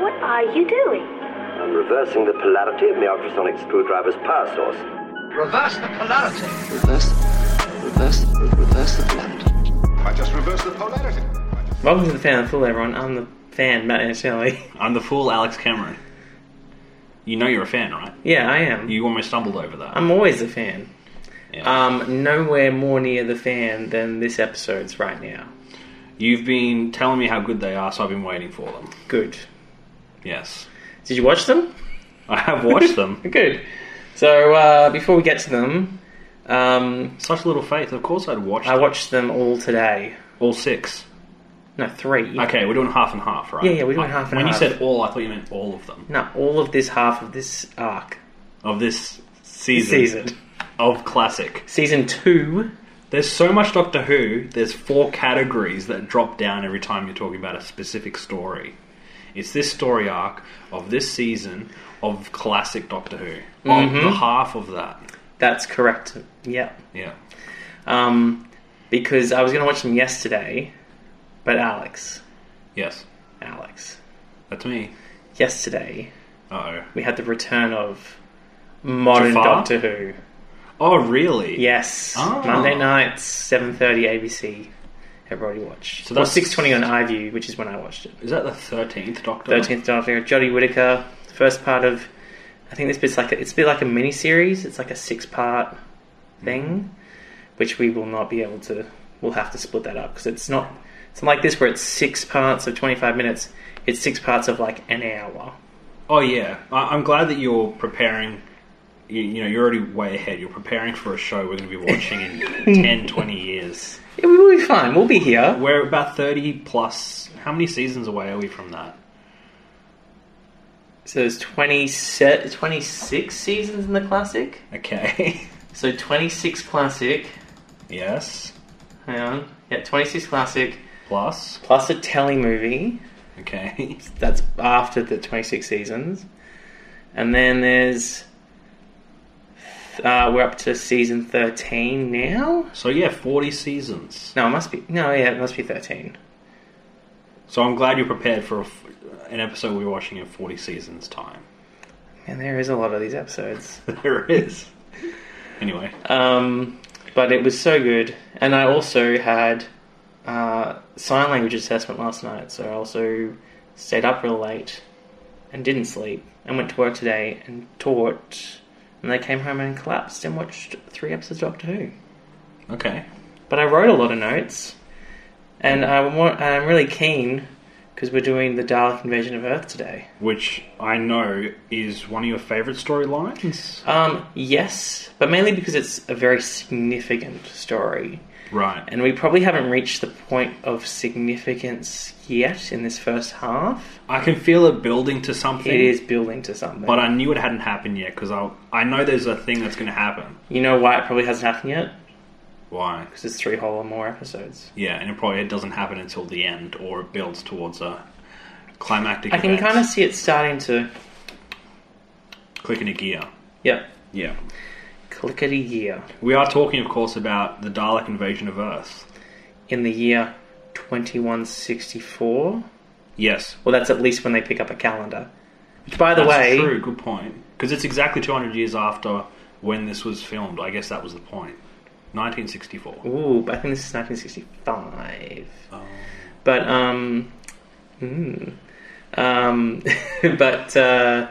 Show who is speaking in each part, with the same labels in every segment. Speaker 1: What are you doing?
Speaker 2: I'm reversing the polarity of my ultrasonic screwdriver's power source.
Speaker 3: Reverse the polarity.
Speaker 4: Reverse, reverse, reverse the polarity.
Speaker 3: I just reversed the polarity.
Speaker 5: Welcome to the Fan of the Fool, everyone. I'm the fan, Matt Ancelli.
Speaker 6: I'm the fool, Alex Cameron. You know you're a fan, right?
Speaker 5: Yeah, I am.
Speaker 6: You almost stumbled over that.
Speaker 5: I'm always a fan.
Speaker 6: Yeah.
Speaker 5: Um, nowhere more near the fan than this episode's right now.
Speaker 6: You've been telling me how good they are, so I've been waiting for them.
Speaker 5: Good.
Speaker 6: Yes,
Speaker 5: Did you watch them?
Speaker 6: I have watched them.
Speaker 5: Good. So uh, before we get to them, um,
Speaker 6: Such little faith. Of course, I'd watched
Speaker 5: I watched them all today.
Speaker 6: all six.
Speaker 5: No, three.
Speaker 6: Okay, we're doing half and half, right?
Speaker 5: Yeah, yeah, we're doing
Speaker 6: I-
Speaker 5: half and
Speaker 6: when
Speaker 5: half.
Speaker 6: you said all, I thought you meant all of them
Speaker 5: No, all of this half of this arc.
Speaker 6: of this season,
Speaker 5: Season.
Speaker 6: of classic.
Speaker 5: Season two.
Speaker 6: There's so much Doctor Who. There's four categories that drop down every time you're talking about a specific story. It's this story arc of this season of classic Doctor Who. Of the half of that.
Speaker 5: That's correct. Yep.
Speaker 6: Yeah.
Speaker 5: Um, because I was going to watch them yesterday, but Alex,
Speaker 6: Yes.
Speaker 5: Alex,
Speaker 6: That's me.
Speaker 5: yesterday
Speaker 6: Uh
Speaker 5: we had the return of modern
Speaker 6: Jafar?
Speaker 5: Doctor Who.
Speaker 6: oh. Oh, really?
Speaker 5: Yes,
Speaker 6: Oh.
Speaker 5: Monday nights, seven thirty ABC. Everybody watch.
Speaker 6: So
Speaker 5: or
Speaker 6: that's-
Speaker 5: six twenty on iView, which is when I watched it.
Speaker 6: Is that the 13th Doctor?
Speaker 5: Thirteenth Doctor, Jodie Whittaker, first part of. I think this bit's like a, it's a bit like a mini series. It's like a six part thing,
Speaker 6: Mm-hmm.
Speaker 5: which we will not be able to. We'll have to split that up because it's not. It's not like this where it's six parts of twenty five minutes. It's six parts of like an hour.
Speaker 6: Oh, yeah. I- I'm glad that you're preparing. You, you know, you're already way ahead. You're preparing for a show we're going to be watching in 10, 20 years.
Speaker 5: Yeah, we will be fine. We'll be here.
Speaker 6: We're about 30 plus. How many seasons away are we from that?
Speaker 5: So there's 20 se 26 seasons in the classic.
Speaker 6: Okay.
Speaker 5: So 26 classic.
Speaker 6: yes.
Speaker 5: Hang on. Yeah, 26 classic
Speaker 6: Plus.
Speaker 5: plus a telly movie.
Speaker 6: Okay.
Speaker 5: That's after the 26 seasons. And then there's uh, we're up to season 13 now.
Speaker 6: So, yeah, 40 seasons.
Speaker 5: No, it must be no, yeah, it must be 13.
Speaker 6: So, I'm glad you're prepared for a f uh, an episode we're watching in 40 seasons' time.
Speaker 5: And there is a lot of these episodes.
Speaker 6: there is. Anyway.
Speaker 5: Um, but it was so good, and I also had uh, sign language assessment last night, so I also stayed up real late and didn't sleep, and went to work today and taught, and then I came home and collapsed and watched three episodes of Doctor Who.
Speaker 6: Okay.
Speaker 5: But I wrote a lot of notes, and I want, I'm really keen because we're doing the Dalek invasion of Earth today.
Speaker 6: which I know is one of your favorite storylines.
Speaker 5: Um, yes, but mainly because it's a very significant story.
Speaker 6: Right.
Speaker 5: And we probably haven't reached the point of significance yet in this first half.
Speaker 6: I can feel it building to something.
Speaker 5: It is building to something.
Speaker 6: But I knew it hadn't happened yet because I I know there's a thing that's going to happen.
Speaker 5: you know why it probably hasn't happened yet?
Speaker 6: Why?
Speaker 5: Because it's three whole or more episodes.
Speaker 6: Yeah, and it probably it doesn't happen until the end or it builds towards a climactic.
Speaker 5: I can
Speaker 6: event.
Speaker 5: kind of see it starting to.
Speaker 6: clicking a gear.
Speaker 5: Yep.
Speaker 6: Yeah.
Speaker 5: Click at a year.
Speaker 6: We are talking, of course, about the Dalek invasion of Earth.
Speaker 5: In the year 2164.
Speaker 6: Yes.
Speaker 5: Well, that's at least when they pick up a calendar. Which, by the
Speaker 6: That's
Speaker 5: way,
Speaker 6: true. Good point. Because it's exactly 200 years after when this was filmed. I guess that was the point. 1964.
Speaker 5: Ooh, but I think this is 1965. But um, mm, um, but uh,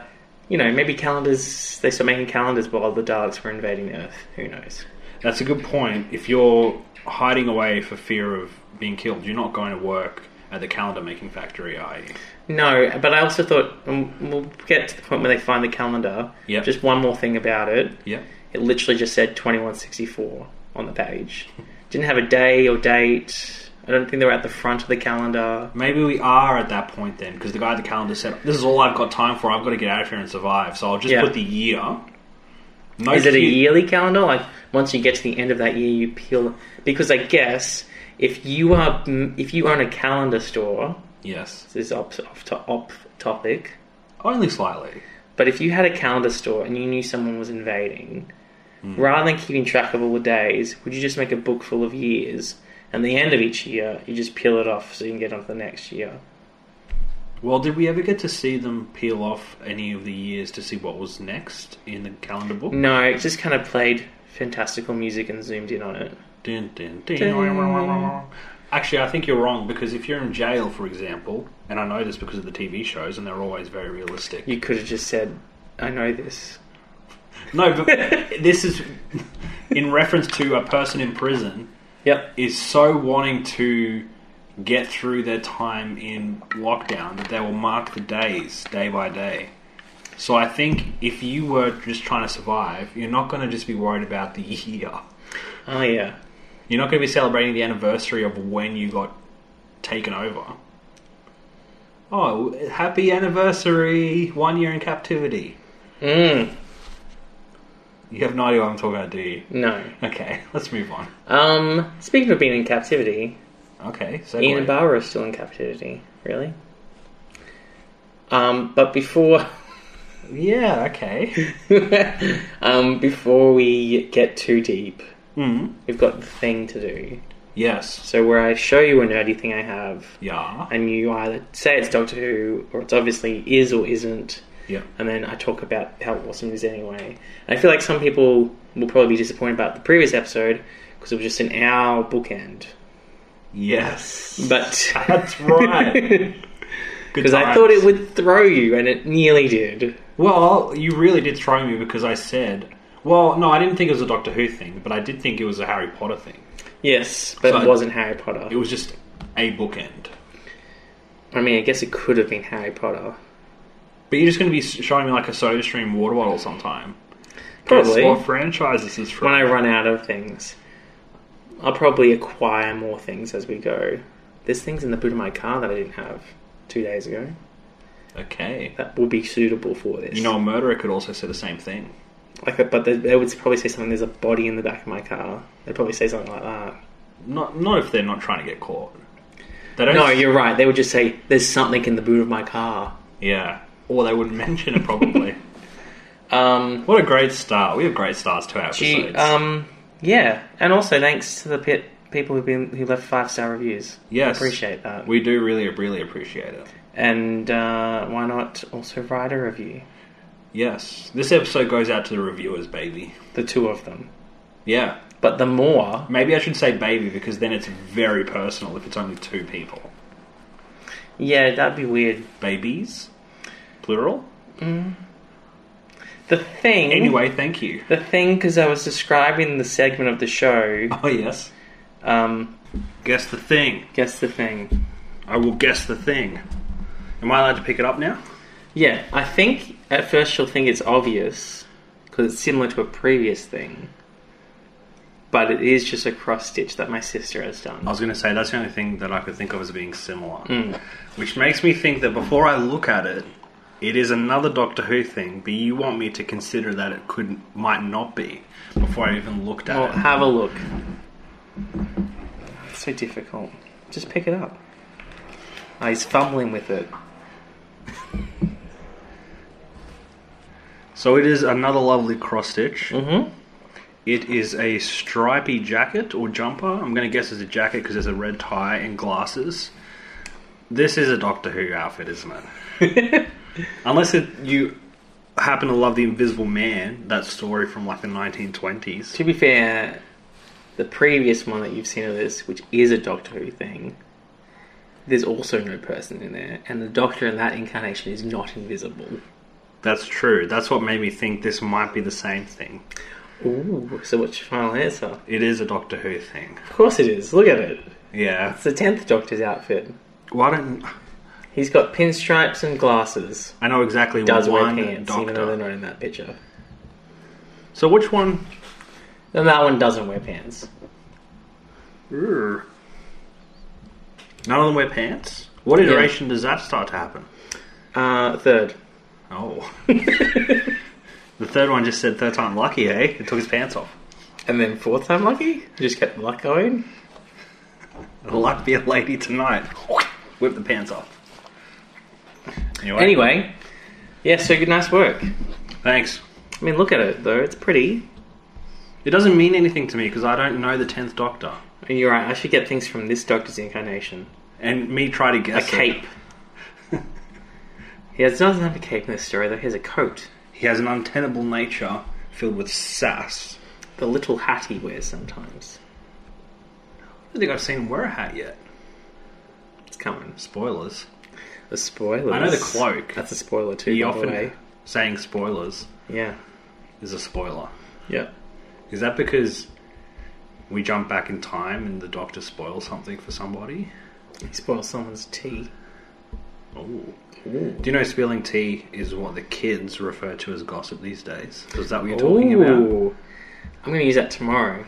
Speaker 5: you know, maybe calendars. They start making calendars while the Daleks were invading Earth. Who knows?
Speaker 6: That's a good point. If you're hiding away for fear of being killed, you're not going to work at the calendar making factory, are you?
Speaker 5: No, but I also thought um, we'll get to the point where they find the calendar.
Speaker 6: Yep.
Speaker 5: Just one more thing about it.
Speaker 6: Yeah.
Speaker 5: It literally just said 2164 on the page. Didn't have a day or date. I don't think they were at the front of the calendar.
Speaker 6: Maybe we are at that point then, because the guy at the calendar said, "This is all I've got time for. I've got to get out of here and survive." So I'll just
Speaker 5: Yeah.
Speaker 6: put the year. No
Speaker 5: Is it a
Speaker 6: cue-
Speaker 5: yearly calendar? Like once you get to the end of that year, you peel. Because I guess if you are if you own a calendar store,
Speaker 6: Yes,
Speaker 5: this is off, off, to, off topic.
Speaker 6: only slightly.
Speaker 5: But if you had a calendar store and you knew someone was invading, rather than keeping track of all the days, would you just make a book full of years? And the end of each year, you just peel it off so you can get on to the next year.
Speaker 6: Well, did we ever get to see them peel off any of the years to see what was next in the calendar book?
Speaker 5: No, it just kind of played fantastical music and zoomed in on it.
Speaker 6: Dun, dun, dun. Actually, I think you're wrong because if you're in jail, for example, and I know this because of the TV shows, and they're always very realistic.
Speaker 5: You could have just said, "I know this."
Speaker 6: No, but this is in reference to a person in prison
Speaker 5: Yep.
Speaker 6: is so wanting to get through their time in lockdown that they will mark the days day by day. So I think if you were just trying to survive, you're not going to just be worried about the year.
Speaker 5: Oh yeah.
Speaker 6: You're not going to be celebrating the anniversary of when you got taken over. Oh, happy anniversary! One year in captivity.
Speaker 5: Mm,
Speaker 6: You have no idea what I'm talking about, do you?
Speaker 5: no.
Speaker 6: Okay, let's move on.
Speaker 5: Um, speaking of being in captivity,
Speaker 6: Okay, so
Speaker 5: Ian and Barbara is still in captivity. Really. Um, but before.
Speaker 6: yeah, okay.
Speaker 5: um, before we get too deep,
Speaker 6: Mm.
Speaker 5: we've got the thing to do.
Speaker 6: Yes.
Speaker 5: So where I show you a nerdy thing I have,
Speaker 6: Yeah.
Speaker 5: and you either say it's Doctor Who, or it's obviously is or isn't,
Speaker 6: Yeah.
Speaker 5: and then I talk about how awesome it is anyway. And I feel like some people will probably be disappointed about the previous episode because it was just an hour bookend.
Speaker 6: Yes.
Speaker 5: But
Speaker 6: That's right.
Speaker 5: because I thought it would throw you, and it nearly did.
Speaker 6: Well, you really did throw me because I said. Well, no, I didn't think it was a Doctor Who thing, but I did think it was a Harry Potter thing.
Speaker 5: Yes, but
Speaker 6: So-
Speaker 5: it wasn't Harry Potter.
Speaker 6: It was just a bookend.
Speaker 5: I mean, I guess it could have been Harry Potter.
Speaker 6: But you're just going to be showing me like a soda stream water bottle sometime.
Speaker 5: Probably.
Speaker 6: Guess what franchise this is from?
Speaker 5: when I run out of things. I'll probably acquire more things as we go. There's things in the boot of my car that I didn't have two days ago
Speaker 6: okay.
Speaker 5: that will be suitable for this.
Speaker 6: You know, a murderer could also say the same thing.
Speaker 5: like, but they, they would probably say something. There's a body in the back of my car. They'd probably say something like that.
Speaker 6: Not, not if they're not trying to get caught. They don't.
Speaker 5: No, you're right. They would just say, "There's something in the boot of my car."
Speaker 6: Yeah. Or they wouldn't mention it probably.
Speaker 5: Um,
Speaker 6: what a great start! We have great starts to our
Speaker 5: gee,
Speaker 6: episodes.
Speaker 5: um, yeah, and also thanks to the pit people who've been who left five star reviews.
Speaker 6: yes,
Speaker 5: appreciate that.
Speaker 6: We do really, really appreciate it.
Speaker 5: and uh, why not also write a review?
Speaker 6: Yes, this episode goes out to the reviewers, baby.
Speaker 5: The two of them.
Speaker 6: Yeah,
Speaker 5: But the more
Speaker 6: maybe I should say baby because then it's very personal if it's only two people.
Speaker 5: Yeah, that'd be weird.
Speaker 6: Babies, plural.
Speaker 5: The thing.
Speaker 6: Anyway, thank you.
Speaker 5: The thing, because I was describing the segment of the show.
Speaker 6: Oh yes.
Speaker 5: Um,
Speaker 6: Guess the thing.
Speaker 5: guess the thing.
Speaker 6: I will guess the thing. Am I allowed to pick it up now?
Speaker 5: Yeah, I think at first you'll think it's obvious because it's similar to a previous thing, but it is just a cross stitch that my sister has done.
Speaker 6: I was going to say that's the only thing that I could think of as being similar, which makes me think that before I look at it, it is another Doctor Who thing. But you want me to consider that it could might not be before I even looked at
Speaker 5: Well,
Speaker 6: it.
Speaker 5: have a look. It's so difficult. Just pick it up. Oh, he's fumbling with it.
Speaker 6: so it is another lovely cross stitch.
Speaker 5: Mm-hmm.
Speaker 6: It is a stripy jacket or jumper. I'm going to guess it's a jacket because there's a red tie and glasses. This is a Doctor Who outfit, isn't it? Unless it, you happen to love the Invisible Man, that story from like the 1920s.
Speaker 5: To be fair, the previous one that you've seen of this, which is a Doctor Who thing, there's also no person in there, and the Doctor in that incarnation is not invisible.
Speaker 6: That's true. That's what made me think this might be the same thing.
Speaker 5: Ooh, so what's your final answer?
Speaker 6: It is a Doctor Who thing.
Speaker 5: Of course it is. Look at it.
Speaker 6: Yeah.
Speaker 5: It's the tenth Doctor's outfit.
Speaker 6: Why don't
Speaker 5: He's got pinstripes and glasses.
Speaker 6: I know exactly
Speaker 5: Does wear
Speaker 6: one
Speaker 5: pants, even though they're
Speaker 6: Doctor?
Speaker 5: not in that picture.
Speaker 6: So which one?
Speaker 5: And that one doesn't wear pants.
Speaker 6: Urgh. None of them wear pants. What iteration does that start to happen?
Speaker 5: Uh, third.
Speaker 6: Oh. the third one just said third time lucky, eh? It took his pants off.
Speaker 5: And then fourth time lucky? Just kept the luck going?
Speaker 6: Luck be a lady tonight. Whip the pants off.
Speaker 5: Anyway, yeah, so good, nice work.
Speaker 6: Thanks.
Speaker 5: I mean, look at it though, it's pretty.
Speaker 6: It doesn't mean anything to me because I don't know the tenth Doctor.
Speaker 5: You're right. I should get things from this Doctor's incarnation.
Speaker 6: And me try to
Speaker 5: A
Speaker 6: guess it.
Speaker 5: cape. He has nothing to cape in this story, though. He has a coat.
Speaker 6: He has an untenable nature filled with sass.
Speaker 5: The little hat he wears sometimes.
Speaker 6: I don't think I've seen him wear a hat yet.
Speaker 5: It's coming.
Speaker 6: Spoilers.
Speaker 5: The spoilers.
Speaker 6: I know the cloak.
Speaker 5: That's a spoiler too.
Speaker 6: He
Speaker 5: by
Speaker 6: often
Speaker 5: the way.
Speaker 6: saying spoilers
Speaker 5: Yeah.
Speaker 6: is a spoiler.
Speaker 5: Yeah.
Speaker 6: Is that because we jump back in time and the doctor spoils something for somebody?
Speaker 5: He spoils someone's tea.
Speaker 6: Oh. Do you know spilling tea is what the kids refer to as gossip these days? Is that what you're talking about?
Speaker 5: Ooh. I'm going to use that tomorrow.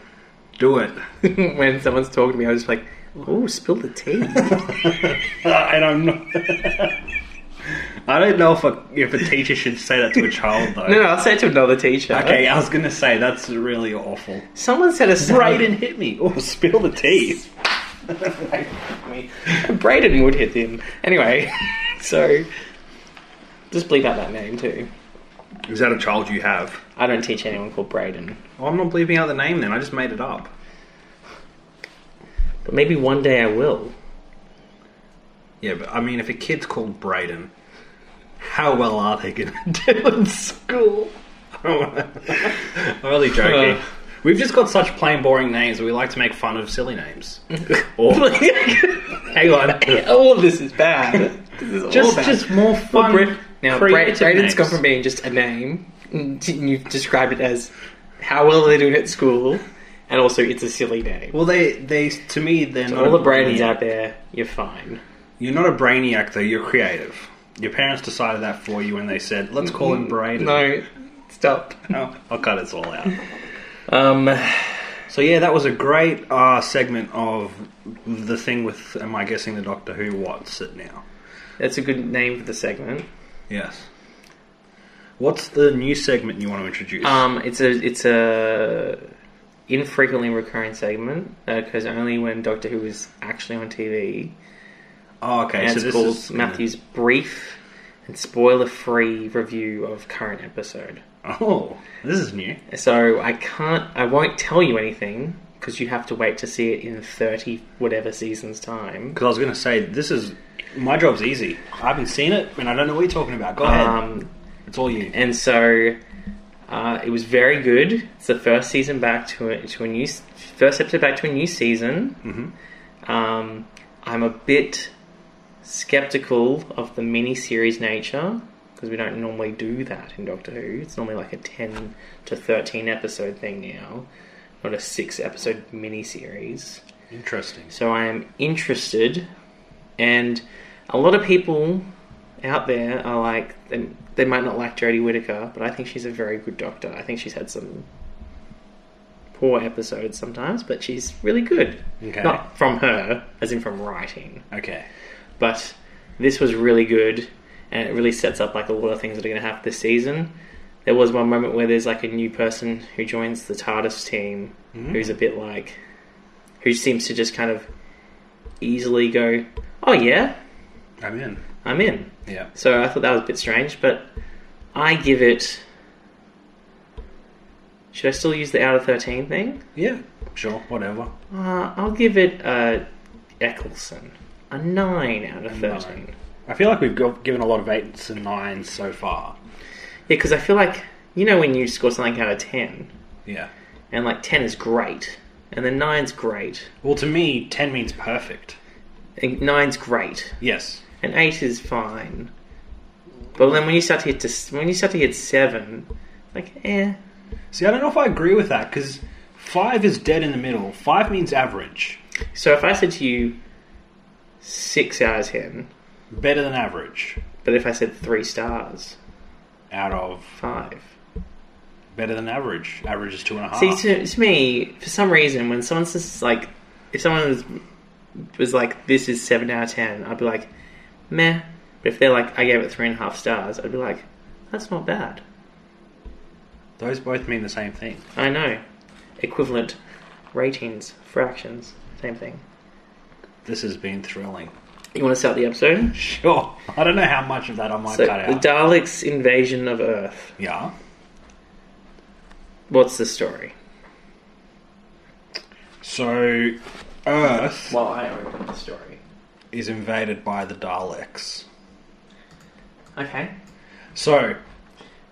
Speaker 6: Do it.
Speaker 5: when someone's talking to me, I was just like, "Oh, spill the tea."
Speaker 6: I don't know. I don't know if a, if a teacher should say that to a child though.
Speaker 5: no, no, I'll say it to another teacher.
Speaker 6: Okay, I was gonna say that's really awful.
Speaker 5: Someone said a
Speaker 6: Brayden hit me. Oh, spill the tea.
Speaker 5: Braden would hit him. Anyway, so just bleep out that name too.
Speaker 6: Is that a child you have?
Speaker 5: I don't teach anyone called Braden,
Speaker 6: Oh, I'm not bleeping out the name then. I just made it up.
Speaker 5: but maybe one day I will.
Speaker 6: Yeah, but I mean, if a kid's called Brayden, how well are they going to do in school? I'm really joking.
Speaker 5: Uh.
Speaker 6: We've just got such plain, boring names. that We like to make fun of silly names. or, hang on,
Speaker 5: All of this is bad. This is all
Speaker 6: just
Speaker 5: bad.
Speaker 6: just more
Speaker 5: Well,
Speaker 6: fun.
Speaker 5: Bra- now, Bra-
Speaker 6: creative
Speaker 5: Braden's
Speaker 6: names.
Speaker 5: gone from being just a name, and you've described it as how well they're doing at school, and also it's a silly name.
Speaker 6: Well, they they to me they're not
Speaker 5: All the
Speaker 6: a
Speaker 5: Bradens
Speaker 6: brainiac.
Speaker 5: out there, you're fine.
Speaker 6: You're not a brainiac though. You're creative. Your parents decided that for you when they said, "Let's call him Brayden."
Speaker 5: Mm-hmm. No, stop.
Speaker 6: Oh, I'll cut it all out.
Speaker 5: Um,
Speaker 6: So yeah, that was a great uh, segment of the thing with. Am I guessing the Doctor Who? What's it now?
Speaker 5: that's a good name for the segment.
Speaker 6: Yes. What's the new segment you want to introduce?
Speaker 5: Um, it's a it's a infrequently recurring segment that occurs only when Doctor Who is actually on TV.
Speaker 6: oh, okay.
Speaker 5: And
Speaker 6: So
Speaker 5: it's
Speaker 6: this
Speaker 5: called
Speaker 6: is
Speaker 5: Matthew's brief and spoiler-free review of current episode.
Speaker 6: Oh, this is new.
Speaker 5: So I can't, I won't tell you anything because you have to wait to see it in thirty whatever seasons time.
Speaker 6: Because I was going to say this is my job's easy. I haven't seen it, and I don't know what you're talking about. Go ahead.
Speaker 5: Um,
Speaker 6: It's all you.
Speaker 5: and so uh, it was very good. It's the first season back to a, to a new s- first episode back to a new season. Mm-hmm. Um, I'm a bit skeptical of the mini series nature because we don't normally do that in Doctor Who. It's normally like a ten to thirteen episode thing now, not a six episode mini series.
Speaker 6: Interesting.
Speaker 5: So I am interested, and a lot of people out there are like, they, they might not like Jodie Whittaker, but I think she's a very good doctor. I think she's had some poor episodes sometimes, but she's really good.
Speaker 6: Okay.
Speaker 5: Not from her, as in from writing,
Speaker 6: Okay.
Speaker 5: but this was really good, and it really sets up like a lot of things that are going to happen this season. There was one moment where there's like a new person who joins the TARDIS team, who's a bit like, who seems to just kind of easily go, "Oh yeah,
Speaker 6: I'm in.
Speaker 5: I'm in."
Speaker 6: Yeah.
Speaker 5: So I thought that was a bit strange, but I give it. Should I still use the out of thirteen thing?
Speaker 6: Yeah. Sure. Whatever.
Speaker 5: Uh, I'll give it a Eccleston, a nine out of thirteen.
Speaker 6: I feel like we've got, given a lot of eights and nines so far.
Speaker 5: Yeah, because I feel like you know when you score something out of ten,
Speaker 6: Yeah.
Speaker 5: and like ten is great, and then nine's great,
Speaker 6: Well, to me, ten means perfect.
Speaker 5: and nine's great,
Speaker 6: Yes.
Speaker 5: and eight is fine. But then when you start to hit to, when you start to hit seven, like eh,
Speaker 6: See, I don't know if I agree with that because five is dead in the middle. Five means average,
Speaker 5: So if I said to you six out of ten,
Speaker 6: better than average,
Speaker 5: but if I said three stars,
Speaker 6: out of
Speaker 5: five.
Speaker 6: better than average. Average is two and a half.
Speaker 5: See, to, to me, for some reason, when someone says like, if someone was, was like, "This is seven out of 10, I'd be like, "Meh." But if they're like, "I gave it three and a half stars," I'd be like, "That's not bad."
Speaker 6: Those both mean the same thing.
Speaker 5: I know, equivalent ratings, fractions, same thing.
Speaker 6: This has been thrilling.
Speaker 5: You want to start the episode?
Speaker 6: Sure. I don't know how much of that I might
Speaker 5: So,
Speaker 6: cut out.
Speaker 5: the Daleks' invasion of Earth.
Speaker 6: yeah.
Speaker 5: What's the story?
Speaker 6: So, Earth
Speaker 5: Well, I opened the story.
Speaker 6: is invaded by the Daleks.
Speaker 5: Okay.
Speaker 6: So,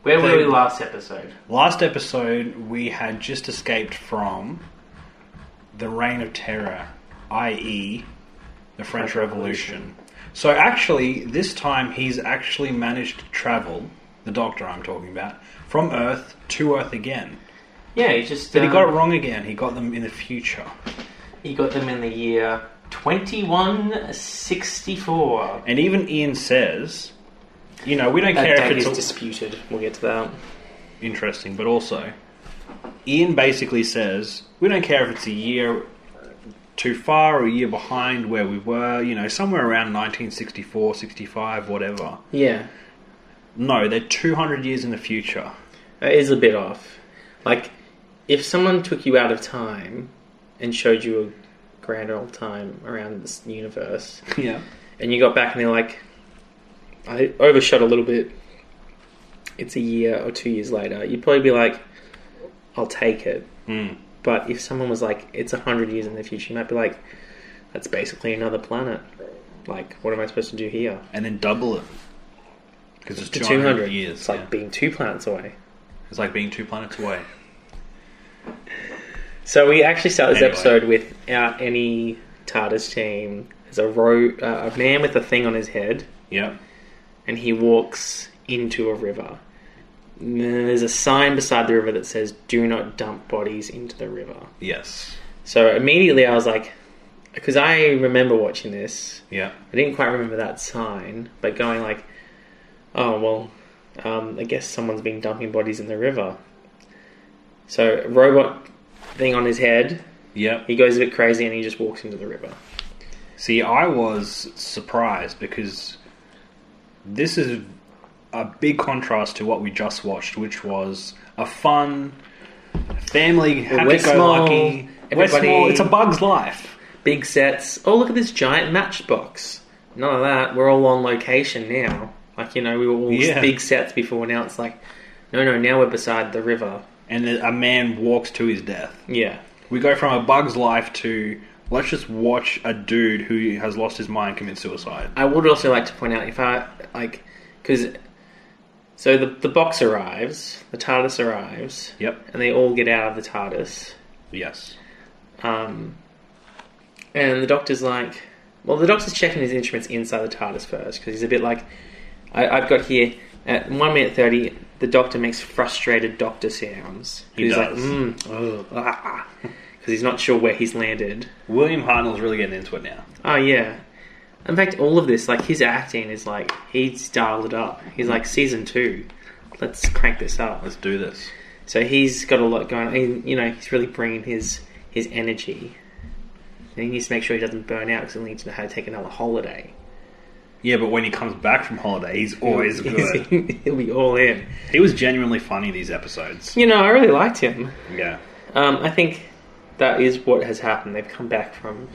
Speaker 5: Where were
Speaker 6: They-
Speaker 5: we last episode?
Speaker 6: last episode we had just escaped from the Reign of Terror, i.e., the French Revolution. So, actually, this time he's actually managed to travel, the Doctor I'm talking about, from Earth to Earth again.
Speaker 5: Yeah, he just
Speaker 6: But he
Speaker 5: um,
Speaker 6: got it wrong again. He got them in the future.
Speaker 5: He got them in the year twenty one sixty four.
Speaker 6: And even Ian says, you know, we don't
Speaker 5: That
Speaker 6: care
Speaker 5: date
Speaker 6: if
Speaker 5: is
Speaker 6: it's a-
Speaker 5: disputed. We'll get to that.
Speaker 6: interesting, but also, Ian basically says, we don't care if it's a year too far or a year behind where we were, you know, somewhere around 1964, 65, whatever.
Speaker 5: Yeah,
Speaker 6: No, they're 200 years in the future.
Speaker 5: that is a bit off. Like, if someone took you out of time and showed you a grand old time around this universe,
Speaker 6: Yeah.
Speaker 5: and you got back and they're like, I overshot a little bit. It's a year or two years later. You'd probably be like, I'll take it.
Speaker 6: Mm.
Speaker 5: But if someone was like, it's a hundred years in the future, you might be like, that's basically another planet. Like, what am I supposed to do here?
Speaker 6: And then double it. Because it's
Speaker 5: To
Speaker 6: 200,
Speaker 5: 200
Speaker 6: years.
Speaker 5: It's like
Speaker 6: yeah.
Speaker 5: being two planets away.
Speaker 6: it's like being two planets away.
Speaker 5: So we actually start this
Speaker 6: Anyway.
Speaker 5: episode without any TARDIS team. There's a ro- uh, a man with a thing on his head,
Speaker 6: Yep.
Speaker 5: and he walks into a river. And There's a sign beside the river that says "Do not dump bodies into the river."
Speaker 6: Yes.
Speaker 5: So immediately I was like, because I remember watching this,
Speaker 6: Yeah.
Speaker 5: I didn't quite remember that sign, but going like, oh well, um, I guess someone's been dumping bodies in the river. So robot thing on his head,
Speaker 6: Yep.
Speaker 5: he goes a bit crazy and he just walks into the river.
Speaker 6: See, I was surprised because this is a big contrast to what we just watched, which was a fun family happy
Speaker 5: We're
Speaker 6: go lucky.
Speaker 5: small,
Speaker 6: We're small.
Speaker 5: everybody-
Speaker 6: It's a bug's life.
Speaker 5: Big sets. Oh look at this giant matchbox. None of that. We're all on location now. Like you know, we were all
Speaker 6: Yeah.
Speaker 5: big sets before. Now it's like, no, no. Now we're beside the river.
Speaker 6: And a man walks to his death.
Speaker 5: Yeah.
Speaker 6: We go from a bug's life to let's just watch a dude who has lost his mind commit suicide.
Speaker 5: I would also like to point out if I like because so the the box arrives, the TARDIS arrives,
Speaker 6: Yep.
Speaker 5: and they all get out of the TARDIS.
Speaker 6: Yes.
Speaker 5: Um, and the doctor's like, well, the doctor's checking his instruments inside the TARDIS first because he's a bit like, I, I've got here at one minute thirty. The doctor makes frustrated doctor sounds.
Speaker 6: He
Speaker 5: he's like,
Speaker 6: does.
Speaker 5: mm, oh, ah, because he's not sure where he's landed.
Speaker 6: William Hartnell's really getting into it now.
Speaker 5: Oh yeah. In fact, all of this, like his acting, is like he's dialed it up. He's like season two. Let's crank this up.
Speaker 6: Let's do this.
Speaker 5: So he's got a lot going. on. He, you know, he's really bringing his his energy. And he needs to make sure he doesn't burn out because he'll need to know how to take another holiday.
Speaker 6: Yeah, but when he comes back from holiday, he's always good.
Speaker 5: he'll be all in.
Speaker 6: He was genuinely funny these episodes.
Speaker 5: You know, I really liked him.
Speaker 6: Yeah.
Speaker 5: Um, I think that is what has happened. They've come back from,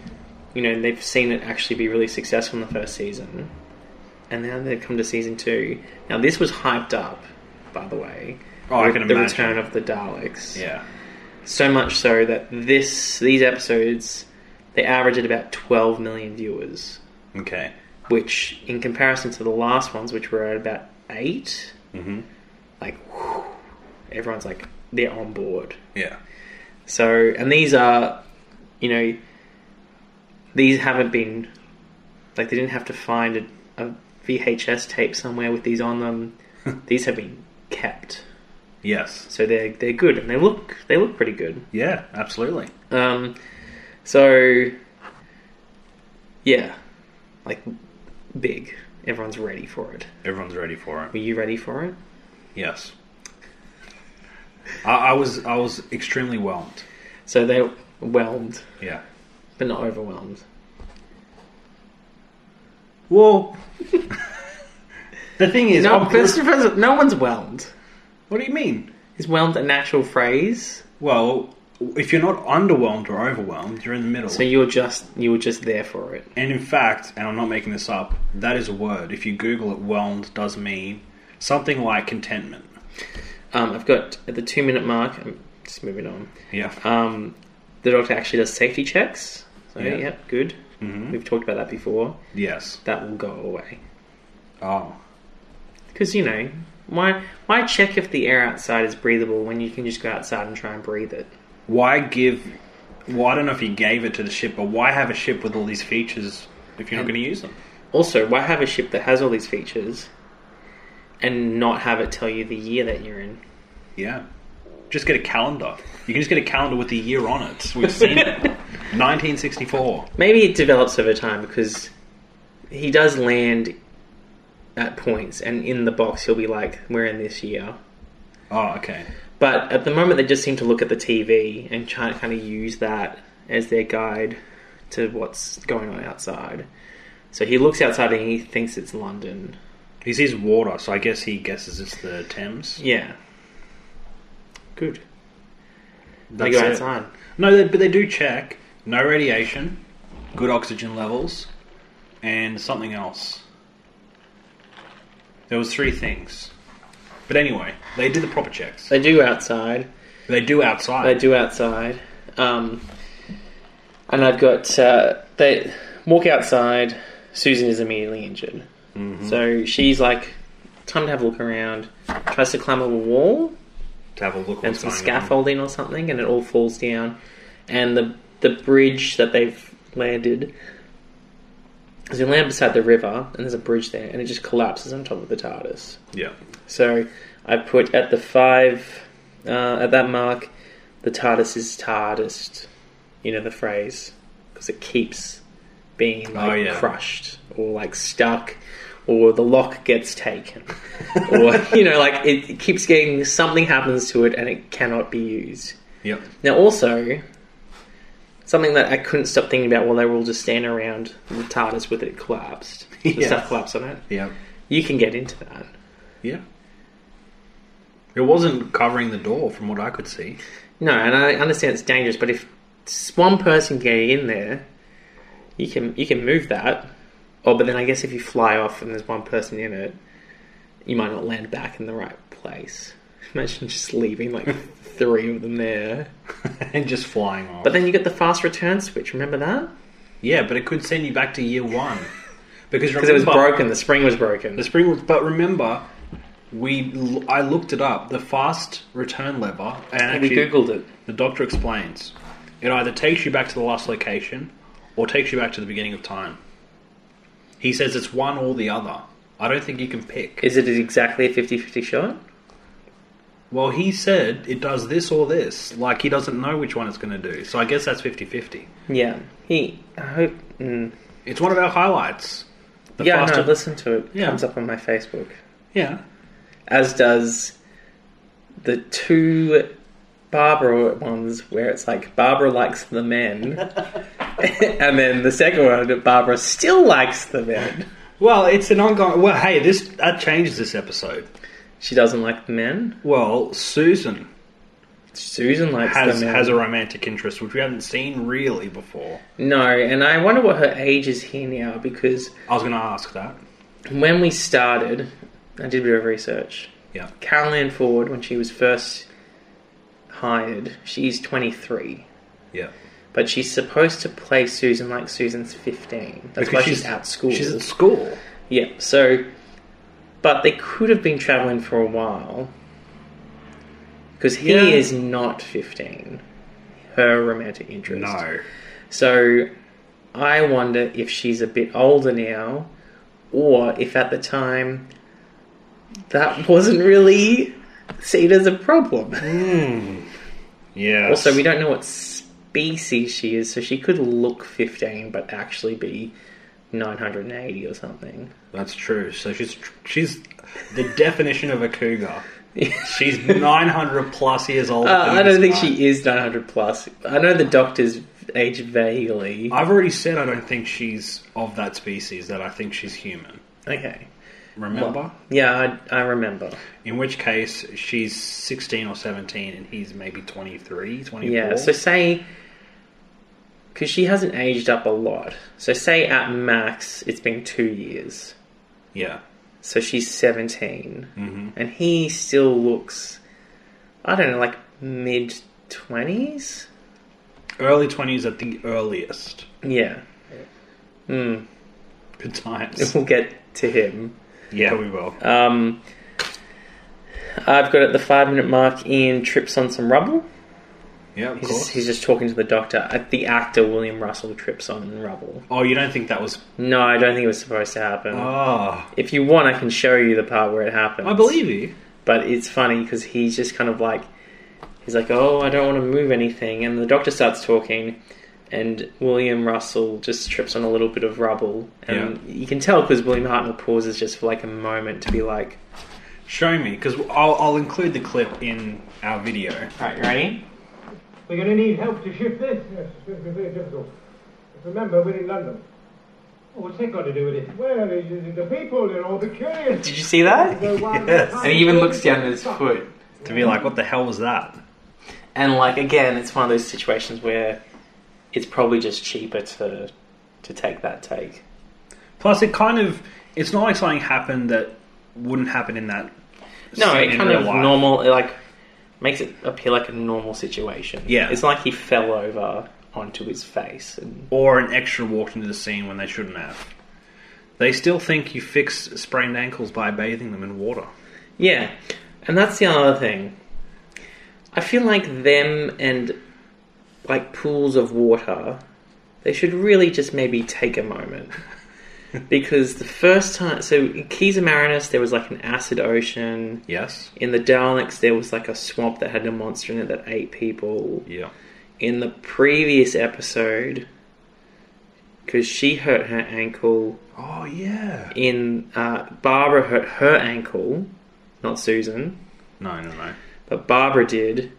Speaker 5: you know, they've seen it actually be really successful in the first season, and now they've come to season two. Now this was hyped up, by the way.
Speaker 6: Oh, I
Speaker 5: with
Speaker 6: can
Speaker 5: the
Speaker 6: imagine.
Speaker 5: return of the Daleks.
Speaker 6: Yeah.
Speaker 5: So much so that this these episodes they average at about twelve million viewers,
Speaker 6: Okay.
Speaker 5: which in comparison to the last ones, which were at about eight,
Speaker 6: Mm-hmm.
Speaker 5: like whew, everyone's like they're on board.
Speaker 6: Yeah.
Speaker 5: So, and these are, you know, these haven't been, like, they didn't have to find a, a VHS tape somewhere with these on them. these have been kept,
Speaker 6: Yes.
Speaker 5: so they're they're good, and they look they look pretty good.
Speaker 6: Yeah. Absolutely.
Speaker 5: Um, so, yeah, like big. Everyone's ready for it.
Speaker 6: Everyone's ready for
Speaker 5: Were
Speaker 6: it.
Speaker 5: you ready for it?
Speaker 6: Yes. I, I was. I was extremely whelmed.
Speaker 5: So they're whelmed,
Speaker 6: Yeah.
Speaker 5: but not overwhelmed.
Speaker 6: Well, the thing is,
Speaker 5: No,
Speaker 6: I'm-
Speaker 5: first- first- no one's whelmed.
Speaker 6: what do you mean?
Speaker 5: Is whelmed an actual phrase?
Speaker 6: Well, if you're not underwhelmed or overwhelmed, you're in the middle.
Speaker 5: So you're just you were just there for it.
Speaker 6: And in fact, and I'm not making this up, that is a word. If you Google it, whelmed does mean something like contentment.
Speaker 5: Um, I've got at the two minute mark. I'm just moving on.
Speaker 6: Yeah.
Speaker 5: Um, the doctor actually does safety checks. So
Speaker 6: Yeah.
Speaker 5: yeah, good.
Speaker 6: Mhm.
Speaker 5: We've talked about that before.
Speaker 6: yes.
Speaker 5: That will go away.
Speaker 6: Oh.
Speaker 5: Because you know, why why check if the air outside is breathable when you can just go outside and try and breathe it?
Speaker 6: Why give? Well, I don't know if you gave it to the ship, but why have a ship with all these features if you're not going to use them?
Speaker 5: Also, why have a ship that has all these features and not have it tell you the year that you're in?
Speaker 6: Yeah. Just get a calendar. You can just get a calendar with the year on it. We've seen it. 1964.
Speaker 5: Maybe it develops over time because he does land at points, and in the box he'll be like, "We're in this year."
Speaker 6: Oh, okay.
Speaker 5: But at the moment, they just seem to look at the TV and try to kind of use that as their guide to what's going on outside. So he looks outside and he thinks it's London.
Speaker 6: He sees water, so I guess he guesses it's the Thames.
Speaker 5: Yeah. Good.
Speaker 6: That's
Speaker 5: they go
Speaker 6: it.
Speaker 5: outside.
Speaker 6: No, they, but they do check. No radiation, good oxygen levels, and something else. There was three things. But anyway, they did the proper checks.
Speaker 5: They do outside.
Speaker 6: They do
Speaker 5: They
Speaker 6: outside.
Speaker 5: do outside. Um, and I've got uh, they walk outside. Susan is immediately injured, so she's like, "Time to have a look around." Tries to climb up a wall
Speaker 6: To have a look
Speaker 5: and
Speaker 6: what's
Speaker 5: some
Speaker 6: going on.
Speaker 5: scaffolding or something, and it all falls down. And the the bridge that they've landed, because they land beside the river, and there's a bridge there, and it just collapses on top of the TARDIS.
Speaker 6: Yeah.
Speaker 5: So I put at the five, uh, at that mark, the TARDIS is TARDIS. You know the phrase, because it keeps being like
Speaker 6: Oh, yeah.
Speaker 5: crushed or like stuck, or the lock gets taken, or you know like it, it keeps getting something happens to it and it cannot be used.
Speaker 6: Yep.
Speaker 5: Now also. Something that I couldn't stop thinking about while they were all just standing around the TARDIS with it collapsed. The
Speaker 6: Yes.
Speaker 5: stuff collapsed on it.
Speaker 6: Yep.
Speaker 5: You can get into that.
Speaker 6: Yeah. It wasn't covering the door from what I could see.
Speaker 5: No, and I understand it's dangerous, but if s- one person can get in there, you can you can move that. Oh, but then I guess if you fly off and there's one person in it, you might not land back in the right place. Imagine just leaving like three of them there.
Speaker 6: and just flying off.
Speaker 5: But then you get the fast return switch. Remember that?
Speaker 6: yeah, but it could send you back to year one. Because
Speaker 5: Because it was
Speaker 6: remember-
Speaker 5: broken. The spring was broken.
Speaker 6: The spring was, but remember, we l- I looked it up. The fast return lever, and
Speaker 5: We
Speaker 6: actually,
Speaker 5: googled it.
Speaker 6: the doctor explains it either takes you back to the last location or takes you back to the beginning of time. He says it's one or the other. I don't think you can pick.
Speaker 5: Is it exactly a 50-50 shot?
Speaker 6: well, he said it does this or this. Like he doesn't know which one it's going to do. So I guess that's 50-50.
Speaker 5: Yeah. He. I hope. Mm.
Speaker 6: It's one of our highlights. The
Speaker 5: Yeah.
Speaker 6: faster-
Speaker 5: No. Listen to it.
Speaker 6: Yeah.
Speaker 5: Comes up on my Facebook.
Speaker 6: Yeah.
Speaker 5: as does the two Barbara ones where it's like Barbara likes the men, and then the second one Barbara still likes the men.
Speaker 6: Well, it's an ongoing. Well, hey, this that changes this episode.
Speaker 5: She doesn't like the men.
Speaker 6: Well, Susan
Speaker 5: Susan likes
Speaker 6: has
Speaker 5: the men.
Speaker 6: has a romantic interest which we haven't seen really before.
Speaker 5: no, and I wonder what her age is here now because
Speaker 6: I was going to ask that.
Speaker 5: when we started, I did a bit of research.
Speaker 6: Yeah.
Speaker 5: Caroline Ford, when she was first hired, she's twenty three.
Speaker 6: Yeah.
Speaker 5: But she's supposed to play Susan like Susan's 15. That's why she's, out school.
Speaker 6: She's at school.
Speaker 5: Yeah, so. But they could have been traveling for a while. Because he
Speaker 6: Yeah.
Speaker 5: is not 15. Her romantic interest.
Speaker 6: No.
Speaker 5: So I wonder if she's a bit older now, or if at the time that wasn't really seen as a problem.
Speaker 6: Yeah.
Speaker 5: Also, we don't know what species she is, so she could look 15 but actually be 980 or something.
Speaker 6: That's true. So she's she's the definition of a cougar. She's 900 plus years old.
Speaker 5: Uh, I don't think she is 900 plus. I know the doctor's age vaguely.
Speaker 6: I've already said I don't think she's of that species. That I think she's human.
Speaker 5: Okay.
Speaker 6: Remember?
Speaker 5: Yeah, I, I remember.
Speaker 6: In which case, she's 16 or 17 and he's maybe 23, 24.
Speaker 5: Yeah, so say. Because she hasn't aged up a lot. So say at max, it's been two years.
Speaker 6: yeah.
Speaker 5: So she's 17. And he still looks, I don't know, like mid 20s?
Speaker 6: Early 20s at the earliest.
Speaker 5: Yeah,
Speaker 6: Good times.
Speaker 5: we'll get to him.
Speaker 6: Yeah, we will.
Speaker 5: Um, I've got at the five minute mark in Trips on Some Rubble.
Speaker 6: yeah, of
Speaker 5: He's
Speaker 6: course.
Speaker 5: just, he's just talking to the doctor. Uh, The actor William Russell trips on rubble.
Speaker 6: oh, you don't think that was?
Speaker 5: No, I don't think it was supposed to happen.
Speaker 6: Ah,
Speaker 5: If you want, I can show you the part where it happens.
Speaker 6: I believe you.
Speaker 5: But it's funny because he's just kind of like, he's like, oh, I don't want to move anything. And the doctor starts talking, and William Russell just trips on a little bit of rubble. And you can tell because William Hartnell pauses just for like a moment to be like,
Speaker 6: Show me, because I'll, I'll include the clip in our video.
Speaker 5: all right, you ready?
Speaker 1: We're going to need help to shift this. Yes, it's going to be very difficult. But remember, we're in London. Oh, what's that got to do with it? Well, it's, it's the people, they're all a bit curious.
Speaker 5: Did you see that?
Speaker 1: So why not
Speaker 6: Yes.
Speaker 1: try
Speaker 5: And he even
Speaker 1: to-
Speaker 5: looks down at his foot.
Speaker 6: To be like, what the hell was that?
Speaker 5: And like again, it's one of those situations where it's probably just cheaper to to take that take.
Speaker 6: Plus, it kind of it's not like something happened that wouldn't happen in that.
Speaker 5: No,
Speaker 6: scene
Speaker 5: it
Speaker 6: in
Speaker 5: kind
Speaker 6: real
Speaker 5: of
Speaker 6: life.
Speaker 5: normal. It like makes it appear like a normal situation.
Speaker 6: Yeah.
Speaker 5: it's not like he fell over onto his face. And
Speaker 6: or an extra walked into the scene when they shouldn't have. They still think you fix sprained ankles by bathing them in water.
Speaker 5: yeah, and that's the other thing. I feel like them and like pools of water, they should really just maybe take a moment. Because the first time, so in Keys of Marinus, there was like an acid ocean.
Speaker 6: Yes.
Speaker 5: In the Daleks, there was like a swamp that had a monster in it that ate people.
Speaker 6: Yeah.
Speaker 5: In the previous episode, because she hurt her ankle,
Speaker 6: Oh yeah.
Speaker 5: in uh, Barbara hurt her ankle, not Susan,
Speaker 6: No, no, no.
Speaker 5: but Barbara did,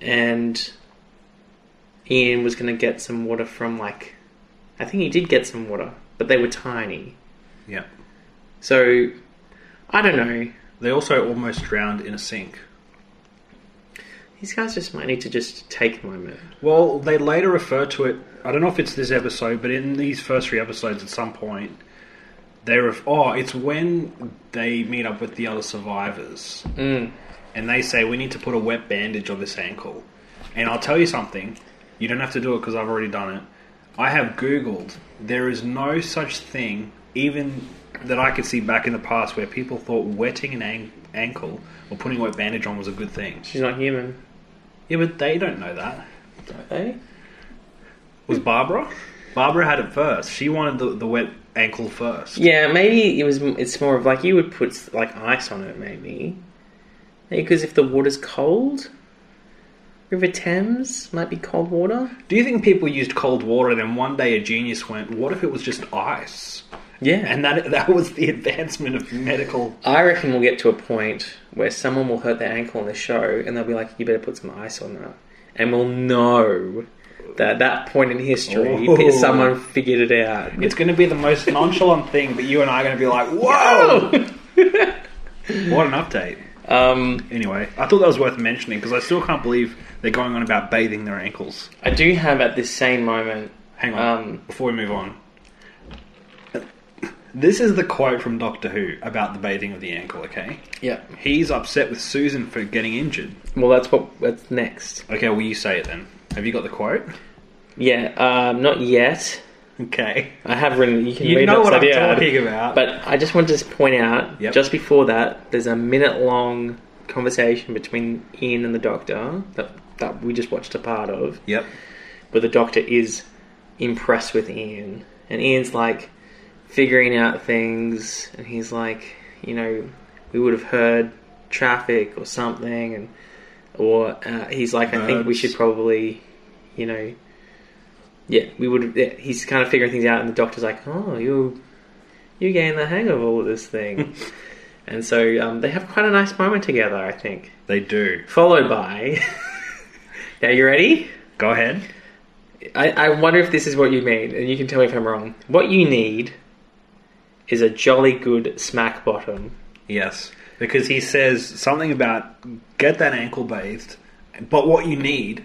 Speaker 5: and Ian was going to get some water from like, I think he did get some water, but they were tiny.
Speaker 6: Yeah.
Speaker 5: So, I don't know.
Speaker 6: They also almost drowned in a sink.
Speaker 5: These guys just might need to just take a moment.
Speaker 6: Well, they later refer to it. I don't know if it's this episode, but in these first three episodes, at some point, they ref- oh, it's when they meet up with the other survivors,
Speaker 5: Mm.
Speaker 6: and they say we need to put a wet bandage on this ankle. And I'll tell you something. You don't have to do it because I've already done it. I have Googled. There is no such thing, even that I could see back in the past, where people thought wetting an an- ankle or putting a wet bandage on was a good thing.
Speaker 5: She's not human.
Speaker 6: Yeah, but they don't know that.
Speaker 5: Eh?
Speaker 6: was Barbara. Barbara had it first. She wanted the, the wet ankle first.
Speaker 5: Yeah, maybe it was. It's more of like you would put like ice on it, maybe. Because if the water's cold, River Thames might be cold water.
Speaker 6: Do you think people used cold water and then one day a genius went, what if it was just ice?
Speaker 5: Yeah,
Speaker 6: And that that was the advancement of medical.
Speaker 5: I reckon we'll get to a point where someone will hurt their ankle on the show, and they'll be like, "You better put some ice on that," and we'll know that at that point in history,
Speaker 6: Oh.
Speaker 5: someone figured it out.
Speaker 6: It's going to be the most nonchalant thing, but you and I are going to be like, whoa! what an update.
Speaker 5: um,
Speaker 6: Anyway, I thought that was worth mentioning because I still can't believe they're going on about bathing their ankles.
Speaker 5: I do have at this same moment.
Speaker 6: Hang on.
Speaker 5: Um,
Speaker 6: before we move on, this is the quote from Doctor Who about the bathing of the ankle, okay?
Speaker 5: Yeah.
Speaker 6: He's upset with Susan for getting injured.
Speaker 5: Well, that's what that's next.
Speaker 6: Okay, well, you say it then. Have you got the quote?
Speaker 5: Yeah. Um, not yet.
Speaker 6: Okay.
Speaker 5: I have written. You can
Speaker 6: You
Speaker 5: read
Speaker 6: know
Speaker 5: it,
Speaker 6: what
Speaker 5: so
Speaker 6: I'm
Speaker 5: yeah.
Speaker 6: talking about.
Speaker 5: But I just wanted to point out,
Speaker 6: Yep.
Speaker 5: just before that, there's a minute-long conversation between Ian and the Doctor that that we just watched a part of,
Speaker 6: Yep.
Speaker 5: where the Doctor is impressed with Ian, and Ian's like figuring out things, and he's like, you know, we would have heard traffic or something, and or uh, he's like, I think we
Speaker 6: Birds.
Speaker 5: should probably, you know, yeah, we would. have Yeah, he's kind of figuring things out, and the doctor's like, "Oh, you, you getting the hang of all of this thing," and so um, they have quite a nice moment together, I think.
Speaker 6: They do.
Speaker 5: Followed by, now you ready?
Speaker 6: Go ahead.
Speaker 5: I, I wonder if this is what you mean, and you can tell me if I'm wrong. What you need is a jolly good smack bottom.
Speaker 6: Yes. Because he says something about get that ankle bathed, but what you need.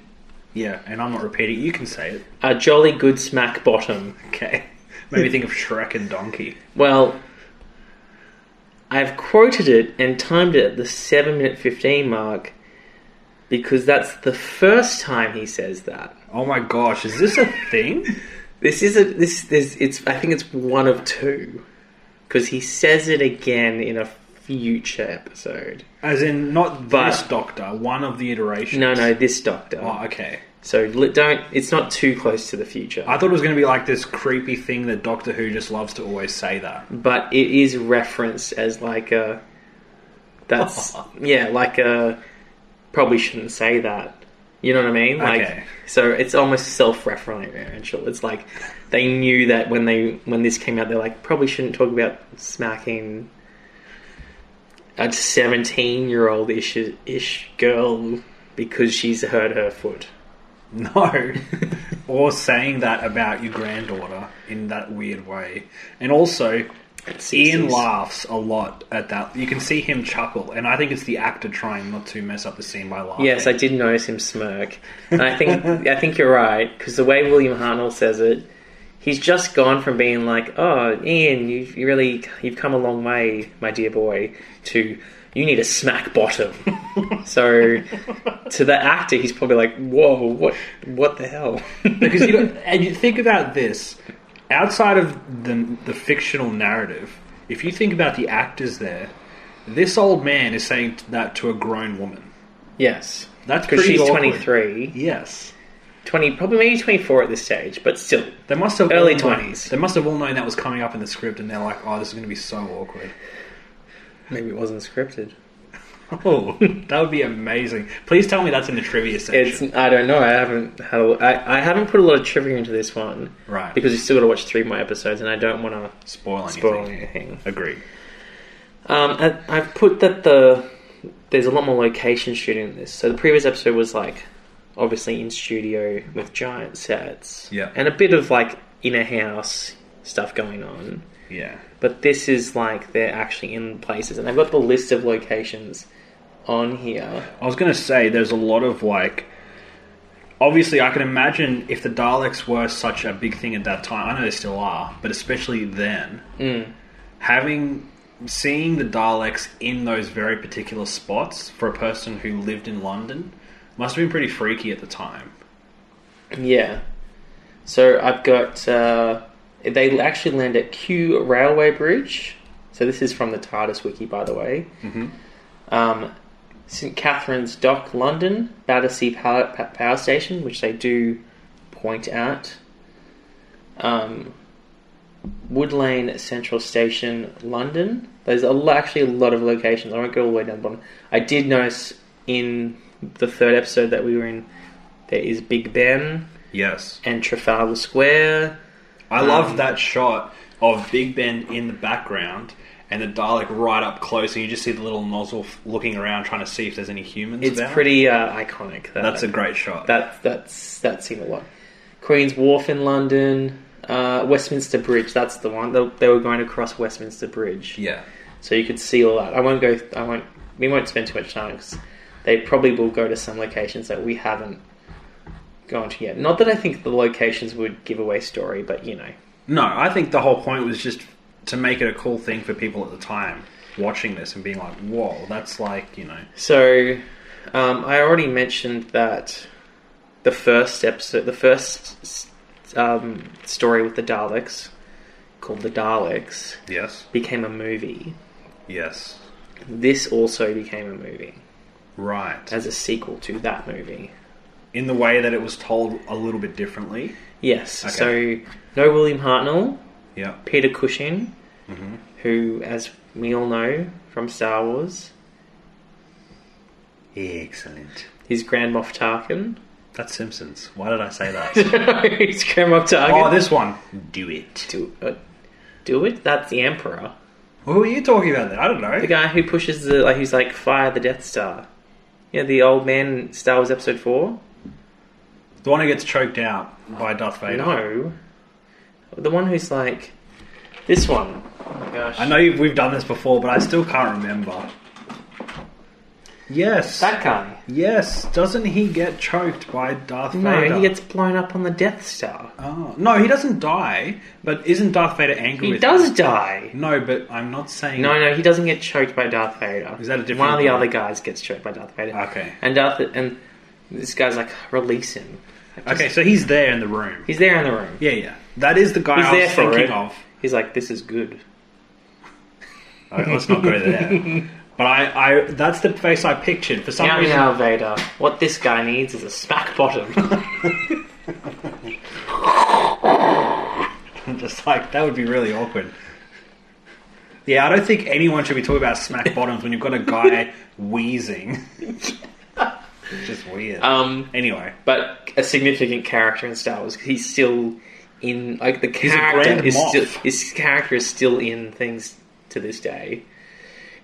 Speaker 6: Yeah, and I'm not repeating. it, You can say it.
Speaker 5: A jolly good smack bottom.
Speaker 6: Okay. Made me think of Shrek and Donkey.
Speaker 5: Well, I've quoted it and timed it at the 7 minute 15 mark because that's the first time he says that.
Speaker 6: Oh my gosh, is this a thing?
Speaker 5: This is a this this it's I think it's one of two. because he says it again in a future episode.
Speaker 6: As in, not
Speaker 5: But-
Speaker 6: this Doctor, one of the iterations.
Speaker 5: No, no, this Doctor.
Speaker 6: Oh, okay.
Speaker 5: So li- don't. It's not too close to the future,
Speaker 6: I thought it was going to be like this creepy thing that Doctor Who just loves to always say that.
Speaker 5: but it is referenced as like a. That's yeah, like a. Probably shouldn't say that. You know what I mean? Like,
Speaker 6: Okay.
Speaker 5: So it's almost self-referential. It's like they knew that when they when this came out, they're like probably shouldn't talk about smacking a seventeen-year-old ish ish girl because she's hurt her foot.
Speaker 6: No. or saying that about your granddaughter in that weird way. And also, Ian
Speaker 5: 60s.
Speaker 6: laughs a lot at that. You can see him chuckle, and I think it's the actor trying not to mess up the scene by laughing.
Speaker 5: Yes, I did notice him smirk, and I think I think you're right because the way William Hartnell says it, he's just gone from being like, "Oh, Ian, you, you really you've come a long way, my dear boy," to "You need a smack bottom." so, to the actor, he's probably like, "Whoa, what what the hell?"
Speaker 6: because you don't, and you think about this outside of the the fictional narrative. If you think about the actors there, this old man is saying that to a grown woman.
Speaker 5: yes,
Speaker 6: That's
Speaker 5: because
Speaker 6: pretty
Speaker 5: she's
Speaker 6: awkward.
Speaker 5: 23,
Speaker 6: Yes,
Speaker 5: 20, probably maybe 24 at this stage, but still,
Speaker 6: they must have
Speaker 5: Early
Speaker 6: all known-
Speaker 5: 20s.
Speaker 6: They must have all known that was coming up in the script, and they're like, "Oh, this is going to be so awkward."
Speaker 5: maybe it wasn't scripted.
Speaker 6: Oh, that would be amazing. Please tell me that's in the trivia
Speaker 5: It's
Speaker 6: section.
Speaker 5: I don't know. I haven't had a, I, I haven't put a lot of trivia into this one,
Speaker 6: Right.
Speaker 5: Because you still got to watch three more episodes, and I don't want to
Speaker 6: spoiling.
Speaker 5: spoil anything.
Speaker 6: Agreed.
Speaker 5: Um, I, I've put that the there's a lot more location shooting in this. So the previous episode was like obviously in studio with giant sets,
Speaker 6: Yeah.
Speaker 5: and a bit of like inner house stuff going on.
Speaker 6: Yeah.
Speaker 5: But this is like they're actually in places, and I've got the list of locations on here.
Speaker 6: I was going to say there's a lot of like. Obviously, I can imagine if the Daleks were such a big thing at that time. I know they still are, but especially then, having seeing the Daleks in those very particular spots for a person who lived in London must have been pretty freaky at the time.
Speaker 5: Yeah. So I've got. Uh, they actually land at Kew Railway Bridge. So this is from the TARDIS wiki, by the way. Mm-hmm. Um, St Catherine's Dock, London, Battersea Power, Pa- Power Station, which they do point at. Um, Wood Lane Central Station, London. There's a lo- actually a lot of locations. I won't go all the way down the bottom. I did notice in the third episode that we were in, there is Big Ben
Speaker 6: Yes,
Speaker 5: and Trafalgar Square.
Speaker 6: I love that shot of Big Ben in the background and the Dalek right up close, and you just see the little nozzle f- looking around trying to see if there's any humans.
Speaker 5: It's
Speaker 6: about.
Speaker 5: pretty uh, iconic. That,
Speaker 6: That's a great shot.
Speaker 5: that that's that's seen a lot. Queen's Wharf in London, uh, Westminster Bridge. That's the one they, they were going across Westminster Bridge.
Speaker 6: yeah.
Speaker 5: So you could see all that. I won't go. I won't. We won't spend too much time because they probably will go to some locations that we haven't gone to yet. Not that I think the locations would give away story, but you know.
Speaker 6: No, I think the whole point was just to make it a cool thing for people at the time watching this and being like, "Whoa, that's like you know."
Speaker 5: So, um, I already mentioned that the first episode, the first s- um, story with the Daleks, called The Daleks,
Speaker 6: Yes.
Speaker 5: became a movie.
Speaker 6: Yes.
Speaker 5: This also became a movie
Speaker 6: Right.
Speaker 5: as a sequel to that movie.
Speaker 6: In the way that it was told a little bit differently.
Speaker 5: Yes.
Speaker 6: Okay.
Speaker 5: So, no William Hartnell,
Speaker 6: Yeah.
Speaker 5: Peter Cushing,
Speaker 6: Mm-hmm.
Speaker 5: who, as we all know from Star Wars,
Speaker 6: Excellent.
Speaker 5: is Grand Moff Tarkin.
Speaker 6: That's Simpsons. Why did I say that?
Speaker 5: He's Grand Moff Tarkin.
Speaker 6: oh, this one. Do it.
Speaker 5: do, uh, do it. That's the Emperor.
Speaker 6: Who are you talking about? Then I don't know.
Speaker 5: The guy who pushes the like he's like fire the Death Star. You know, the old man in Star Wars episode four?
Speaker 6: The one who gets choked out by Darth Vader.
Speaker 5: No. The one who's like this one. Oh my gosh.
Speaker 6: I know you've, we've done this before, but I still can't remember. Yes.
Speaker 5: that guy.
Speaker 6: Yes. Doesn't he get choked by Darth
Speaker 5: No,
Speaker 6: Vader?
Speaker 5: he gets blown up on the Death Star.
Speaker 6: Oh no, he doesn't die. But isn't Darth Vader angry?
Speaker 5: He
Speaker 6: with
Speaker 5: does
Speaker 6: him?
Speaker 5: die.
Speaker 6: No, but I'm not saying.
Speaker 5: No, no, he doesn't get choked by Darth Vader.
Speaker 6: Is that a different
Speaker 5: one of the
Speaker 6: one?
Speaker 5: other guys gets choked by Darth Vader?
Speaker 6: Okay.
Speaker 5: And Darth and this guy's like release him.
Speaker 6: Okay, so he's there in the room.
Speaker 5: He's there in the room.
Speaker 6: Yeah, yeah. That is the guy
Speaker 5: He's
Speaker 6: I
Speaker 5: there
Speaker 6: was
Speaker 5: for
Speaker 6: thinking
Speaker 5: it.
Speaker 6: of.
Speaker 5: He's like, this is good.
Speaker 6: Uh, Let's not go there. But I, I, that's the face I pictured for some
Speaker 5: Now,
Speaker 6: reason.
Speaker 5: now, Vader, what this guy needs is a smack bottom.
Speaker 6: I'm just like that would be really awkward. Yeah, I don't think anyone should be talking about smack bottoms when you've got a guy wheezing. It's just weird.
Speaker 5: um,
Speaker 6: anyway,
Speaker 5: but a significant character in Star Wars. 'cause He's still in like the
Speaker 6: a
Speaker 5: character
Speaker 6: grand
Speaker 5: is
Speaker 6: moff.
Speaker 5: still his character is still in things to this day.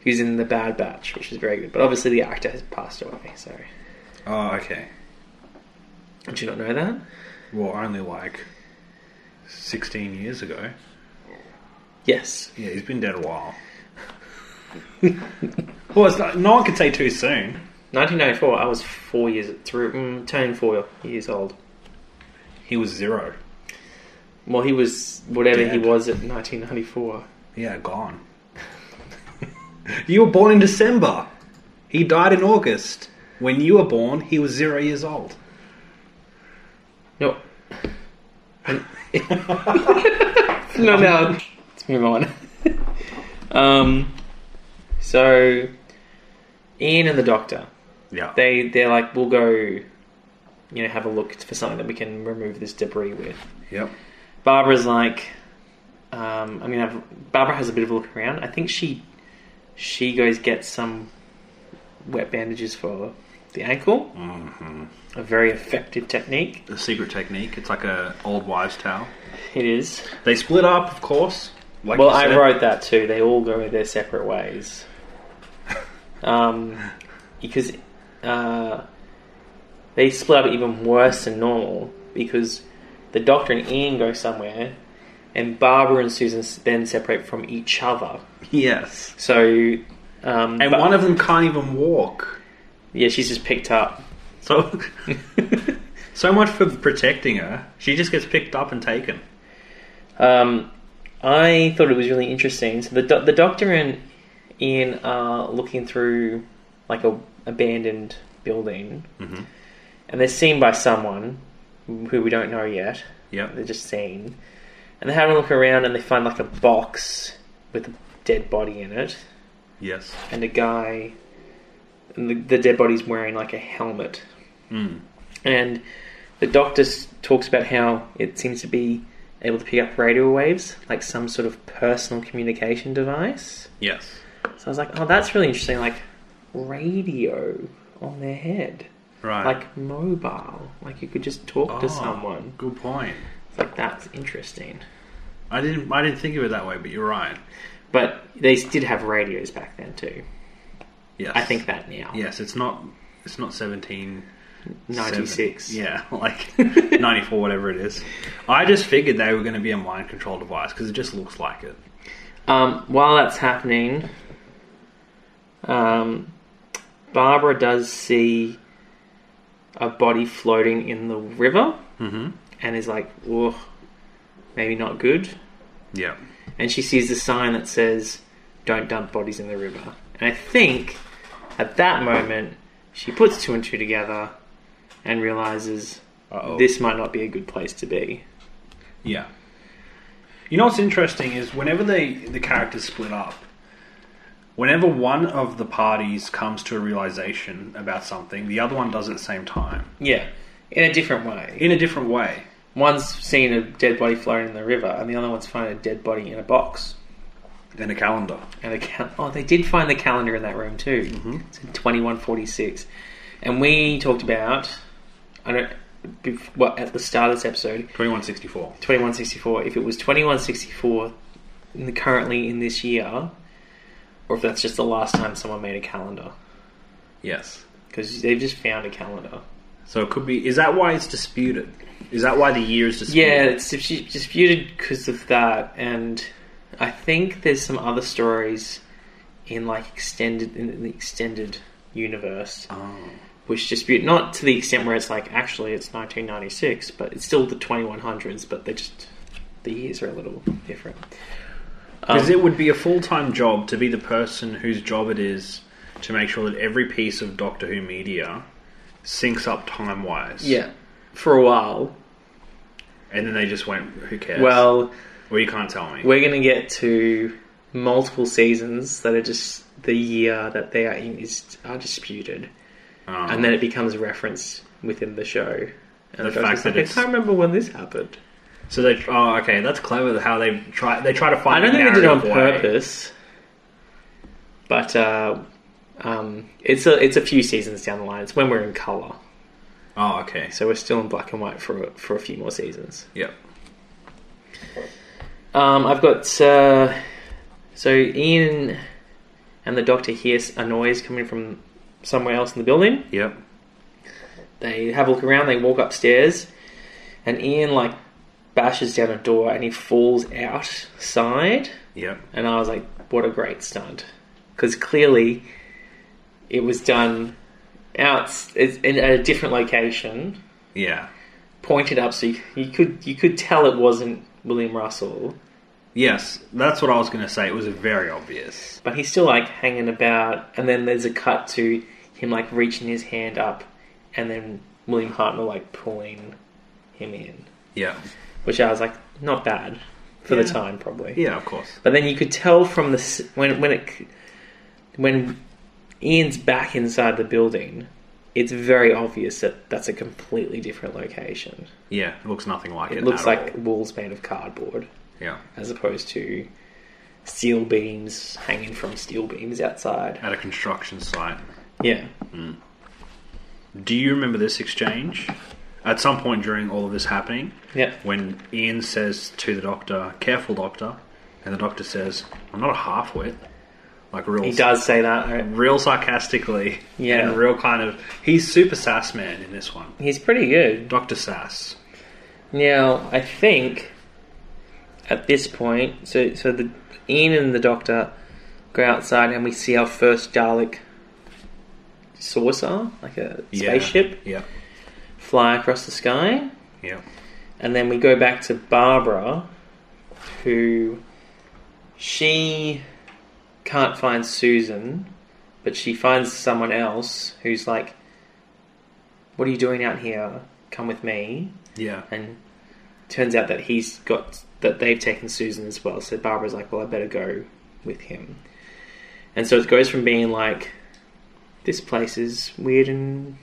Speaker 5: He's in the Bad Batch, which is very good. But obviously, the actor has passed away. Sorry,
Speaker 6: oh okay.
Speaker 5: did you not know that?
Speaker 6: Well, only like sixteen years ago.
Speaker 5: Yes,
Speaker 6: Yeah, he's been dead a while. well, it's not, no one can say too soon.
Speaker 5: 1994. I was four years through, mm, turning four years old.
Speaker 6: He was zero.
Speaker 5: Well, he was whatever he
Speaker 6: Dead.
Speaker 5: was at 1994.
Speaker 6: Yeah, gone. you were born in December. He died in August. When you were born, he was zero years old.
Speaker 5: No. no, no. Let's move on. um, so, Ian and the doctor,
Speaker 6: Yeah.
Speaker 5: they, they're like, we'll go, you know, have a look for something that we can remove this debris with.
Speaker 6: Yep.
Speaker 5: Barbara's like, um, I mean, I've, Barbara has a bit of a look around. I think she she goes get some wet bandages for the ankle. Mm-hmm. A very effective technique.
Speaker 6: The secret technique. It's like a old wives' tale.
Speaker 5: It is.
Speaker 6: They split up, of course. Like
Speaker 5: well,
Speaker 6: you
Speaker 5: I
Speaker 6: said.
Speaker 5: wrote that too. They all go their separate ways. Um, because uh, they split up even worse than normal because the doctor and Ian go somewhere, and Barbara and Susan s- then separate from each other.
Speaker 6: Yes.
Speaker 5: So, um,
Speaker 6: And
Speaker 5: but-
Speaker 6: one of them can't even walk.
Speaker 5: yeah, she's just picked up.
Speaker 6: So, so much for protecting her. She just gets picked up and taken.
Speaker 5: Um, I thought it was really interesting. So the do- the doctor and Ian are looking through like a abandoned building,
Speaker 6: Mm-hmm.
Speaker 5: and they're seen by someone who we don't know yet. They're
Speaker 6: Yep.
Speaker 5: just seen, and they're having a look around, and they find like a box with a dead body in it,
Speaker 6: Yes.
Speaker 5: and a guy, and the, the dead body's wearing like a helmet, and the doctor s- talks about how it seems to be able to pick up radio waves, like some sort of personal communication device.
Speaker 6: Yes.
Speaker 5: So I was like, oh, that's really interesting, like radio on their head,
Speaker 6: Right.
Speaker 5: like mobile, like you could just talk
Speaker 6: Oh,
Speaker 5: to someone.
Speaker 6: Good point.
Speaker 5: It's like that's interesting.
Speaker 6: I didn't. I didn't think of it that way, but you're right.
Speaker 5: But they did have radios back then too.
Speaker 6: Yes.
Speaker 5: I think that now.
Speaker 6: Yes, it's not. It's not seventeen.
Speaker 5: 96.
Speaker 6: seven- yeah, like ninety four, whatever it is. I just figured they were going to be a mind control device because it just looks like it.
Speaker 5: Um, while that's happening, um, Barbara does see a body floating in the river
Speaker 6: Mm-hmm.
Speaker 5: and is like, "Ugh, maybe not good."
Speaker 6: Yeah.
Speaker 5: And she sees a sign that says, "Don't dump bodies in the river." And I think at that moment she puts two and two together and realizes
Speaker 6: Uh-oh.
Speaker 5: this might not be a good place to be.
Speaker 6: Yeah. You know what's interesting is whenever they the characters split up, whenever one of the parties comes to a realization about something, the other one does it at the same time
Speaker 5: Yeah, in a different way.
Speaker 6: in a different way.
Speaker 5: One's seen a dead body floating in the river, and the other one's found a dead body in a box.
Speaker 6: In a calendar.
Speaker 5: And a cal- oh, they did find the calendar in that room too. It's in twenty one forty six, and we talked about I don't bef- well, at the start of this episode
Speaker 6: Twenty one sixty four.
Speaker 5: twenty one sixty four. If it was twenty one sixty four in the, currently in this year, or if that's just the last time someone made a calendar
Speaker 6: Yes.
Speaker 5: because they've just found a calendar.
Speaker 6: So it could be. Is that why it's disputed? Is that why the year is disputed?
Speaker 5: Yeah, it's dis- disputed because of that, and I think there's some other stories in like extended in the extended universe
Speaker 6: Oh.
Speaker 5: which dispute not to the extent where it's like actually it's 1996, but it's still the 2100s, but they just the years are a little different. um,
Speaker 6: Because it would be a full time job to be the person whose job it is to make sure that every piece of Doctor Who media syncs up time wise.
Speaker 5: for a while.
Speaker 6: And then they just went, who cares?
Speaker 5: Well,
Speaker 6: Well, you can't tell me.
Speaker 5: we're gonna get to multiple seasons that are just the year that they are in is are disputed,
Speaker 6: Um,
Speaker 5: and then it becomes referenced within the show. And
Speaker 6: The
Speaker 5: the, guy's just
Speaker 6: fact that
Speaker 5: like,
Speaker 6: it's-
Speaker 5: I can't remember when this happened.
Speaker 6: so they. Oh, okay, that's clever. How they try. They try to
Speaker 5: I
Speaker 6: find.
Speaker 5: don't
Speaker 6: a
Speaker 5: think they did it on
Speaker 6: narrative way.
Speaker 5: purpose, but uh, um, it's a it's a few seasons down the line. It's when we're in color,
Speaker 6: Oh, okay.
Speaker 5: so we're still in black and white for for a few more seasons.
Speaker 6: Yep.
Speaker 5: Um, I've got uh, so Ian and the doctor hears a noise coming from somewhere else in the building.
Speaker 6: Yep.
Speaker 5: They have a look around. They walk upstairs, and Ian like bashes down a door and he falls outside.
Speaker 6: Yep.
Speaker 5: And I was like, what a great stunt. Because clearly it was done out it's in at a different location,
Speaker 6: Yeah.
Speaker 5: pointed up so you, you could you could tell it wasn't William Russell,
Speaker 6: Yes, that's what I was going to say. It was very obvious.
Speaker 5: but he's still like hanging about and then there's a cut to him like reaching his hand up and then William Hartnell like pulling him in,
Speaker 6: Yeah.
Speaker 5: which I was like not bad for the
Speaker 6: Yeah.
Speaker 5: time probably.
Speaker 6: Yeah, of course.
Speaker 5: But then you could tell from the s- when when it c- when Ian's back inside the building, it's very obvious that that's a completely different location.
Speaker 6: Yeah, it looks nothing like it.
Speaker 5: It looks
Speaker 6: at
Speaker 5: like
Speaker 6: all.
Speaker 5: walls made of cardboard
Speaker 6: yeah,
Speaker 5: as opposed to steel beams hanging from steel beams outside.
Speaker 6: at a construction site.
Speaker 5: Yeah.
Speaker 6: Do you remember this exchange? At some point during all of this happening,
Speaker 5: Yeah.
Speaker 6: when Ian says to the doctor, "Careful, doctor," and the doctor says, "I'm not a halfwit," like real,
Speaker 5: He does say that. right?
Speaker 6: real sarcastically,
Speaker 5: Yeah.
Speaker 6: and real kind of. He's super sass man in this one,
Speaker 5: He's pretty good.
Speaker 6: Doctor Sass.
Speaker 5: Now, I think at this point, so so the Ian and the Doctor go outside and we see our first Dalek saucer, like a
Speaker 6: Yeah.
Speaker 5: spaceship,
Speaker 6: Yeah,
Speaker 5: fly across the sky,
Speaker 6: yeah,
Speaker 5: and then we go back to Barbara, who she can't find Susan, but she finds someone else who's like, "What are you doing out here? Come with me."
Speaker 6: yeah.
Speaker 5: and turns out that he's got that they've taken Susan as well. So Barbara's like, "Well, I better go with him," and so it goes from being like, "This place is weird and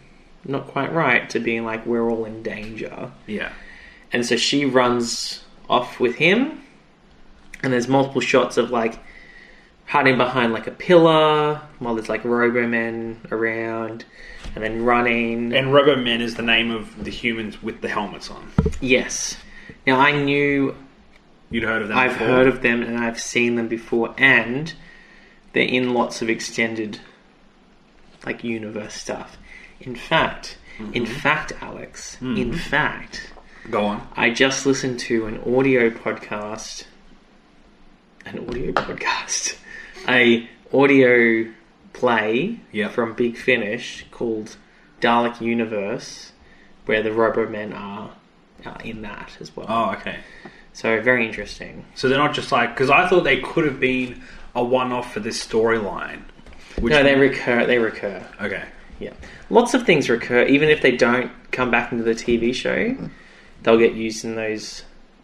Speaker 5: not quite right," to being like, "We're all in danger."
Speaker 6: yeah.
Speaker 5: And so she runs off with him, and there's multiple shots of like hiding behind like a pillar while there's like Robomen around, and then running.
Speaker 6: And Robo Man is the name of the humans with the helmets on.
Speaker 5: yes. Now I knew
Speaker 6: You'd heard of them.
Speaker 5: I've
Speaker 6: before.
Speaker 5: heard of them and I've seen them before, and they're in lots of extended, like universe stuff. In fact,
Speaker 6: Mm-hmm.
Speaker 5: in fact, Alex, in fact,
Speaker 6: Go on.
Speaker 5: I just listened to an audio podcast, an audio podcast, a audio play
Speaker 6: Yeah.
Speaker 5: from Big Finish called Dalek Universe, where the Robo Men are, are in that as well.
Speaker 6: Oh, okay.
Speaker 5: So very interesting.
Speaker 6: So they're not just like because I thought they could have been a one-off for this storyline. Which
Speaker 5: No, they recur. They recur.
Speaker 6: okay.
Speaker 5: Yeah, lots of things recur. Even if they don't come back into the TV show, they'll get used in those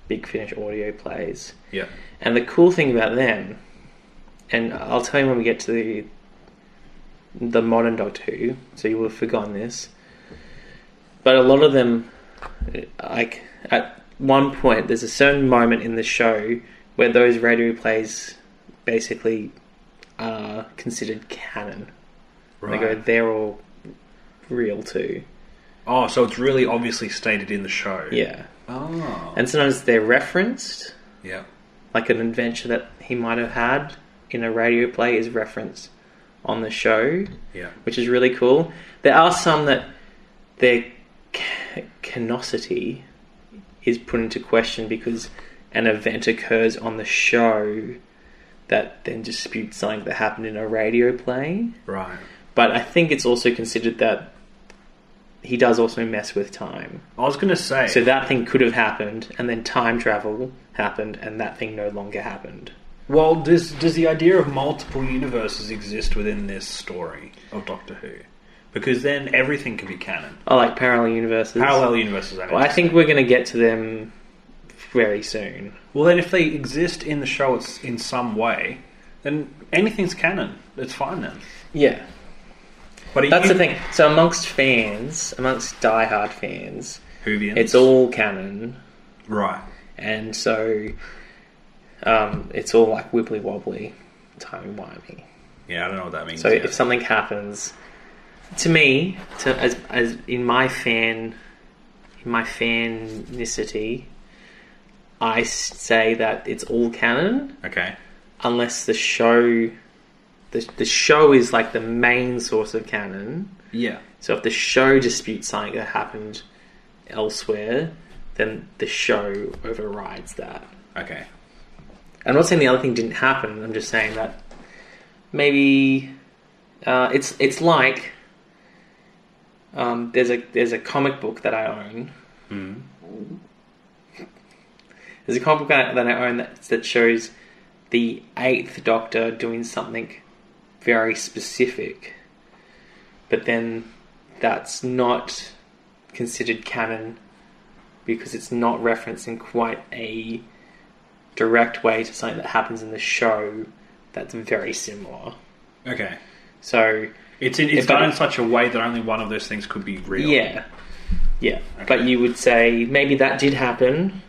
Speaker 5: big finish audio plays.
Speaker 6: Yeah.
Speaker 5: And the cool thing about them, and I'll tell you when we get to the the modern Doctor Who, so you will have forgotten this. But a lot of them, like at one point, there's a certain moment in the show where those radio plays basically are considered canon.
Speaker 6: Right.
Speaker 5: They go, they're all real too.
Speaker 6: oh, so it's really obviously stated in the show.
Speaker 5: Yeah.
Speaker 6: Oh.
Speaker 5: And sometimes they're referenced,
Speaker 6: Yeah.
Speaker 5: like an adventure that he might have had in a radio play is referenced on the show,
Speaker 6: Yeah.
Speaker 5: which is really cool. There are some that their ca- canosity is put into question because an event occurs on the show that then disputes something that happened in a radio play.
Speaker 6: Right.
Speaker 5: But I think it's also considered that he does also mess with time.
Speaker 6: I was gonna say.
Speaker 5: So that thing could have happened, and then time travel happened, and that thing no longer happened.
Speaker 6: well, does does the idea of multiple universes exist within this story of Doctor Who? Because then everything can be canon.
Speaker 5: I like parallel universes.
Speaker 6: Parallel universes. meant
Speaker 5: Well, I
Speaker 6: to
Speaker 5: think
Speaker 6: say.
Speaker 5: we're going to get to them very soon.
Speaker 6: Well, then if they exist in the show, it's in some way. Then anything's canon. It's fine then.
Speaker 5: Yeah.
Speaker 6: But are
Speaker 5: That's
Speaker 6: you,
Speaker 5: the thing. So amongst fans, amongst diehard fans,
Speaker 6: Hoovians.
Speaker 5: it's all canon,
Speaker 6: right.
Speaker 5: and so um, it's all like wibbly wobbly, timey wimey.
Speaker 6: Yeah, I don't know what that means.
Speaker 5: So
Speaker 6: yet.
Speaker 5: if something happens, to me, to as as in my fan, in my fanicity, I s- say that it's all canon
Speaker 6: okay,
Speaker 5: unless the show, the the show is like the main source of canon.
Speaker 6: yeah,
Speaker 5: So if the show disputes something that happened elsewhere, then the show overrides that.
Speaker 6: okay,
Speaker 5: I'm not saying the other thing didn't happen. I'm just saying that maybe uh, it's it's like um, there's a there's a comic book that I own. There's a comic book that I- that I own that that shows the Eighth Doctor doing something very specific, but then that's not considered canon because it's not referencing quite a direct way to something that happens in the show that's very similar.
Speaker 6: okay.
Speaker 5: So
Speaker 6: It's in, it's
Speaker 5: but-
Speaker 6: done in such a way that only one of those things could be real.
Speaker 5: yeah, yeah. But
Speaker 6: Okay.
Speaker 5: you would say maybe that did happen,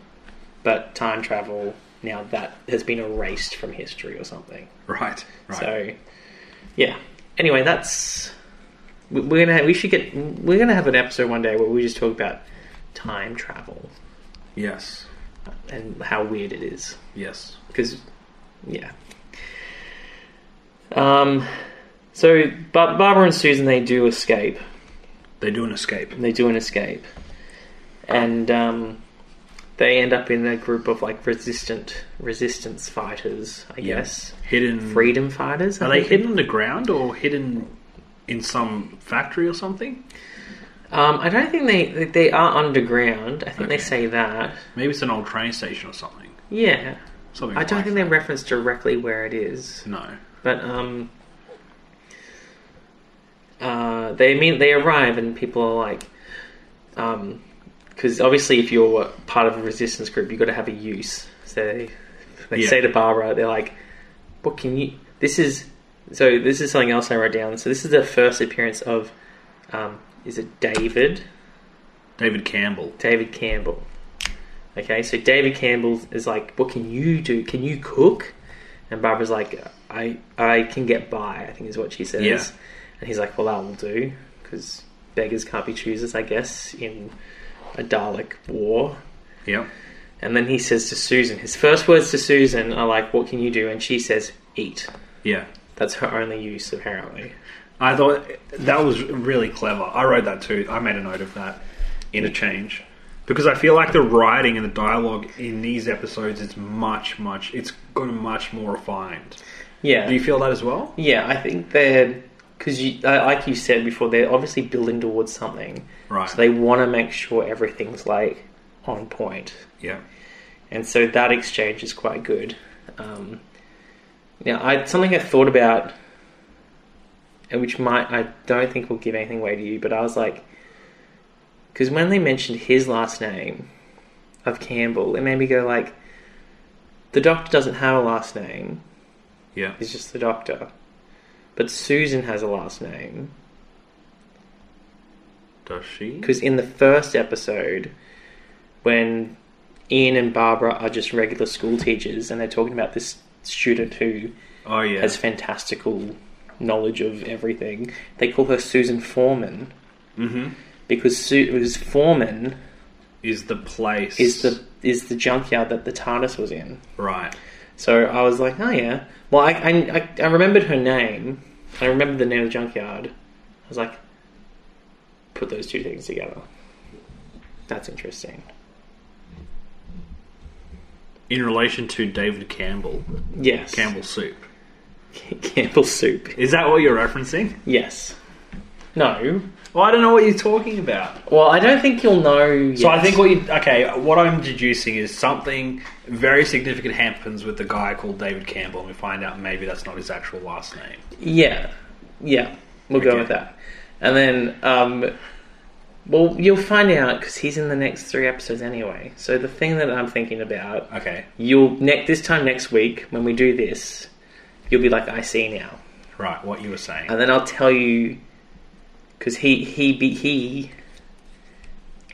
Speaker 5: but time travel now that has been erased from history or something.
Speaker 6: right, right.
Speaker 5: So yeah. Anyway, that's we- we're gonna we should get we're gonna have an episode one day where we just talk about time travel
Speaker 6: yes,
Speaker 5: and how weird it is.
Speaker 6: yes.
Speaker 5: because yeah um so but barbara and susan they do escape
Speaker 6: They do an escape.
Speaker 5: they do an escape and um they end up in a group of like resistant resistance fighters i guess
Speaker 6: hidden.
Speaker 5: freedom fighters I
Speaker 6: Are they
Speaker 5: think.
Speaker 6: hidden underground or hidden in some factory or something?
Speaker 5: um i don't think they they are underground i think they
Speaker 6: Okay.
Speaker 5: say that
Speaker 6: Maybe it's an old train station or something.
Speaker 5: yeah
Speaker 6: Something.
Speaker 5: i don't
Speaker 6: like
Speaker 5: think they
Speaker 6: that.
Speaker 5: reference directly where it is
Speaker 6: No.
Speaker 5: But um, uh, they mean they arrive and people are like, um, because obviously if you're part of a resistance group, you've got to have a use. So they, they
Speaker 6: Yeah.
Speaker 5: say to Barbara, they're like, "What can you? This is so. This is something else I wrote down. So this is the first appearance of, um, is it David?
Speaker 6: David Campbell.
Speaker 5: David Campbell. Okay, so David Campbell is like, "What can you do? Can you cook?" And Barbara's like, "I I can get by." I think is what she says.
Speaker 6: Yeah.
Speaker 5: And he's like, "Well, that will do, because beggars can't be choosers, I guess, in a Dalek war."
Speaker 6: Yep.
Speaker 5: And then he says to Susan, his first words to Susan are like, "What can you do?" And she says, "Eat."
Speaker 6: Yeah.
Speaker 5: That's her only use apparently.
Speaker 6: I thought that was really clever. I wrote that too. I made a note of that interchange because I feel like the writing and the dialogue in these episodes is much, much. It's gotten much more refined.
Speaker 5: Yeah.
Speaker 6: Do you feel that as well?
Speaker 5: Yeah, I think they're because you, uh, like you said before, they're obviously building towards something,
Speaker 6: Right.
Speaker 5: So they want to make sure everything's like on point,
Speaker 6: Yeah.
Speaker 5: and so that exchange is quite good. Um, now, I something I thought about, and which might I don't think will give anything away to you, but I was like, because when they mentioned his last name of Campbell, it made me go like, the doctor doesn't have a last name
Speaker 6: Yeah.
Speaker 5: is just the doctor. But Susan has a last name
Speaker 6: Does she?
Speaker 5: because in the first episode, when Ian and Barbara are just regular school teachers and they're talking about this student who
Speaker 6: Oh yeah.
Speaker 5: has fantastical knowledge of everything, they call her Susan Foreman
Speaker 6: Mhm.
Speaker 5: because Su- because Foreman
Speaker 6: Is the place
Speaker 5: is the is the junkyard that the TARDIS was in.
Speaker 6: right?
Speaker 5: So I was like, oh yeah. Well, I, I, I- I remembered her name. I remembered the name of the junkyard. I was like, put those two things together. That's interesting.
Speaker 6: In relation to David Campbell,
Speaker 5: Yes.
Speaker 6: Campbell soup.
Speaker 5: Campbell soup.
Speaker 6: Is that what you're referencing?
Speaker 5: Yes. No.
Speaker 6: Well, I don't know what you're talking about.
Speaker 5: Well, I don't think you'll know. Yet.
Speaker 6: So I think what you okay, what I'm deducing is something very significant happens with the guy called David Campbell, and we find out maybe that's not his actual last name.
Speaker 5: Yeah. Yeah. We'll go
Speaker 6: Okay.
Speaker 5: with that. And then, um, well, you'll find out because he's in the next three episodes anyway. So the thing that I'm thinking about
Speaker 6: Okay,
Speaker 5: You'll ne- this time next week when we do this, you'll be like, I see now.
Speaker 6: Right, what you were saying.
Speaker 5: and then I'll tell you because he he be he.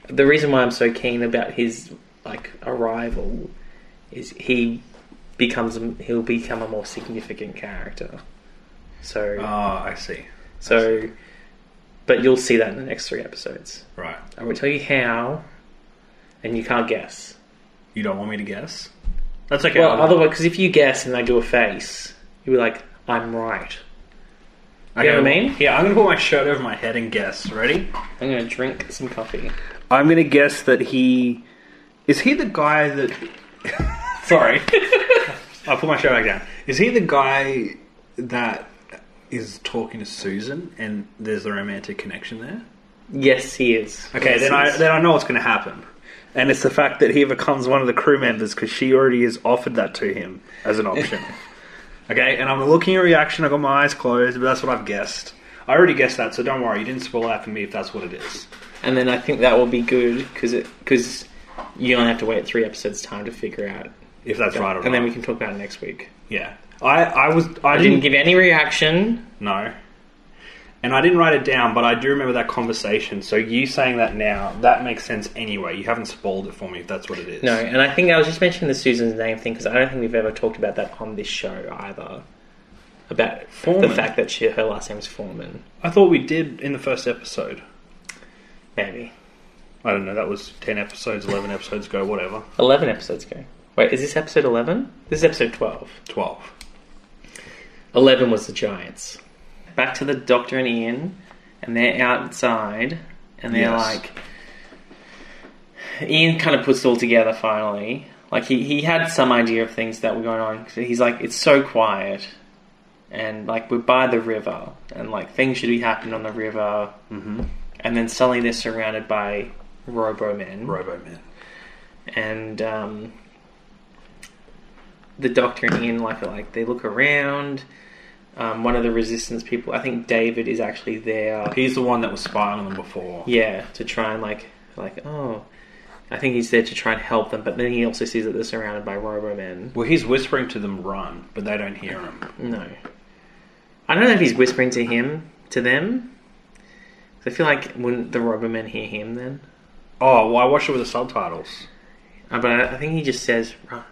Speaker 5: The reason why I'm so keen about his like arrival is he becomes a- he'll become a more significant character. So
Speaker 6: Oh, I see.
Speaker 5: so, but you'll see that in the next three episodes.
Speaker 6: Right.
Speaker 5: I will tell you how, and you can't guess.
Speaker 6: You don't want me to guess? That's okay.
Speaker 5: Well,
Speaker 6: I'll-
Speaker 5: otherwise, because if you guess and I do a face, you'll be like, "I'm right."
Speaker 6: okay,
Speaker 5: know what I
Speaker 6: well,
Speaker 5: mean?
Speaker 6: Yeah, I'm going to put my shirt over my head and guess. Ready?
Speaker 5: I'm gonna drink some coffee.
Speaker 6: I'm going to guess that he. Is he the guy that. Sorry. I'll put my shirt back down. Is he the guy that is talking to Susan and there's a romantic connection there?
Speaker 5: Yes, he is.
Speaker 6: Okay,
Speaker 5: Yes,
Speaker 6: then
Speaker 5: he
Speaker 6: I
Speaker 5: is.
Speaker 6: then I know what's going to happen, and it's the fact that he becomes one of the crew members because she already has offered that to him as an option. okay, and I'm looking at reaction. I've got my eyes closed, but that's what I've guessed. I already guessed that, so don't worry. You didn't spoil that for me if that's what it is.
Speaker 5: and then I think that will be good because because you only have to wait three episodes time to figure out,
Speaker 6: If that's right or
Speaker 5: and then we
Speaker 6: wrong.
Speaker 5: can talk about it next week.
Speaker 6: yeah. I I was I
Speaker 5: I
Speaker 6: didn't
Speaker 5: didn't give any reaction.
Speaker 6: no, and I didn't write it down, but I do remember that conversation. So you saying that now that makes sense anyway. You haven't spoiled it for me if that's what it is.
Speaker 5: No, and I think I was just mentioning the Susan's name thing because I don't think we've ever talked about that on this show either. About
Speaker 6: Foreman.
Speaker 5: the fact that she her last name's Foreman,
Speaker 6: I thought we did in the first episode.
Speaker 5: maybe
Speaker 6: I don't know, that was 10 episodes, 11 episodes ago, whatever.
Speaker 5: eleven episodes ago. Wait, is this episode eleven? This is episode twelve.
Speaker 6: 12.
Speaker 5: 11 was the Giants. Back to the doctor and Ian, and they're outside, and they're
Speaker 6: Yes.
Speaker 5: like. Ian kind of puts it all together finally. Like, he, he had some idea of things that were going on. So He's like, it's so quiet, and like, we're by the river, and like, things should be happening on the river. Mm-hmm. And then suddenly they're surrounded by robo men
Speaker 6: Robo Man.
Speaker 5: and um, the doctor and Ian like like they look around. Um, one of the resistance people, I think David is actually there.
Speaker 6: He's the one that was spying on them before.
Speaker 5: Yeah, to try and like like oh, I think he's there to try and help them. But then he also sees that they're surrounded by Robo Men.
Speaker 6: Well, he's whispering to them, run, but they don't hear him.
Speaker 5: No, I don't know if he's whispering to him to them. 'Cause I feel like wouldn't the Robo Men hear him then?
Speaker 6: Oh, well, I watched it with the subtitles.
Speaker 5: Uh, but I, I think he just says run.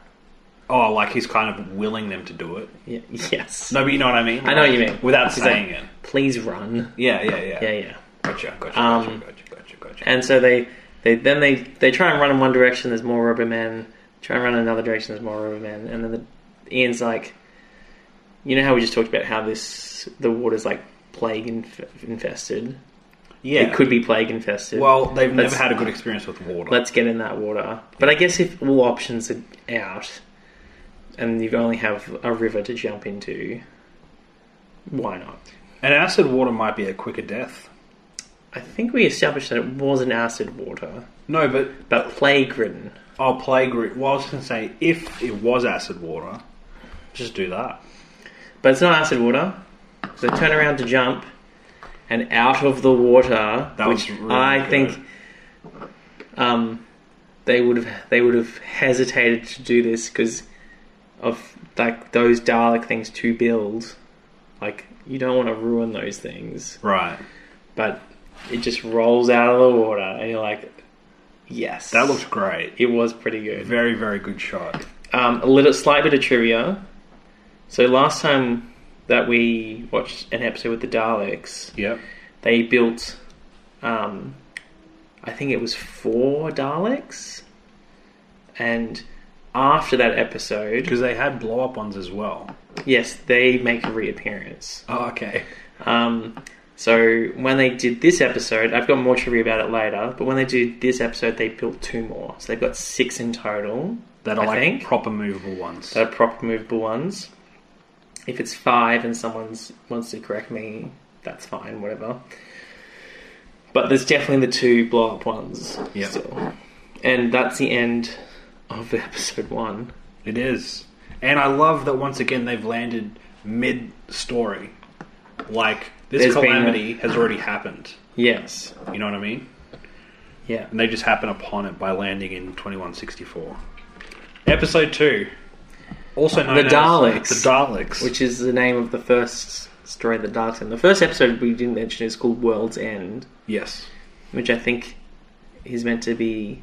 Speaker 6: Oh, like he's kind of willing them to do it.
Speaker 5: Yeah, yes.
Speaker 6: No, but you know what I mean?
Speaker 5: I know what you mean.
Speaker 6: Without
Speaker 5: He's
Speaker 6: saying
Speaker 5: like,
Speaker 6: it.
Speaker 5: Please run.
Speaker 6: Yeah, yeah, yeah.
Speaker 5: Yeah, yeah.
Speaker 6: Gotcha, gotcha,
Speaker 5: Um,
Speaker 6: gotcha, gotcha, gotcha, gotcha.
Speaker 5: And so they, they then they, they try and run in one direction. There's more rubber men. Try and run in another direction. There's more rubber men. And then the, Ian's like, you know how we just talked about how this the water's like plague inf- infested.
Speaker 6: yeah.
Speaker 5: It could be plague infested.
Speaker 6: Well, they've never
Speaker 5: Let's-
Speaker 6: had a good experience with water.
Speaker 5: let's get in that water. But I guess if all options are out, and you only have a river to jump into, why not?
Speaker 6: and acid water might be a quicker death.
Speaker 5: I think we established that it wasn't acid water,
Speaker 6: No, but
Speaker 5: but plague ridden.
Speaker 6: I'll play group. Well, I was going to say, if it was acid water, just do that.
Speaker 5: But it's not acid water. So turn around to jump, and out of the water,
Speaker 6: That
Speaker 5: which
Speaker 6: was really
Speaker 5: I
Speaker 6: good.
Speaker 5: think um, they would have they would have hesitated to do this because of like those Dalek things to build. Like you don't want to ruin those things,
Speaker 6: Right.
Speaker 5: but it just rolls out of the water, and you're like, yes,
Speaker 6: That looked great.
Speaker 5: It was pretty good.
Speaker 6: Very, very good shot.
Speaker 5: um, a little slight bit of trivia. So last time that we watched an episode with the Daleks,
Speaker 6: Yep.
Speaker 5: they built, um, I think it was four Daleks, and after that episode,
Speaker 6: Because they had blow up ones as well.
Speaker 5: yes, they make a reappearance.
Speaker 6: Oh, okay.
Speaker 5: Um, so when they did this episode, I've got more trivia about it later. But when they did this episode, they built two more, so they've got six in total.
Speaker 6: That are
Speaker 5: I
Speaker 6: like
Speaker 5: think.
Speaker 6: proper movable ones.
Speaker 5: that are proper movable ones. If it's five and someone's wants to correct me, that's fine, whatever. But there's definitely the two blow up ones
Speaker 6: Yeah.
Speaker 5: still. And that's the end of episode one.
Speaker 6: It is. And I love that once again they've landed mid story. Like, this
Speaker 5: There's been a-
Speaker 6: calamity has already happened.
Speaker 5: Yes.
Speaker 6: You know what I mean?
Speaker 5: Yeah.
Speaker 6: And they just happen upon it by landing in 2164. Episode 2. Also known
Speaker 5: The
Speaker 6: as
Speaker 5: Daleks.
Speaker 6: The Daleks.
Speaker 5: which is the name of the first story that Dark's in. The first episode we didn't mention is called World's End,
Speaker 6: yes.
Speaker 5: which I think is meant to be.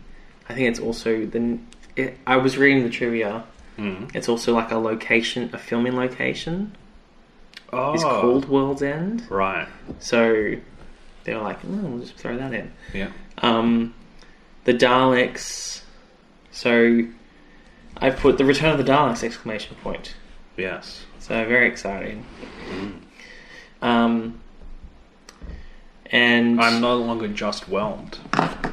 Speaker 5: I think it's also the. It, I was reading the trivia.
Speaker 6: Mhm.
Speaker 5: It's also like a location, a filming location.
Speaker 6: Oh.
Speaker 5: It's called World's End,
Speaker 6: Right.
Speaker 5: so they were like, oh, "We'll just throw that in."
Speaker 6: Yeah.
Speaker 5: Um, the Daleks. So I've put the Return of the Daleks exclamation point.
Speaker 6: Yes.
Speaker 5: So very exciting.
Speaker 6: Hmm.
Speaker 5: Um, and
Speaker 6: I'm no longer just whelmed.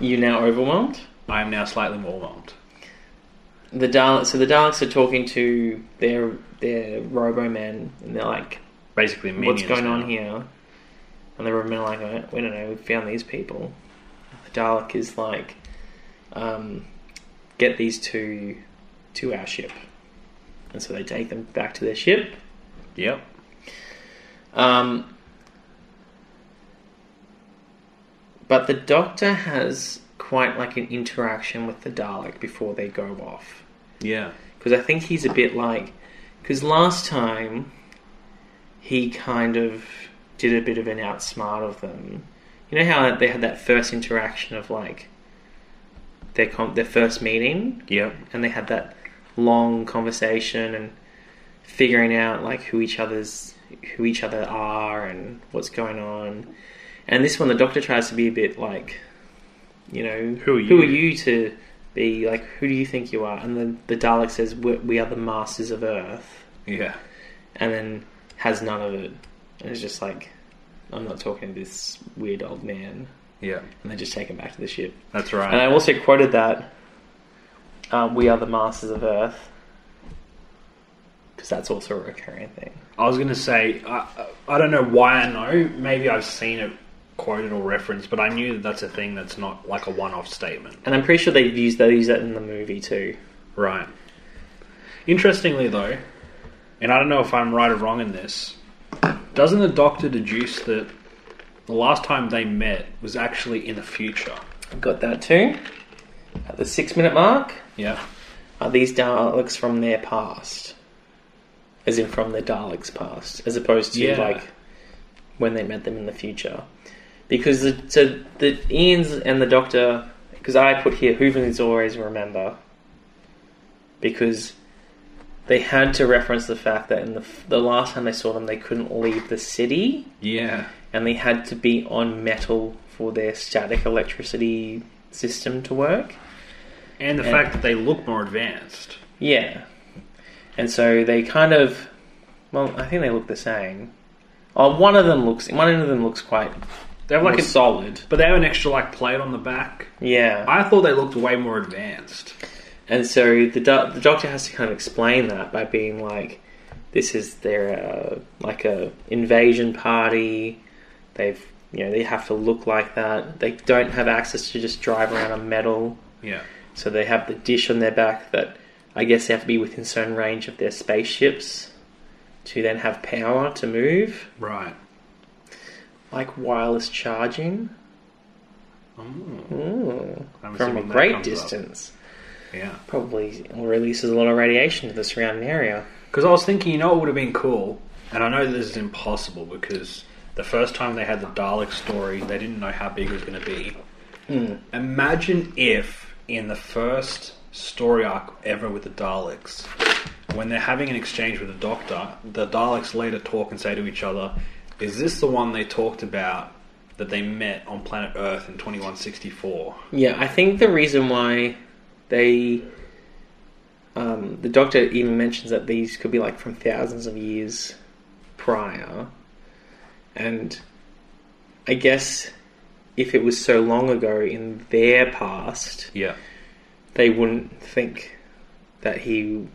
Speaker 5: you now overwhelmed.
Speaker 6: I am now slightly more whelmed.
Speaker 5: The Daleks. So the Daleks are talking to their their Robo Men, and they're like,
Speaker 6: Basically,
Speaker 5: "What's
Speaker 6: minions
Speaker 5: going
Speaker 6: now.
Speaker 5: on here?" And the Robo Men are like, "Oh, "We don't know. We found these people." The Dalek is like, um, "Get these two to our ship," and so they take them back to their ship.
Speaker 6: Yep.
Speaker 5: Um, but the Doctor has quite like an interaction with the Dalek before they go off.
Speaker 6: Yeah.
Speaker 5: Because I think he's a bit like. Because last time, he kind of did a bit of an outsmart of them. You know how they had that first interaction of like their com- their first meeting,
Speaker 6: Yep.
Speaker 5: and they had that long conversation and figuring out like who each other's who each other are and what's going on. And this one, the doctor tries to be a bit like, you know,
Speaker 6: Who are
Speaker 5: Who
Speaker 6: you?
Speaker 5: are you to be like? Who do you think you are? And then the Dalek says, "We we are the masters of Earth,"
Speaker 6: Yeah.
Speaker 5: and then has none of it. And it's just like, I'm not talking to this weird old man.
Speaker 6: Yeah.
Speaker 5: And they just take him back to the ship.
Speaker 6: That's
Speaker 5: And I
Speaker 6: right.
Speaker 5: also quoted that um, we are the masters of Earth because that's also a recurring thing.
Speaker 6: I was going to say, I, I don't know why I know. Maybe I've seen it quoted or referenced, but I knew that that's a thing that's not like a one off statement.
Speaker 5: And I'm pretty sure they've used they use that in the movie too.
Speaker 6: Right. Interestingly, though, and I don't know if I'm right or wrong in this, doesn't the doctor deduce that the last time they met was actually in the future?
Speaker 5: Got that too. At the six minute mark,
Speaker 6: Yeah.
Speaker 5: are these Daleks from their past? As in from the Daleks' past, as opposed to
Speaker 6: Yeah.
Speaker 5: like when they met them in the future. Because the, so the Ian's and the Doctor, because I put here, Hooven is always remember. Because they had to reference the fact that in the, f- the last time they saw them, they couldn't leave the city
Speaker 6: Yeah.
Speaker 5: and they had to be on metal for their static electricity system to work.
Speaker 6: And the
Speaker 5: And-
Speaker 6: fact that they look more advanced.
Speaker 5: Yeah. And so they kind of well, I think they look the same. Oh, one of them looks one of them looks quite
Speaker 6: They have like
Speaker 5: more
Speaker 6: a,
Speaker 5: solid.
Speaker 6: but they have an extra like plate on the back.
Speaker 5: Yeah.
Speaker 6: I thought they looked way more advanced.
Speaker 5: And so the doc- the doctor has to kind of explain that by being like this is their uh, like a invasion party. They've you know, they have to look like that. They don't have access to just drive around on metal.
Speaker 6: Yeah.
Speaker 5: So they have the dish on their back that I guess they have to be within certain range of their spaceships to then have power to move,
Speaker 6: Right.
Speaker 5: like wireless charging
Speaker 6: I'm
Speaker 5: from a
Speaker 6: assuming that
Speaker 5: great
Speaker 6: comes up.
Speaker 5: distance.
Speaker 6: Yeah.
Speaker 5: Probably releases a lot of radiation to the surrounding area.
Speaker 6: Because I was thinking, you know, it would have been cool, and I know this is impossible because the first time they had the Dalek story, they didn't know how big it was going to be.
Speaker 5: Hmm.
Speaker 6: Imagine if in the first story arc ever with the Daleks, when they're having an exchange with the Doctor, the Daleks later talk and say to each other, "Is this the one they talked about that they met on planet Earth in 2164?"
Speaker 5: Yeah, I think the reason why they. Um, the doctor even mentions that these could be like from thousands of years prior. And I guess if it was so long ago in their past,
Speaker 6: Yeah.
Speaker 5: they wouldn't think that he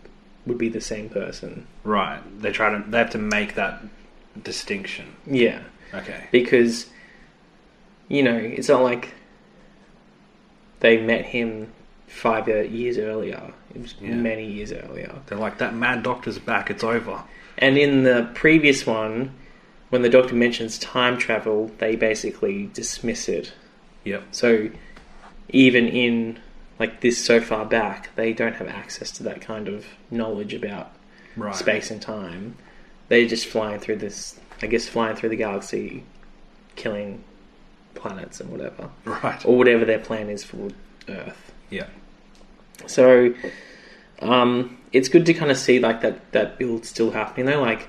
Speaker 5: would be the same person.
Speaker 6: Right. They try to. They have to make that distinction.
Speaker 5: Yeah.
Speaker 6: Okay.
Speaker 5: because you know it's not like they met him five uh, years earlier it was
Speaker 6: Yeah.
Speaker 5: many years earlier
Speaker 6: They're like, that mad doctor's back, it's over.
Speaker 5: and in the previous one when the doctor mentions time travel they basically dismiss it
Speaker 6: Yep.
Speaker 5: so even in like this so far back they don't have access to that kind of knowledge about
Speaker 6: Right.
Speaker 5: space and time. They're just flying through this, I guess, flying through the galaxy, killing planets and whatever,
Speaker 6: Right.
Speaker 5: or whatever their plan is for Earth.
Speaker 6: Yeah.
Speaker 5: So um, it's good to kind of see like that that build still happening though. Like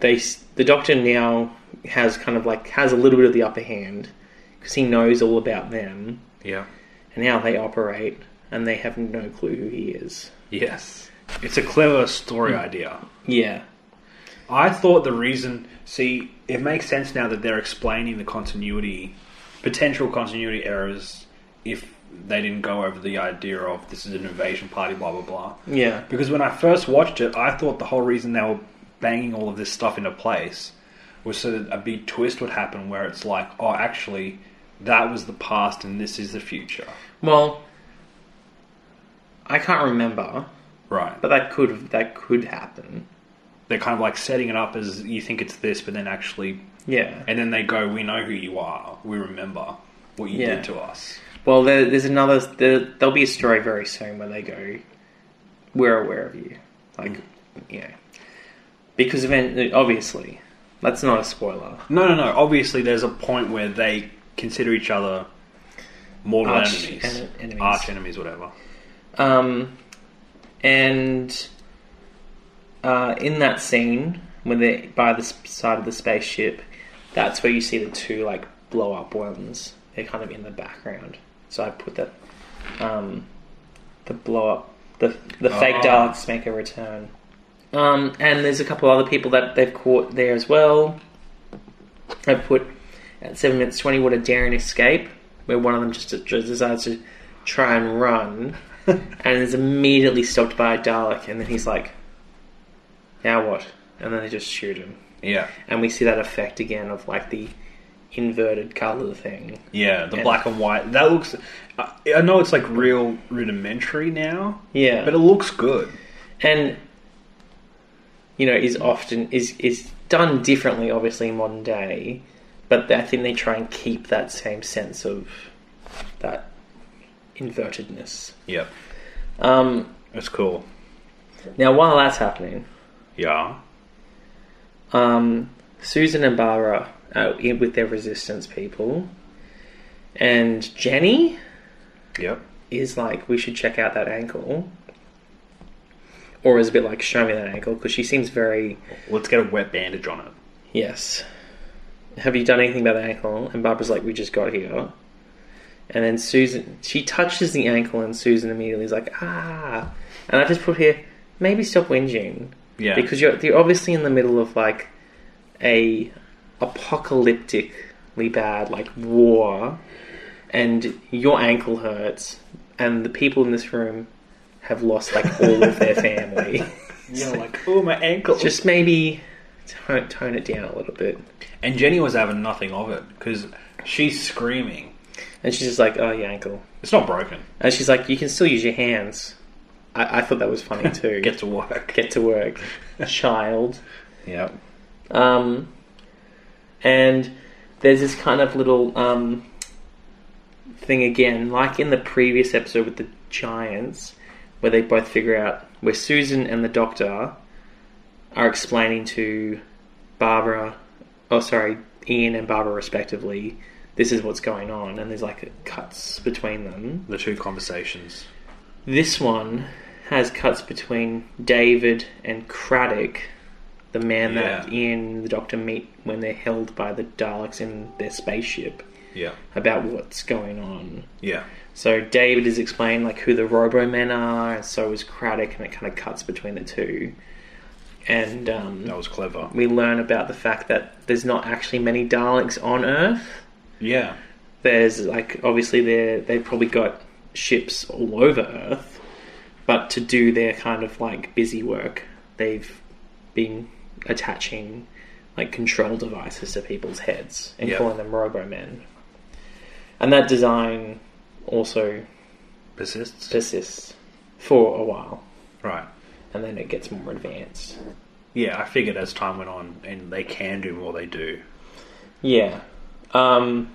Speaker 5: they s- the Doctor now has kind of like has a little bit of the upper hand because he knows all about them
Speaker 6: Yeah.
Speaker 5: and how they operate, and they have no clue who he is.
Speaker 6: Yes. It's a clever story idea.
Speaker 5: Yeah,
Speaker 6: I thought the reason. See, it makes sense now that they're explaining the continuity, potential continuity errors, if they didn't go over the idea of this is an invasion party, blah blah blah.
Speaker 5: yeah,
Speaker 6: Because when I first watched it, I thought the whole reason they were banging all of this stuff into place was so that a big twist would happen where it's like, oh, actually, that was the past and this is the future.
Speaker 5: well, I can't remember,
Speaker 6: Right.
Speaker 5: but that could that could happen.
Speaker 6: They're kind of like setting it up as you think it's this, but then actually
Speaker 5: Yeah.
Speaker 6: And then they go, "We know who you are. We remember what you
Speaker 5: Yeah.
Speaker 6: did to us."
Speaker 5: Well, there, there's another. There, there'll be a story very soon where they go, "We're aware of you," like, you know, because event obviously that's not a spoiler.
Speaker 6: No, no, no. Obviously, there's a point where they consider each other mortal
Speaker 5: Arch
Speaker 6: enemies,
Speaker 5: en- enemies.
Speaker 6: arch enemies, whatever.
Speaker 5: Um, and uh, in that scene when they're by the s- side of the spaceship, that's where you see the two like blow up ones. They're kind of in the background. So I put that um, the blow up the the fake
Speaker 6: Oh.
Speaker 5: Daleks make a return. Um, and there's a couple other people that they've caught there as well. I put at seven minutes twenty what a daring escape, where one of them just, just decides to try and run, and is immediately stopped by a Dalek, and then he's like, "Now what?" And then they just shoot him,
Speaker 6: Yeah,
Speaker 5: and we see that effect again of like the inverted color thing.
Speaker 6: yeah. The
Speaker 5: And-
Speaker 6: black and white. That looks. I I know it's like real rudimentary now,
Speaker 5: Yeah,
Speaker 6: but it looks good.
Speaker 5: and you know is often is is done differently, obviously in modern day, but I think they try and keep that same sense of that invertedness.
Speaker 6: Yeah,
Speaker 5: Um,
Speaker 6: it's cool.
Speaker 5: Now, while that's happening,
Speaker 6: Yeah.
Speaker 5: um, Susan and Bara are in with their resistance people, and Jenny
Speaker 6: Yep.
Speaker 5: is like, "We should check out that ankle," or is a bit like, "Show me that ankle," because she seems very
Speaker 6: Let's get a wet bandage on it.
Speaker 5: yes. Have you done anything about the ankle? And Barbara's like, "We just got here," and then Susan she touches the ankle, and Susan immediately is like, "Ah," and I just put here, maybe stop whinging.
Speaker 6: Yeah.
Speaker 5: because you're you're obviously in the middle of like a apocalyptically bad like war, and your ankle hurts, and the people in this room have lost like all of their family.
Speaker 6: you're like, oh, my ankle.
Speaker 5: Just maybe tone, tone it down a little bit,
Speaker 6: And Jenny was having nothing of it because she's screaming.
Speaker 5: and she's just like, "Oh, your ankle,"
Speaker 6: It's not broken.
Speaker 5: and she's like, "You can still use your hands." I, I thought that was funny too.
Speaker 6: Get to work.
Speaker 5: Get to work, child.
Speaker 6: Yeah.
Speaker 5: Um, and there's this kind of little um, thing again, like in the previous episode with the Giants, where they both figure out where Susan and the Doctor are explaining to Barbara, oh, sorry, Ian and Barbara, respectively, this is what's going on, and there's like cuts between them.
Speaker 6: The two conversations.
Speaker 5: This one has cuts between David and Craddock, the man that
Speaker 6: Yeah.
Speaker 5: Ian and the Doctor meet when they're held by the Daleks in their spaceship,
Speaker 6: Yeah.
Speaker 5: about what's going on.
Speaker 6: Yeah.
Speaker 5: So David is explaining like who the Robo Men are, and so is Craddock, and it kind of cuts between the two. And um,
Speaker 6: That was clever.
Speaker 5: we learn about the fact that there's not actually many Daleks on Earth.
Speaker 6: Yeah.
Speaker 5: there's like obviously they they've probably got ships all over Earth, but to do their kind of like busy work, they've been attaching like control devices to people's heads and
Speaker 6: Yeah.
Speaker 5: calling them Robo Men. And that design also
Speaker 6: Persists.
Speaker 5: persists for a while,
Speaker 6: right.
Speaker 5: and then it gets more advanced.
Speaker 6: Yeah, I figured as time went on, and they can do more, they do.
Speaker 5: Yeah. Um,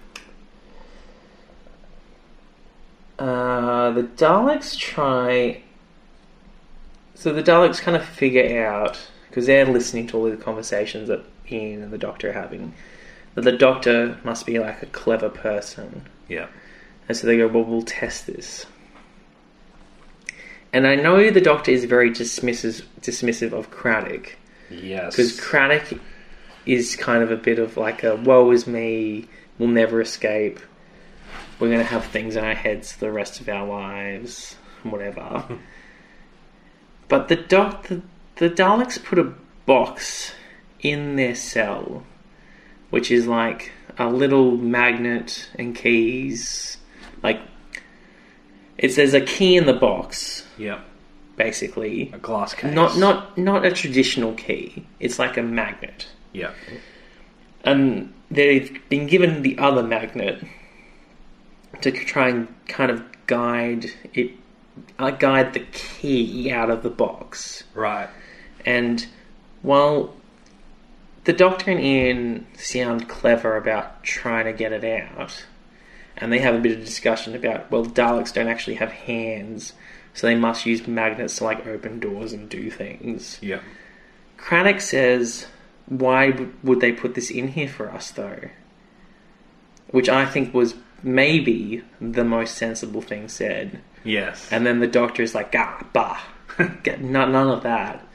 Speaker 5: uh, the Daleks try. So the Daleks kind of figure out because they're listening to all the conversations that Ian and the Doctor are having that the Doctor must be like a clever person,
Speaker 6: Yeah.
Speaker 5: and so they go, "Well, we'll test this." And I know the Doctor is very dismisses, dismissive of Craddock
Speaker 6: Yes.
Speaker 5: because Craddock is kind of a bit of like a "woe is me, we'll never escape, we're going to have things in our heads the rest of our lives, whatever." but the doc, the, the Daleks put a box in their cell, which is like a little magnet and keys, like. It says a key in the box,
Speaker 6: yeah.
Speaker 5: basically.
Speaker 6: A glass case.
Speaker 5: Not not not a traditional key. It's like a magnet.
Speaker 6: Yeah.
Speaker 5: And they've been given the other magnet to c- try and kind of guide it, uh, guide the key out of the box.
Speaker 6: Right.
Speaker 5: And while the Doctor and Ian sound clever about trying to get it out, and they have a bit of discussion about, well, Daleks don't actually have hands, so they must use magnets to like open doors and do things.
Speaker 6: Yeah.
Speaker 5: Cranach says, "Why w- would they put this in here for us, though?" Which I think was maybe the most sensible thing said.
Speaker 6: Yes.
Speaker 5: And then the doctor is like, "Ah, bah, get none, none of that."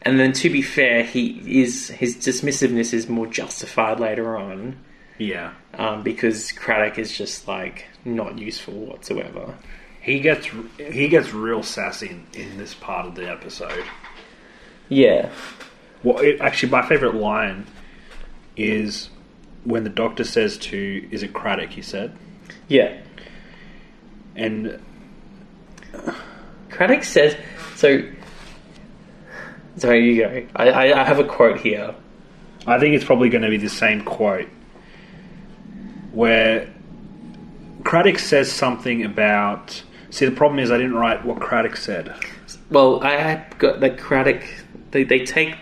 Speaker 5: And then, to be fair, he is his dismissiveness is more justified later on
Speaker 6: yeah.
Speaker 5: um, because Craddock is just like not useful whatsoever.
Speaker 6: He gets he gets real sassy in, in this part of the episode.
Speaker 5: Yeah,
Speaker 6: Well, it, actually, my favorite line is when the doctor says to, "Is it Craddock?" He said,
Speaker 5: yeah.
Speaker 6: and
Speaker 5: Craddock says, "So, sorry, you go." I, I, I have a quote here.
Speaker 6: I think it's probably going to be the same quote where Craddock says something about. See, the problem is I didn't write what Craddock said.
Speaker 5: Well, I, I got that Craddock. They, they take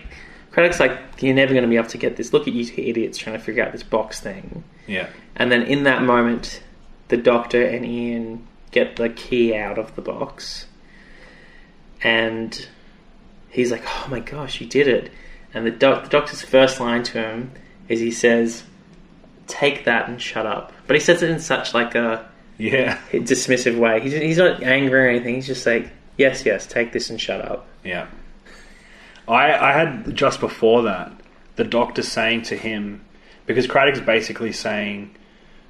Speaker 5: Craddock's like you're never going to be able to get this. Look at you two idiots trying to figure out this box thing.
Speaker 6: Yeah,
Speaker 5: And then in that moment, the Doctor and Ian get the key out of the box, and he's like, "Oh my gosh, you did it!" And the, doc- the Doctor's first line to him is he says, "Take that and shut up." But he says it in such like a
Speaker 6: yeah,
Speaker 5: dismissive way. He's, he's not angry or anything. He's just like, "Yes, yes, take this and shut up."
Speaker 6: yeah. I I had just before that the doctor saying to him because Craddock's basically saying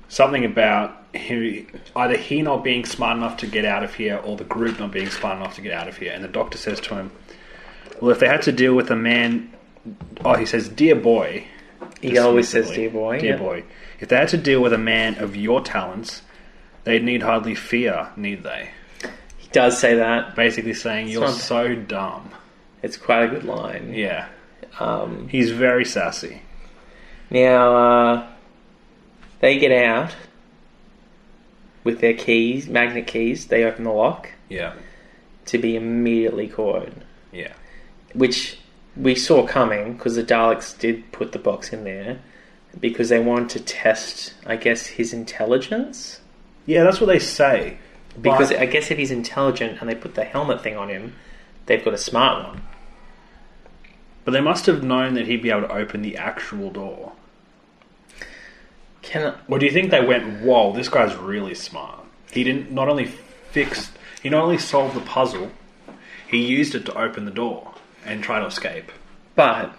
Speaker 6: something about him, either he not being smart enough to get out of here or the group not being smart enough to get out of here. And the doctor says to him, "Well, if they had to deal with a man, oh, he says, dear boy."
Speaker 5: He always says,
Speaker 6: dismissively.
Speaker 5: "Dear boy."
Speaker 6: Dear
Speaker 5: yeah.
Speaker 6: boy. If they had to deal with a man of your talents, they'd need hardly fear, need they?
Speaker 5: He does say that.
Speaker 6: Basically saying, you're
Speaker 5: not-
Speaker 6: so dumb.
Speaker 5: It's quite a good line.
Speaker 6: Yeah.
Speaker 5: Um,
Speaker 6: He's very sassy.
Speaker 5: Now, uh, they get out with their keys, magnet keys. They open the lock
Speaker 6: Yeah.
Speaker 5: to be immediately caught,
Speaker 6: Yeah.
Speaker 5: which we saw coming because the Daleks did put the box in there because they wanted to test, I guess, his intelligence.
Speaker 6: Yeah, that's what they say.
Speaker 5: Because
Speaker 6: But-
Speaker 5: I guess if he's intelligent and they put the helmet thing on him, they've got a smart one.
Speaker 6: but they must have known that he'd be able to open the actual door.
Speaker 5: Can
Speaker 6: Or do you think they went, whoa, this guy's really smart? He didn't not only fix, he not only solved the puzzle, he used it to open the door and try to escape.
Speaker 5: But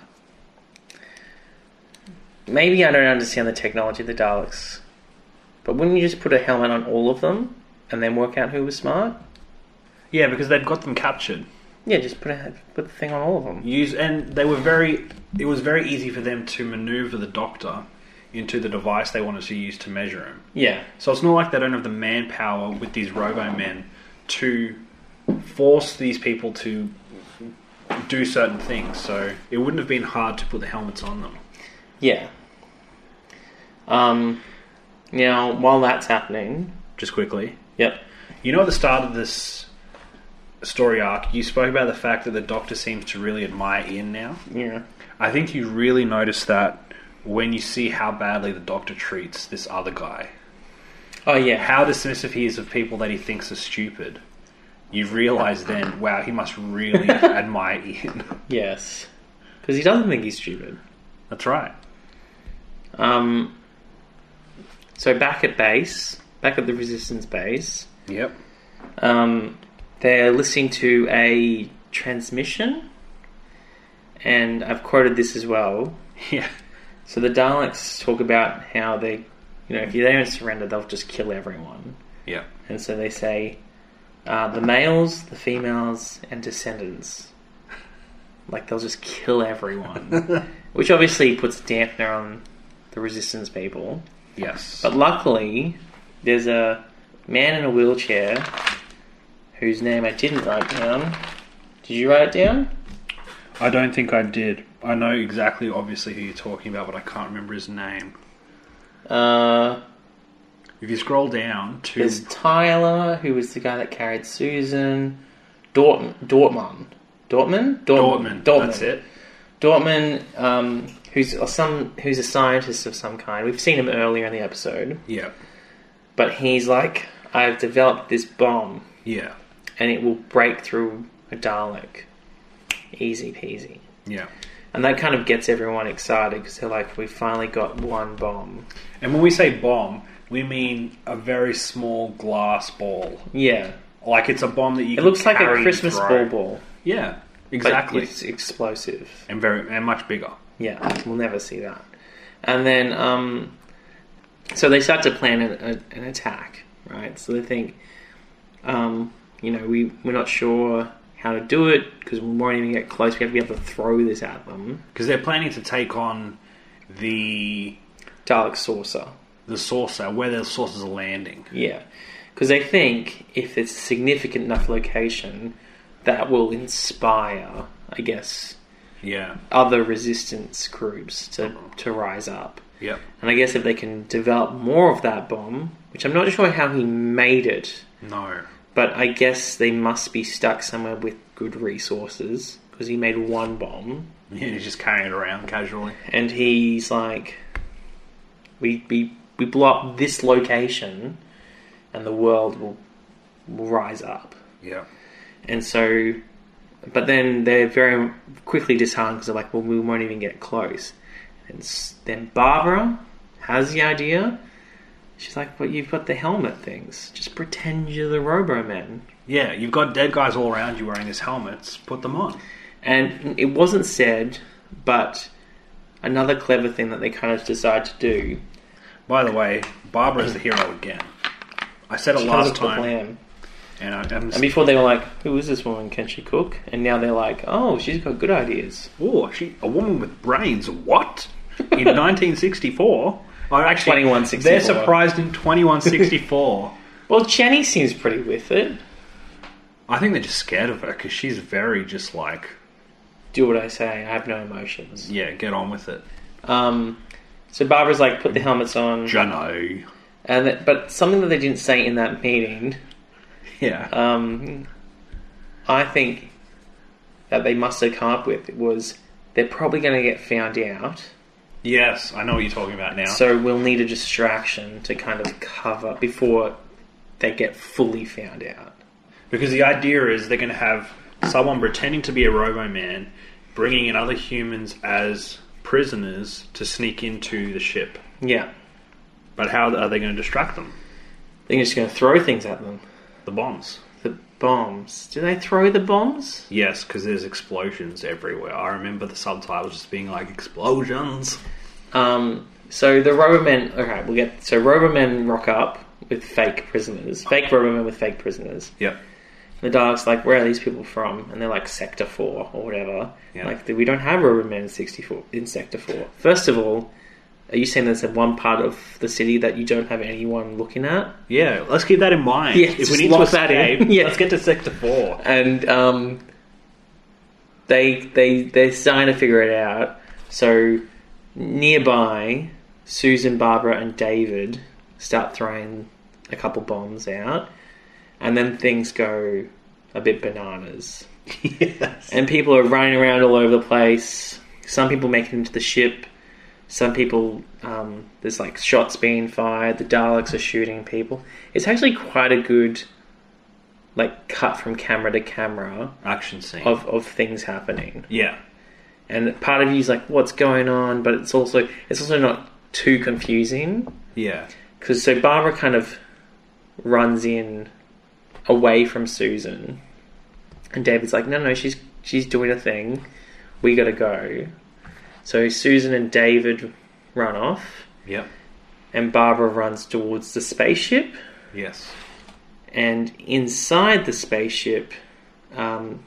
Speaker 5: maybe I don't understand the technology of the Daleks. But wouldn't you just put a helmet on all of them and then work out who was smart?
Speaker 6: Yeah, because they've got them captured.
Speaker 5: Yeah, just put a put the thing on all of them.
Speaker 6: use and they were very it was very easy for them to maneuver the doctor into the device they wanted to use to measure him
Speaker 5: Yeah,
Speaker 6: so it's not like they don't have the manpower with these robo men to force these people to do certain things so it wouldn't have been hard to put the helmets on them
Speaker 5: yeah. Um, now while that's happening,
Speaker 6: just quickly
Speaker 5: yep,
Speaker 6: you know at the start of this story arc you spoke about the fact that the doctor seems to really admire ian now
Speaker 5: yeah,
Speaker 6: I think you really notice that when you see how badly the doctor treats this other guy.
Speaker 5: oh yeah,
Speaker 6: How dismissive he is of people that he thinks are stupid. you realise then, wow, he must really admire Ian.
Speaker 5: Yes, because he doesn't think he's stupid.
Speaker 6: That's right.
Speaker 5: Um, so back at base, back at the Resistance base,
Speaker 6: Yep.
Speaker 5: um, they're listening to a transmission, and I've quoted this as well.
Speaker 6: Yeah.
Speaker 5: So the Daleks talk about how they, you know, if they don't surrender, they'll just kill everyone.
Speaker 6: Yep.
Speaker 5: And so they say, uh, the males, the females, and descendants. Like they'll just kill everyone, which obviously puts a dampener on the resistance people.
Speaker 6: Yes.
Speaker 5: But luckily, there's a man in a wheelchair whose name I didn't write down. Did you write it down?
Speaker 6: I don't think I did. I know exactly, obviously, who you're talking about, but I can't remember his name.
Speaker 5: Uh,
Speaker 6: If you scroll down to
Speaker 5: there's Tyler, who was the guy that carried Susan. Dortmund. Dortmund. Dortmund.
Speaker 6: Dortmund, that's it.
Speaker 5: Dortmund, um, who's or some who's a scientist of some kind. We've seen him earlier in the episode,
Speaker 6: Yeah.
Speaker 5: but he's like, I've developed this bomb,
Speaker 6: Yeah.
Speaker 5: and it will break through a Dalek, easy peasy.
Speaker 6: Yeah.
Speaker 5: And that kind of gets everyone excited because they're like, we finally got one bomb.
Speaker 6: And when we say bomb, we mean a very small glass ball.
Speaker 5: Yeah,
Speaker 6: Like it's a bomb that you.
Speaker 5: it looks like a Christmas ball ball,
Speaker 6: Yeah.
Speaker 5: but
Speaker 6: Exactly.
Speaker 5: it's explosive.
Speaker 6: And very and much bigger.
Speaker 5: Yeah, we'll never see that. And then, um, so they start to plan an, a, an attack, right? So they think, um, you know, we, we're not sure how to do it because we won't even get close. We have to be able to throw this at them.
Speaker 6: Because they're planning to take on the
Speaker 5: Dalek saucer.
Speaker 6: the saucer where the saucers are landing.
Speaker 5: Yeah. Because they think if it's a significant enough location, that will inspire, I guess,
Speaker 6: Yeah.
Speaker 5: other resistance groups to, to rise up.
Speaker 6: Yep.
Speaker 5: And I guess if they can develop more of that bomb, which I'm not sure how he made it,
Speaker 6: No.
Speaker 5: but I guess they must be stuck somewhere with good resources because he made one bomb
Speaker 6: Yeah, he's just carrying it around casually.
Speaker 5: and he's like, we, we, we blow up this location and the world will, will rise up.
Speaker 6: Yeah.
Speaker 5: And so, but then they're very quickly disheartened because they're like, well, we won't even get close. And s- then Barbara has the idea. She's like, but you've got the helmet things. Just pretend you're the Robo Man.
Speaker 6: Yeah, you've got dead guys all around you wearing these helmets. Put them on.
Speaker 5: And it wasn't said, but another clever thing that they kind of decide to do.
Speaker 6: By the way, Barbara's the hero again. I said it
Speaker 5: She comes
Speaker 6: last
Speaker 5: up with a
Speaker 6: time,
Speaker 5: plan.
Speaker 6: and I, I'm.
Speaker 5: And before they were like, who is this woman? Can she cook? And now they're like, oh, she's got good ideas.
Speaker 6: Oh, she a woman with brains. What? In 1964? Oh, actually,
Speaker 5: 2164.
Speaker 6: They're surprised in 2164.
Speaker 5: Well, Jenny seems pretty with it.
Speaker 6: I think they're just scared of her because she's very just like,
Speaker 5: Do what I say. I have no emotions.
Speaker 6: yeah, get on with it.
Speaker 5: Um, so Barbara's like, put the helmets on,
Speaker 6: Juno.
Speaker 5: and that, but something that they didn't say in that meeting,
Speaker 6: Yeah.
Speaker 5: um, I think that they must have come up with was they're probably going to get found out,
Speaker 6: yes, I know what you're talking about now.
Speaker 5: so we'll need a distraction to kind of cover before they get fully found out.
Speaker 6: Because the idea is they're going to have someone pretending to be a Robo Man, bringing in other humans as prisoners to sneak into the ship.
Speaker 5: Yeah,
Speaker 6: But how are they going to distract them?
Speaker 5: they're just going to throw things at them.
Speaker 6: The bombs.
Speaker 5: The bombs. Do they throw the bombs?
Speaker 6: Yes, because there's explosions everywhere. I remember the subtitles just being like explosions.
Speaker 5: Um, so the Robomen, okay, we'll get so Robomen rock up with fake prisoners, fake Robomen with fake prisoners.
Speaker 6: Yep.
Speaker 5: And the Daleks like, where are these people from? And they're like Sector Four or whatever.
Speaker 6: Yeah.
Speaker 5: Like we don't have Robomen in sixty four in Sector Four. First of all, are you saying there's one part of the city that you don't have anyone looking at?
Speaker 6: Yeah, let's keep that in mind.
Speaker 5: Yeah,
Speaker 6: if
Speaker 5: just
Speaker 6: we need
Speaker 5: lock
Speaker 6: to
Speaker 5: that in.
Speaker 6: escape,
Speaker 5: Yeah.
Speaker 6: let's get to Sector 4.
Speaker 5: And um, they they they're starting to figure it out. So nearby, Susan, Barbara, and David start throwing a couple bombs out, and then things go a bit bananas.
Speaker 6: yes.
Speaker 5: And people are running around all over the place. Some people make it into the ship. Some people, um, there's like shots being fired. The Daleks are shooting people. It's actually quite a good like cut from camera to camera
Speaker 6: Action scene.
Speaker 5: of, of things happening.
Speaker 6: yeah.
Speaker 5: And part of you is like, what's going on? But it's also it's also not too confusing.
Speaker 6: Yeah.
Speaker 5: because so Barbara kind of runs in away from Susan, and David's like, "No, no, she's she's doing a thing. We gotta go." So Susan and David run off,
Speaker 6: Yep.
Speaker 5: and Barbara runs towards the spaceship.
Speaker 6: Yes.
Speaker 5: And inside the spaceship, um,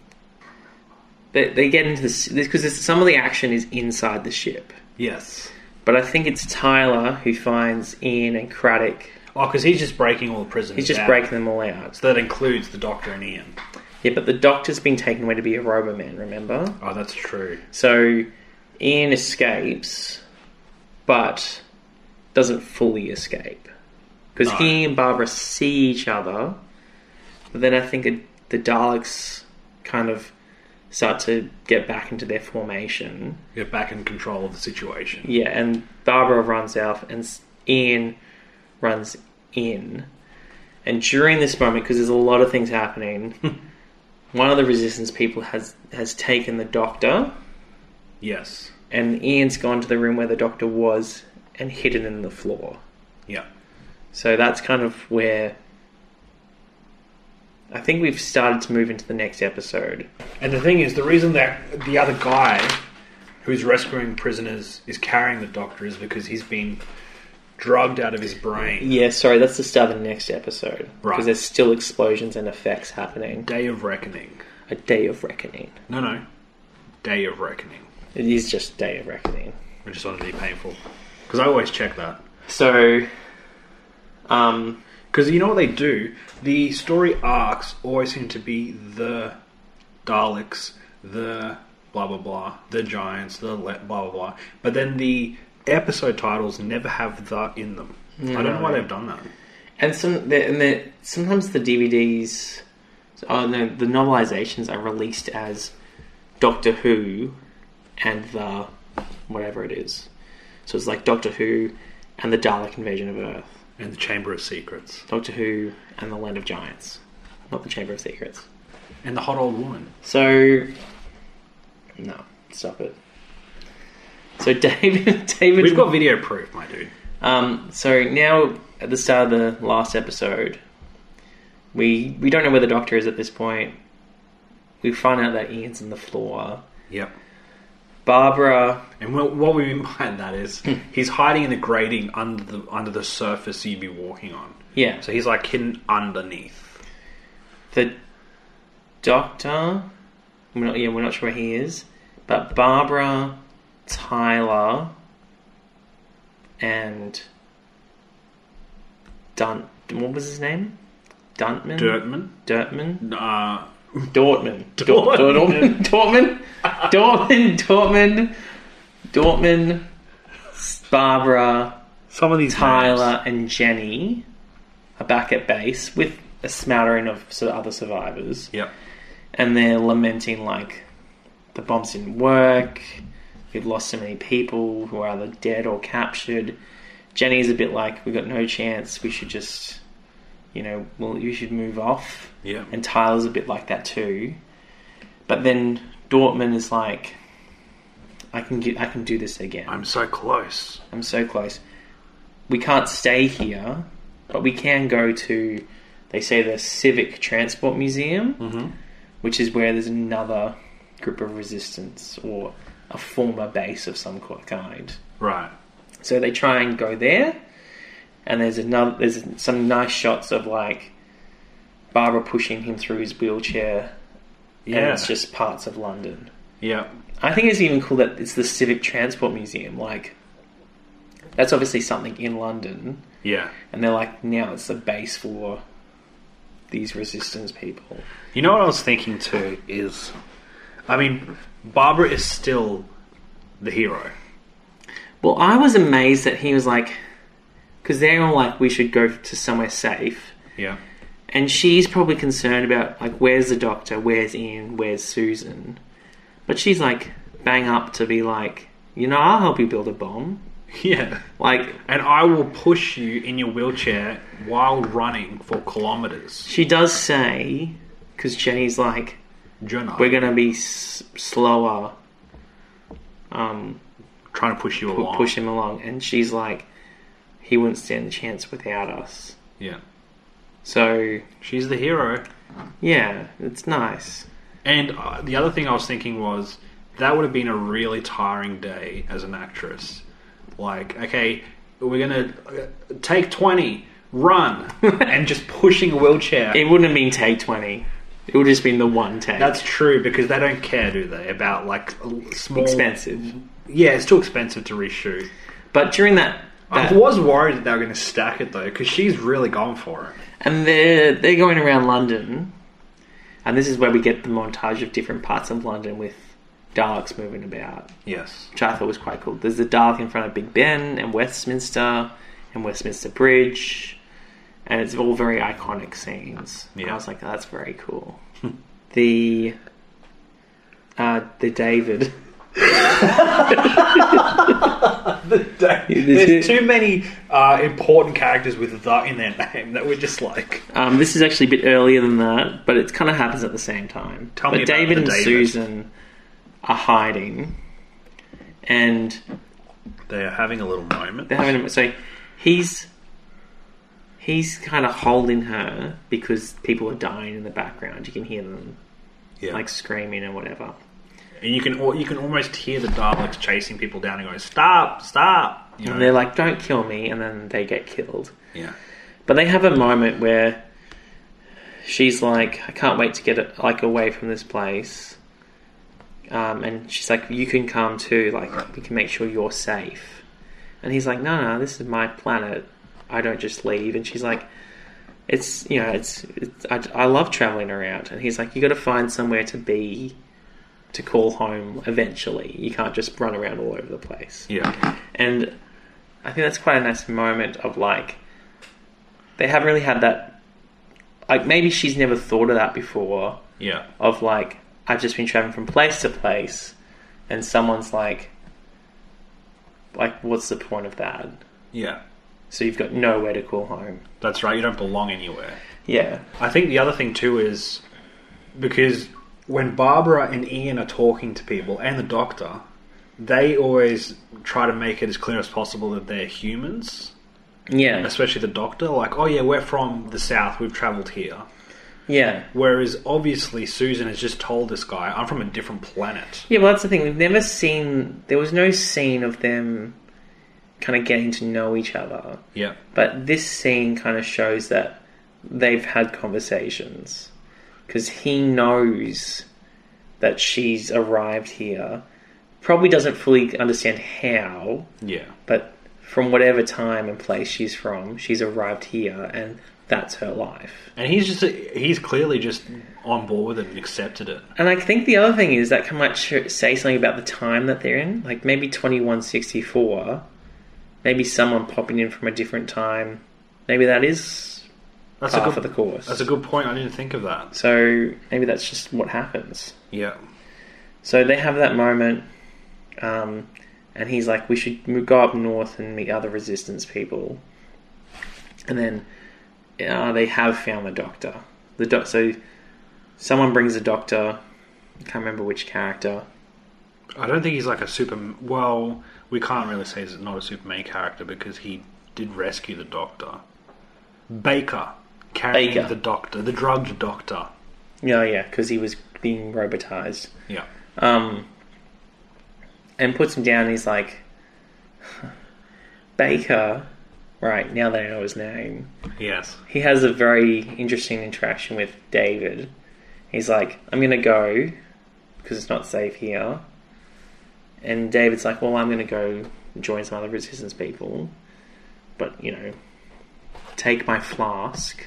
Speaker 5: they they get into this because some of the action is inside the ship.
Speaker 6: Yes.
Speaker 5: But I think it's Tyler who finds Ian and Craddock.
Speaker 6: Oh, because he's just breaking all the prisoners.
Speaker 5: He's just
Speaker 6: out.
Speaker 5: breaking them all out.
Speaker 6: So that includes the Doctor and Ian.
Speaker 5: Yeah, but the doctor's been taken away to be a Roboman, remember?
Speaker 6: Oh, that's true.
Speaker 5: So Ian escapes, but doesn't fully escape. Because
Speaker 6: No.
Speaker 5: he and Barbara see each other, but then I think it, the Daleks kind of start to get back into their formation.
Speaker 6: Get back in control of the situation.
Speaker 5: Yeah, and Barbara runs out, and s- Ian runs in. And during this moment, because there's a lot of things happening, one of the resistance people has has taken the doctor,
Speaker 6: Yes.
Speaker 5: and Ian's gone to the room where the doctor was and hidden in the floor.
Speaker 6: Yeah.
Speaker 5: So that's kind of where I think we've started to move into the next episode.
Speaker 6: And the thing is, the reason that the other guy who's rescuing prisoners is carrying the Doctor is because he's been drugged out of his brain.
Speaker 5: Yeah, sorry, that's the start of the next episode
Speaker 6: Right.
Speaker 5: because there's still explosions and effects happening.
Speaker 6: Day of Reckoning.
Speaker 5: A day of reckoning.
Speaker 6: No, no. Day of Reckoning.
Speaker 5: It is just Day of Reckoning.
Speaker 6: Which is honestly painful. Because I always check that.
Speaker 5: So, um,
Speaker 6: Because you know what they do? The story arcs always seem to be the Daleks, the blah blah blah, the Giants, the le- blah blah blah. But then the episode titles never have the in them. I don't know why they've done that.
Speaker 5: and some the, and the, sometimes the DVDs, oh no, the novelizations are released as Doctor Who and the whatever it is. So it's like Doctor Who and the Dalek Invasion of Earth,
Speaker 6: And the Chamber of Secrets.
Speaker 5: Doctor Who and the Land of Giants, not the Chamber of Secrets.
Speaker 6: And the Hot Old Woman.
Speaker 5: So, no, stop it. So David, David,
Speaker 6: We've got video proof, my dude.
Speaker 5: Um, so now, at the start of the last episode, we we don't know where the doctor is at this point. We find out that Ian's on the floor.
Speaker 6: Yep.
Speaker 5: Barbara,
Speaker 6: And wha- what we mean by that is he's hiding in the grating under the under the surface you'd be walking on.
Speaker 5: yeah,
Speaker 6: So he's like hidden underneath.
Speaker 5: the doctor. We're not, yeah, we're not sure where he is, but Barbara, Tyler, and Dunt. What was his name? Duntman.
Speaker 6: Dirtman.
Speaker 5: Dirtman.
Speaker 6: Uh,
Speaker 5: Dortmund. Dort- Dortmund. Dortmund. Dortmund. Dortmund. Dortmund. Barbara,
Speaker 6: some of these names.
Speaker 5: Tyler, and Jenny are back at base with a smattering of so- other survivors,
Speaker 6: Yep.
Speaker 5: and they're lamenting like the bombs didn't work. We've lost so many people who are either dead or captured. Jenny's a bit like, we got no chance. We should just, you know, well, you should move off.
Speaker 6: Yeah.
Speaker 5: And Tyler's a bit like that too. But then Dortmund is like, I can get, I can do this again. I'm,
Speaker 6: I'm so close.
Speaker 5: so close. We can't stay here, but we can go to, they say the Civic Transport Museum, which is where there's another group of resistance or a former base of some kind.
Speaker 6: Right.
Speaker 5: So they try and go there, and there's another. There's some nice shots of like Barbara pushing him through his wheelchair, and
Speaker 6: Yeah.
Speaker 5: it's just parts of London.
Speaker 6: yeah.
Speaker 5: I think it's even cool that it's the Civic Transport Museum. Like, that's obviously something in London,
Speaker 6: Yeah.
Speaker 5: and they're like, now it's the base for these resistance people.
Speaker 6: You know what I was thinking too is, I mean, Barbara is still the hero.
Speaker 5: Well, I was amazed that he was like, because they're all like, we should go to somewhere safe.
Speaker 6: Yeah.
Speaker 5: and she's probably concerned about like where's the doctor where's ian where's susan but she's like bang up to be like you know i'll help you build a bomb
Speaker 6: Yeah.
Speaker 5: Like
Speaker 6: And I will push you in your wheelchair while running for kilometers.
Speaker 5: she does say, because Jenny's like,
Speaker 6: Jonah,
Speaker 5: we're gonna be s- slower. Um,
Speaker 6: trying to push you
Speaker 5: we'll
Speaker 6: along.
Speaker 5: push him along, and she's like, he wouldn't stand a chance without us.
Speaker 6: Yeah.
Speaker 5: So
Speaker 6: She's the hero.
Speaker 5: yeah, it's nice.
Speaker 6: And uh, the other thing I was thinking was that would have been a really tiring day as an actress. Like, okay, we're going to take 20, run, and just pushing a wheelchair.
Speaker 5: It wouldn't have been take twenty. It would have just been the one take.
Speaker 6: That's true because they don't care, do they, about like small
Speaker 5: expensive.
Speaker 6: Yeah, it's too expensive to reshoot.
Speaker 5: But during that, that
Speaker 6: I was worried that they were going to stack it though because she's really gone for it.
Speaker 5: and they're they're going around London, and this is where we get the montage of different parts of London with Daleks moving about,
Speaker 6: Yes.
Speaker 5: which I thought was quite cool. There's the Dalek in front of Big Ben and Westminster and Westminster Bridge, and it's all very iconic scenes. And
Speaker 6: Yeah.
Speaker 5: I was like, oh, that's very cool. the uh, the David.
Speaker 6: There's too many uh, important characters with the in their name that we're just like.
Speaker 5: Um, this is actually a bit earlier than that, but it kind of happens at the same time.
Speaker 6: Tell
Speaker 5: but
Speaker 6: me about
Speaker 5: David
Speaker 6: the
Speaker 5: and
Speaker 6: David.
Speaker 5: Susan are hiding, and
Speaker 6: They're having a little moment.
Speaker 5: they're having a, so he's he's kind of holding her because people are dying in the background. You can hear them
Speaker 6: Yeah.
Speaker 5: like screaming and whatever.
Speaker 6: and you can al- you can almost hear the Daleks chasing people down and going, "Stop! Stop!" You
Speaker 5: And they're like, "Don't kill me," and then they get killed.
Speaker 6: yeah.
Speaker 5: But they have a moment where she's like, "I can't wait to get like away from this place," um, and she's like, "You can come too. Like, we can make sure you're safe." And he's like, "No, no, this is my planet. I don't just leave." And she's like, "It's you know, it's, it's I, I love traveling around." And he's like, "You got to find somewhere to be." To call home eventually. You can't just run around all over the place.
Speaker 6: Yeah.
Speaker 5: And I think that's quite a nice moment of like, they haven't really had that. Like, maybe she's never thought of that before
Speaker 6: Yeah.
Speaker 5: of like, I've just been traveling from place to place, and someone's like, like, what's the point of that?
Speaker 6: Yeah.
Speaker 5: So you've got nowhere to call home.
Speaker 6: That's right. You don't belong anywhere.
Speaker 5: Yeah.
Speaker 6: I think the other thing too is because when Barbara and Ian are talking to people and the doctor, they always try to make it as clear as possible that they're humans,
Speaker 5: Yeah.
Speaker 6: especially the doctor. Like, oh yeah, we're from the south, we've traveled here.
Speaker 5: Yeah.
Speaker 6: Whereas obviously Susan has just told this guy, I'm from a different planet.
Speaker 5: Yeah, well, that's the thing. We've never seen. There was no scene of them kind of getting to know each other.
Speaker 6: Yeah.
Speaker 5: But this scene kind of shows that they've had conversations because he knows that she's arrived here. Probably doesn't fully understand how,
Speaker 6: Yeah.
Speaker 5: but from whatever time and place she's from, she's arrived here and that's her life.
Speaker 6: And he's just he's clearly just on board with it and accepted it.
Speaker 5: And I think the other thing is that can might sh- say something about the time that they're in, like maybe 2164, maybe someone popping in from a different time. Maybe that is
Speaker 6: That's
Speaker 5: Par
Speaker 6: a good
Speaker 5: for the course.
Speaker 6: That's a good point. I didn't think of that.
Speaker 5: So maybe that's just what happens.
Speaker 6: Yeah.
Speaker 5: So they have that moment, um, and he's like, "We should mo- go up north and meet other resistance people." And then uh, they have found the doctor. The doc. So someone brings a doctor. I can't remember which character.
Speaker 6: I don't think he's like a super. Well, we can't really say he's not a Superman character because he did rescue the Doctor. Baker carrying
Speaker 5: Baker.
Speaker 6: the Doctor, the drugged Doctor.
Speaker 5: No, yeah, because he was being robotized.
Speaker 6: Yeah,
Speaker 5: um, and puts him down. And he's like, Baker. Right now they know his name.
Speaker 6: yes,
Speaker 5: He has a very interesting interaction with David. He's like, I'm gonna go because it's not safe here. And David's like, Well, I'm gonna go join some other resistance people, but you know, take my flask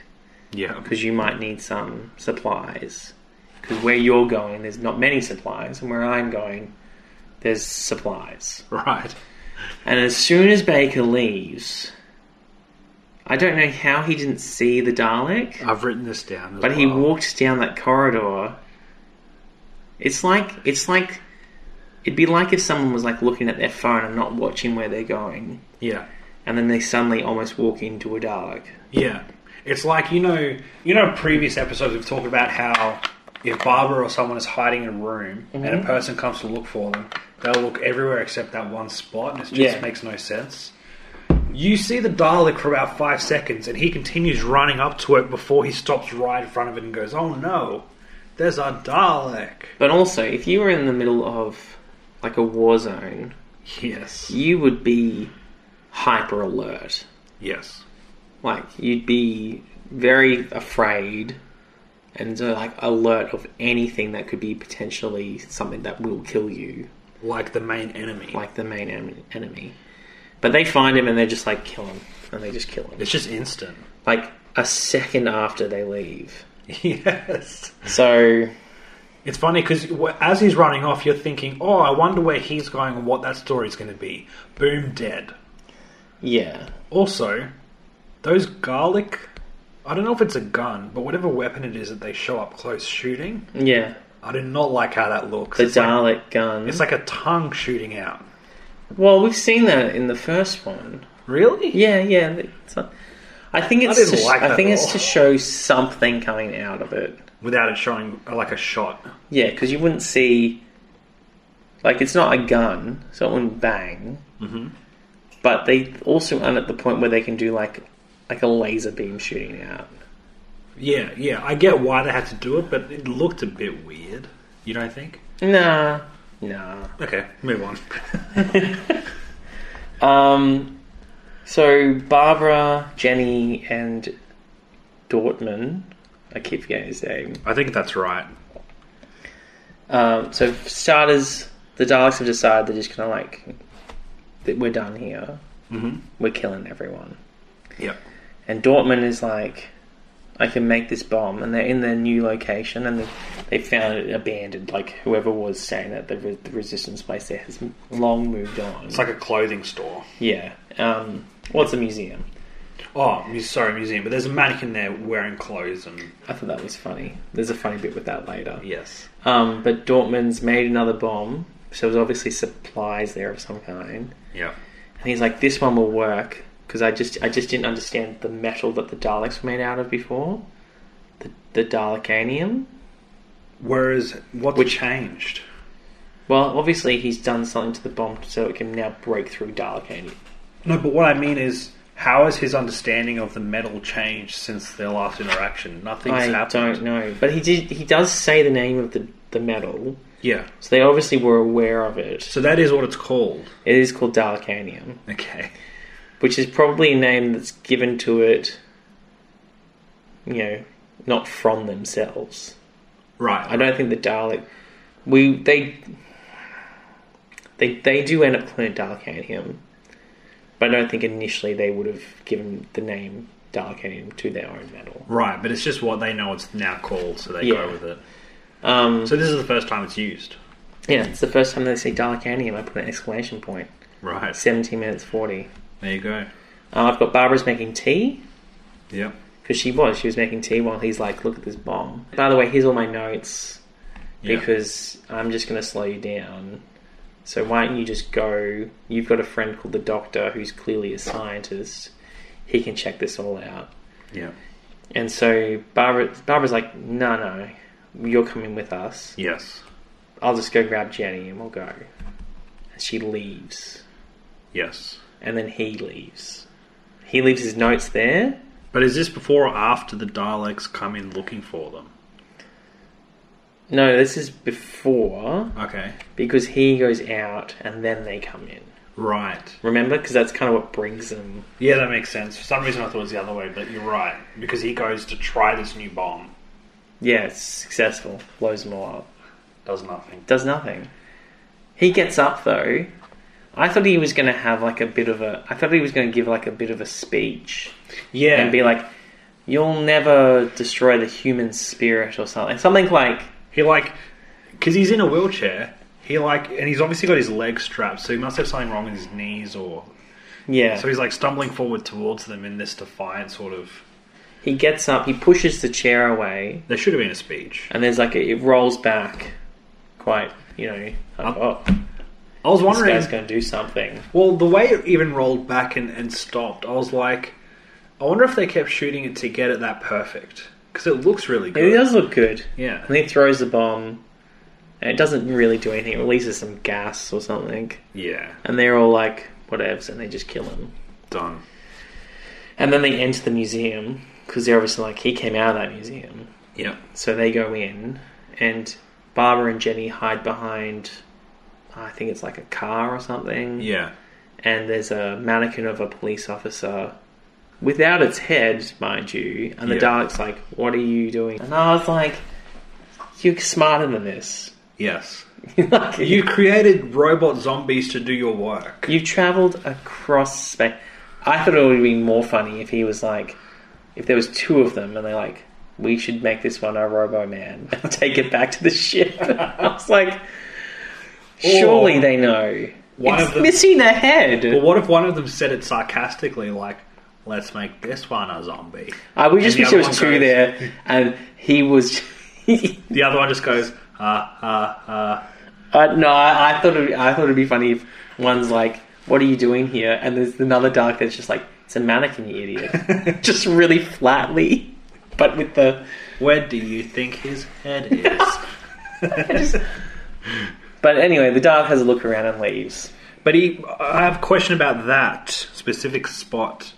Speaker 6: yeah,
Speaker 5: because you might need some supplies. Because where you're going, there's not many supplies, and where I'm going, there's supplies.
Speaker 6: right.
Speaker 5: And as soon as Baker leaves, I don't know how he didn't see the Dalek,
Speaker 6: I've written this down. As
Speaker 5: but he
Speaker 6: well.
Speaker 5: walked down that corridor. It's like it's like It'd be like if someone was like looking at their phone and not watching where they're going,
Speaker 6: Yeah.
Speaker 5: and then they suddenly almost walk into a dog.
Speaker 6: Yeah. It's like you know you know previous episodes we've talked about how if Barbara or someone is hiding in a room
Speaker 5: Mm-hmm.
Speaker 6: and a person comes to look for them, they'll look everywhere except that one spot and it just
Speaker 5: Yeah.
Speaker 6: makes no sense. You see the Dalek for about five seconds and he continues running up to it before he stops right in front of it and goes, Oh no, there's our Dalek.
Speaker 5: But also, if you were in the middle of like a war zone,
Speaker 6: Yes.
Speaker 5: you would be hyper alert.
Speaker 6: Yes.
Speaker 5: Like you'd be very afraid and so, like alert of anything that could be potentially something that will kill you,
Speaker 6: Like the main enemy.
Speaker 5: like the main en- enemy. But they find him and they just like kill him, and they just kill him.
Speaker 6: it's just instant.
Speaker 5: Like a second after they leave.
Speaker 6: Yes.
Speaker 5: So
Speaker 6: It's funny because as he's running off, you're thinking, "Oh, I wonder where he's going and what that story's going to be." Boom, dead.
Speaker 5: yeah,
Speaker 6: Also, those garlic. I don't know if it's a gun, but whatever weapon it is that they show up close shooting,
Speaker 5: yeah.
Speaker 6: I did not like how that looks.
Speaker 5: The
Speaker 6: it's, like,
Speaker 5: Dalek gun.
Speaker 6: it's like a tongue shooting out.
Speaker 5: well, we've seen that in the first one.
Speaker 6: Really?
Speaker 5: Yeah, yeah. It's not- I think it's
Speaker 6: didn't
Speaker 5: to,
Speaker 6: like
Speaker 5: I
Speaker 6: that
Speaker 5: think
Speaker 6: at
Speaker 5: it's
Speaker 6: all.
Speaker 5: to show something coming out of it.
Speaker 6: Without it showing uh, like a shot.
Speaker 5: Yeah, because you wouldn't see like it's not a gun, so it wouldn't bang. Mm-hmm. But they also aren't at the point where they can do like like a laser beam shooting out.
Speaker 6: Yeah, yeah. I get why they had to do it, but it looked a bit weird. You don't think?
Speaker 5: Nah, nah.
Speaker 6: Okay, move on.
Speaker 5: Um, so Barbara, Jenny, and Dortman. I keep forgetting his name.
Speaker 6: I think that's right.
Speaker 5: Um, so for starters, the Daleks have decided they're just gonna like that we're done here. Mm-hmm. We're killing everyone.
Speaker 6: Yep.
Speaker 5: And Dortmund is like, I can make this bomb, and they're in their new location, and they, they found it abandoned. Like whoever was staying at the, re- the resistance place there has m- long moved on.
Speaker 6: It's like a clothing store.
Speaker 5: yeah. Um, well, it's a museum.
Speaker 6: Oh, mu- sorry, museum. But there's a mannequin there wearing clothes and
Speaker 5: I thought that was funny. There's a funny bit with that later.
Speaker 6: yes,
Speaker 5: Um, but Dortmund's made another bomb, so there's obviously supplies there of some kind.
Speaker 6: yeah,
Speaker 5: And he's like, "This one will work," because I just I just didn't understand the metal that the Daleks were made out of before, the the Dalekanium.
Speaker 6: Whereas what
Speaker 5: Which-
Speaker 6: changed?
Speaker 5: Well, obviously he's done something to the bomb so it can now break through Dalekanium.
Speaker 6: No, but what I mean is, how has his understanding of the metal changed since their last interaction? Nothing's
Speaker 5: I
Speaker 6: happened.
Speaker 5: don't know, but he did. He does say the name of the the metal,
Speaker 6: Yeah.
Speaker 5: so they obviously were aware of it.
Speaker 6: So that is what it's called.
Speaker 5: It is called Dalekanium,
Speaker 6: Okay.
Speaker 5: which is probably a name that's given to it. You know, not from themselves. I
Speaker 6: Right.
Speaker 5: don't think the Dalek. We they they they do end up calling it Dalekanium, but I don't think initially they would have given the name Dalekanium to their own metal.
Speaker 6: Right, but it's just what they know it's now called, so they
Speaker 5: Yeah.
Speaker 6: go with it.
Speaker 5: Um,
Speaker 6: So this is the first time it's used.
Speaker 5: yeah, it's the first time they say Dalekanium. I put an exclamation point.
Speaker 6: Right.
Speaker 5: Seventeen minutes forty.
Speaker 6: There you go.
Speaker 5: Uh, I've got Barbara's making tea
Speaker 6: Yep.
Speaker 5: because she was she was making tea while he's like, look at this bomb. By the way, here's all my notes
Speaker 6: Yeah.
Speaker 5: because I'm just going to slow you down. So why don't you just go? You've got a friend called the Doctor who's clearly a scientist. He can check this all out.
Speaker 6: Yeah.
Speaker 5: And so Barbara, Barbara's like, no, no, you're coming with us.
Speaker 6: Yes.
Speaker 5: I'll just go grab Jenny and we'll go. And she leaves,
Speaker 6: Yes.
Speaker 5: and then he leaves. He leaves his notes there.
Speaker 6: But is this before or after the Daleks come in looking for them?
Speaker 5: No, this is before
Speaker 6: Okay.
Speaker 5: because he goes out and then they come in.
Speaker 6: Right.
Speaker 5: Remember, because that's kind of what brings them
Speaker 6: Yeah, that makes sense. For some reason, I thought it was the other way, but you're right because he goes to try this new bomb,
Speaker 5: Yeah, it's successful. Blows them all up.
Speaker 6: does nothing.
Speaker 5: Does nothing. He gets up though. I thought he was going to have like a bit of a. I thought he was going to give like a bit of a speech
Speaker 6: Yeah,
Speaker 5: and be like, "You'll never destroy the human spirit" or something. Something like,
Speaker 6: he like because he's in a wheelchair. He like, and he's obviously got his legs strapped, so he must have something wrong with his knees, or
Speaker 5: yeah.
Speaker 6: so he's like stumbling forward towards them in this defiant sort of.
Speaker 5: he gets up. He pushes the chair away,
Speaker 6: There should have been a speech.
Speaker 5: and there's like a, it rolls back, quite you know. Like,
Speaker 6: Up.
Speaker 5: oh,
Speaker 6: I was
Speaker 5: This
Speaker 6: wondering.
Speaker 5: guy's going to do something.
Speaker 6: Well, the way it even rolled back and, and stopped, I was like, I wonder if they kept shooting it to get it that perfect. Because it looks really
Speaker 5: It
Speaker 6: good.
Speaker 5: does look good.
Speaker 6: Yeah.
Speaker 5: And he throws the bomb, and it doesn't really do anything. It releases some gas or something,
Speaker 6: Yeah,
Speaker 5: and they're all like, whatevs, and they just kill him.
Speaker 6: done.
Speaker 5: And then they enter the museum, because they're obviously like, he came out of that museum.
Speaker 6: Yep.
Speaker 5: So they go in, and Barbara and Jenny hide behind, I think it's like a car or something.
Speaker 6: Yeah.
Speaker 5: And there's a mannequin of a police officer without its head, mind you. And the
Speaker 6: Yeah.
Speaker 5: Dalek's like, What are you doing? And I was like, You're smarter than this.
Speaker 6: Yes.
Speaker 5: like,
Speaker 6: You
Speaker 5: you,
Speaker 6: created robot zombies to do your work.
Speaker 5: you've traveled across space. I thought it would have been more funny if he was like, If there was two of them and they're like, We should make this one a Robo Man and take it back to the ship. I was like, Surely they know.
Speaker 6: One
Speaker 5: it's
Speaker 6: of them-
Speaker 5: missing a head.
Speaker 6: But what if one of them said it sarcastically, like, let's make this one a zombie?
Speaker 5: I would just
Speaker 6: And
Speaker 5: wish
Speaker 6: the
Speaker 5: there
Speaker 6: other
Speaker 5: was
Speaker 6: one
Speaker 5: two
Speaker 6: goes-
Speaker 5: there, and he was.
Speaker 6: The other one just goes, "Uh, ha ha ha.
Speaker 5: I, no, I, I thought it, I thought it'd be funny if one's like, "What are you doing here?" and there's another dark that's just like, "It's a mannequin, you idiot!" just really flatly, but with the.
Speaker 6: Where do you think his head is?
Speaker 5: But anyway, the dark has a look around and leaves.
Speaker 6: but he, I have a question about that specific spot.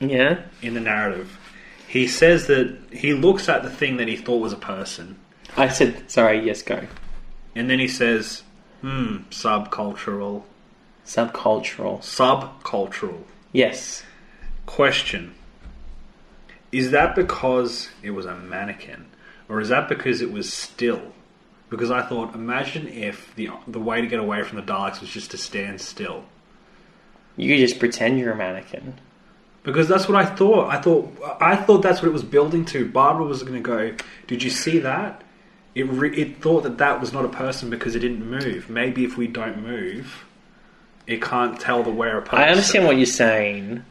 Speaker 5: Yeah,
Speaker 6: in the narrative. He says that he looks at the thing that he thought was a person,
Speaker 5: I said sorry. Yes, go
Speaker 6: and then he says, "Hmm, subcultural,
Speaker 5: subcultural.
Speaker 6: subcultural."
Speaker 5: Yes,
Speaker 6: Question: Is that because it was a mannequin, or is that because it was still? Because I thought, imagine if the the way to get away from the Daleks was just to stand still.
Speaker 5: you could just pretend you're a mannequin.
Speaker 6: Because that's what I thought. I thought I thought that's what it was building to. Barbara was going to go. Did you see that? It re- it thought that that was not a person because it didn't move. Maybe if we don't move, it can't tell the where a person.
Speaker 5: I understand what you're saying,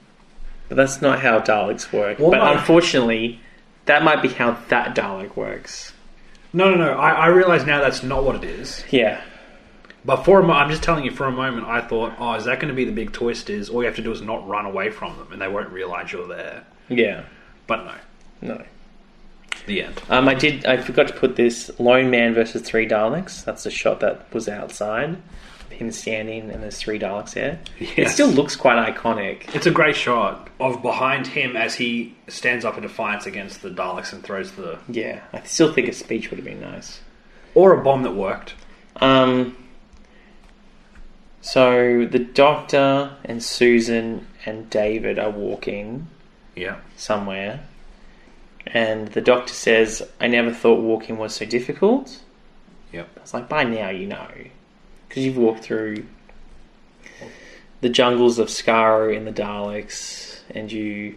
Speaker 5: but that's not how Daleks work.
Speaker 6: Well,
Speaker 5: but
Speaker 6: no.
Speaker 5: unfortunately, that might be how that Dalek works.
Speaker 6: No, no, no. I, I realize now that's not what it is.
Speaker 5: Yeah.
Speaker 6: But for a mo- I'm just telling you. For a moment, I thought, oh, is that going to be the big twist? Is all you have to do is not run away from them, and they won't realize you're there.
Speaker 5: Yeah.
Speaker 6: But no,
Speaker 5: No.
Speaker 6: the end.
Speaker 5: Um, I did. I forgot to put this Lone Man versus Three Daleks. That's the shot that was outside. Him standing and there's three Daleks there. It
Speaker 6: Yes.
Speaker 5: still looks quite iconic.
Speaker 6: It's a great shot of behind him as he stands up in defiance against the Daleks and throws the
Speaker 5: Yeah, I still think a speech would have been nice.
Speaker 6: Or a bomb that worked.
Speaker 5: Um, so the Doctor and Susan and David are walking
Speaker 6: Yeah.
Speaker 5: somewhere, and the Doctor says, "I never thought walking was so difficult."
Speaker 6: Yep.
Speaker 5: It's like by now you know, because you've walked through the jungles of Skaro in the Daleks, and you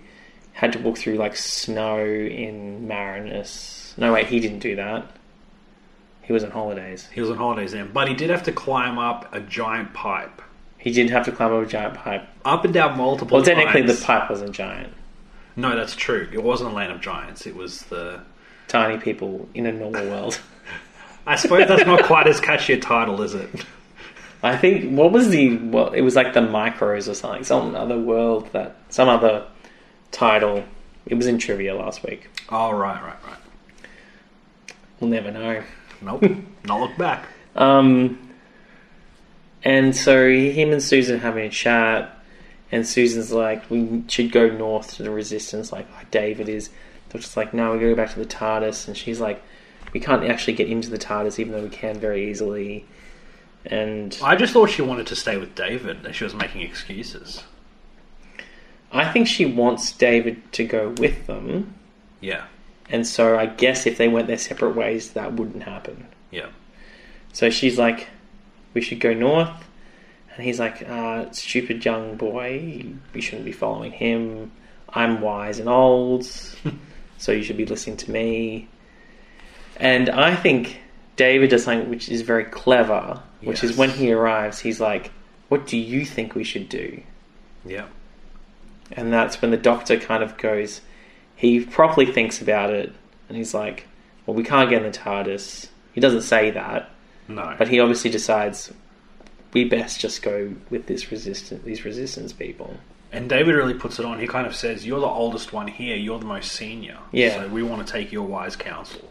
Speaker 5: had to walk through like snow in Marinus. No, wait, he didn't do that. He was on holidays.
Speaker 6: He was on holidays then, but he did have to climb up a giant pipe.
Speaker 5: He did have to climb up a giant pipe.
Speaker 6: Up and down multiple
Speaker 5: Well, technically, the
Speaker 6: times.
Speaker 5: pipe wasn't giant.
Speaker 6: No, that's true. It wasn't a land of giants. It was the.
Speaker 5: Tiny people in a normal world.
Speaker 6: I suppose that's not quite as catchy a title, is it?
Speaker 5: I think what was the well, it was like the micros or something, some other world that some other title. It was in trivia last week.
Speaker 6: Oh, right, right, right.
Speaker 5: We'll never know.
Speaker 6: Nope. not look back.
Speaker 5: Um, and so him and Susan having a chat, and Susan's like, "We should go north to the Resistance." Like oh, David is, they're just like, "No, we gotta go back to the TARDIS," and she's like, "We can't actually get into the TARDIS, even though we can very easily." And
Speaker 6: I just thought she wanted to stay with David and she was making excuses.
Speaker 5: I think she wants David to go with them,
Speaker 6: Yeah.
Speaker 5: and so I guess if they went their separate ways, that wouldn't happen.
Speaker 6: Yeah.
Speaker 5: So she's like, we should go north. And he's like, uh, stupid young boy, we shouldn't be following him. I'm wise and old, so you should be listening to me. And I think David does something which is very clever, which is
Speaker 6: Yes.
Speaker 5: when he arrives, he's like, what do you think we should do?
Speaker 6: Yeah.
Speaker 5: And that's when the doctor kind of goes, he properly thinks about it, and he's like, well, we can't get in the TARDIS. He doesn't say that.
Speaker 6: No.
Speaker 5: But he obviously decides we best just go with this resistance, these resistance people.
Speaker 6: And David really puts it on. He kind of says, "You're the oldest one here. You're the most senior.
Speaker 5: Yeah.
Speaker 6: So we want to take your wise counsel."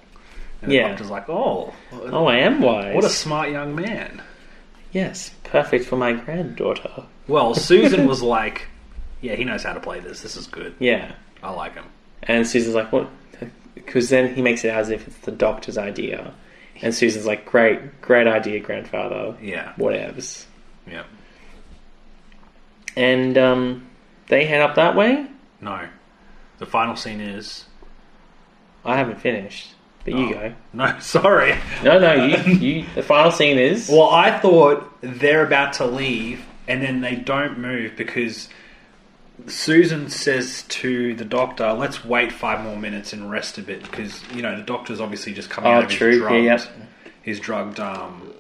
Speaker 6: And
Speaker 5: Yeah.
Speaker 6: Doctor's like, "Oh,
Speaker 5: Oh, I am wise.
Speaker 6: what a smart young man."
Speaker 5: yes, perfect for my granddaughter.
Speaker 6: Well, Susan was like, "Yeah, he knows how to play this. This is good.
Speaker 5: Yeah,
Speaker 6: I like him."
Speaker 5: and Susan's like, what? Because then he makes it as if it's the doctor's idea, and Susan's like, great, great idea, grandfather.
Speaker 6: Yeah.
Speaker 5: whatevs.
Speaker 6: Yeah.
Speaker 5: And um, they head up that way.
Speaker 6: No. The final scene is
Speaker 5: I haven't finished, but
Speaker 6: Oh.
Speaker 5: you go.
Speaker 6: no. Sorry.
Speaker 5: No, no, you, you. The final scene is
Speaker 6: Well, I thought they're about to leave, and then they don't move because Susan says to the doctor, "Let's wait five more minutes and rest a bit," because you know the doctor's obviously just coming
Speaker 5: Oh,
Speaker 6: out of
Speaker 5: true.
Speaker 6: his
Speaker 5: Yeah,
Speaker 6: drugged,
Speaker 5: yep.
Speaker 6: his drugged, um,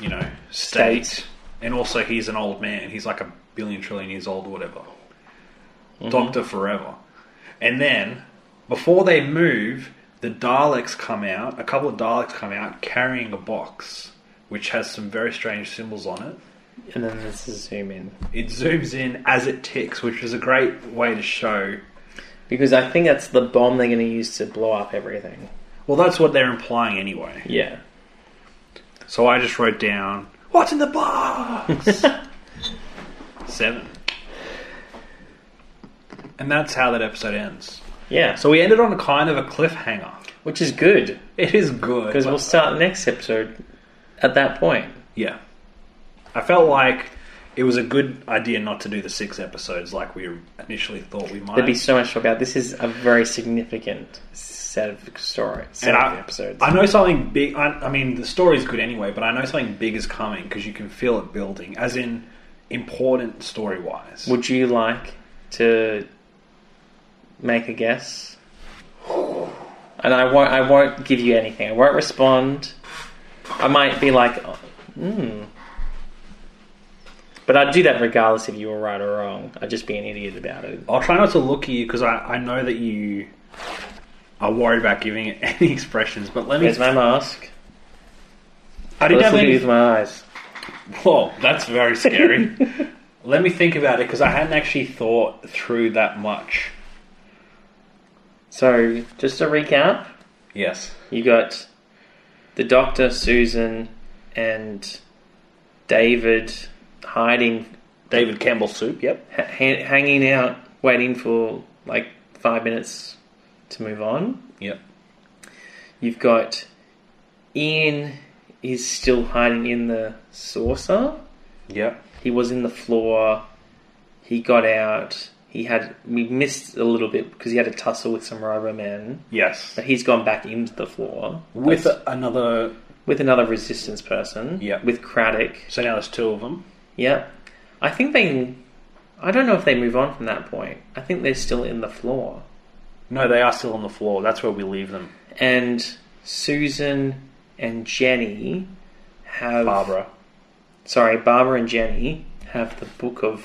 Speaker 6: you know, state.
Speaker 5: State.
Speaker 6: and also he's an old man. He's like a billion trillion years old, or whatever. Doctor forever, and then before they move, the Daleks come out. A couple of Daleks come out carrying a box which has some very strange symbols on it.
Speaker 5: and then this is zoom in
Speaker 6: It zooms in as it ticks, which is a great way to show.
Speaker 5: because I think that's the bomb they're going to use to blow up everything.
Speaker 6: Well, that's what they're implying anyway.
Speaker 5: Yeah.
Speaker 6: So I just wrote down what's in the box. Seven. And that's how that episode ends.
Speaker 5: Yeah.
Speaker 6: So we ended on kind of a cliffhanger.
Speaker 5: which is good
Speaker 6: It is good
Speaker 5: because
Speaker 6: but-
Speaker 5: we'll start the next episode at that point.
Speaker 6: Yeah. I felt like it was a good idea not to do the six episodes like we initially thought we might.
Speaker 5: There'd be so much to talk about. This is a very significant set of story, set
Speaker 6: and
Speaker 5: of
Speaker 6: I,
Speaker 5: episodes.
Speaker 6: I know something big. I, I mean, the story's good anyway, but I know something big is coming because you can feel it building, as in important story wise.
Speaker 5: Would you like to make a guess? And I won't. I won't give you anything. I won't respond. I might be like, "Hmm," but I'd do that regardless if you were right or wrong. I'd just be an idiot about it.
Speaker 6: I'll try not to look at you because I, I know that you are worried about giving it any expressions, but let me.
Speaker 5: There's my mask.
Speaker 6: I
Speaker 5: What
Speaker 6: didn't
Speaker 5: else
Speaker 6: have
Speaker 5: would you do
Speaker 6: any.
Speaker 5: with my eyes?
Speaker 6: Whoa, that's very scary. Let me think about it because I hadn't actually thought through that much.
Speaker 5: So, just to recap,
Speaker 6: Yes.
Speaker 5: You got the Doctor, Susan, and David hiding,
Speaker 6: David Campbell soup. Yep.
Speaker 5: ha- ha- hanging out, waiting for like five minutes to move on.
Speaker 6: Yep.
Speaker 5: You've got Ian is still hiding in the saucer.
Speaker 6: Yep.
Speaker 5: He was in the floor. He got out. He had we missed a little bit because he had a tussle with some Robomen.
Speaker 6: Yes.
Speaker 5: But he's gone back into the floor
Speaker 6: With
Speaker 5: That's-
Speaker 6: another.
Speaker 5: with another resistance person.
Speaker 6: Yep.
Speaker 5: With Craddock.
Speaker 6: So now there's two of them.
Speaker 5: Yep. I think they. I don't know if they move on from that point. I think they're still in the floor.
Speaker 6: No, they are still on the floor. That's where we leave them.
Speaker 5: And Susan and Jenny have.
Speaker 6: Barbara.
Speaker 5: Sorry, Barbara and Jenny have the Book of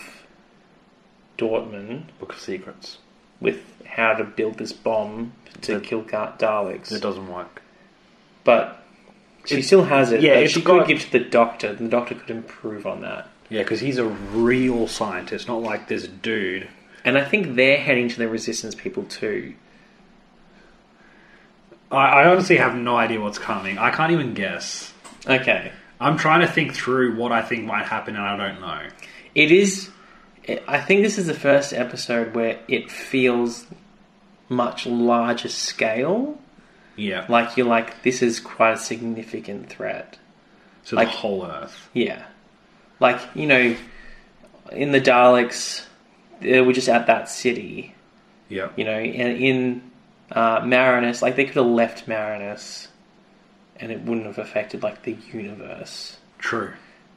Speaker 5: Dortmund
Speaker 6: Book of Secrets.
Speaker 5: with how to build this bomb to
Speaker 6: That-
Speaker 5: kill Gar- Daleks.
Speaker 6: It doesn't work.
Speaker 5: but she still has it.
Speaker 6: yeah,
Speaker 5: but
Speaker 6: it's
Speaker 5: she could
Speaker 6: got-
Speaker 5: give to the doctor. and The doctor could improve on that.
Speaker 6: Yeah, because he's a real scientist, not like this dude.
Speaker 5: And I think they're heading to the resistance people too.
Speaker 6: I, I honestly have no idea what's coming. I can't even guess.
Speaker 5: Okay.
Speaker 6: I'm trying to think through what I think might happen, and I don't know.
Speaker 5: It is. I think this is the first episode where it feels much larger scale.
Speaker 6: Yeah,
Speaker 5: Like you're like, this is quite a significant threat.
Speaker 6: so
Speaker 5: like-
Speaker 6: the whole Earth.
Speaker 5: Yeah. Like, you know, in the Daleks, they were just at that city,
Speaker 6: Yeah,
Speaker 5: you know, and in uh, Marinus, like they could have left Marinus and it wouldn't have affected like the universe
Speaker 6: true.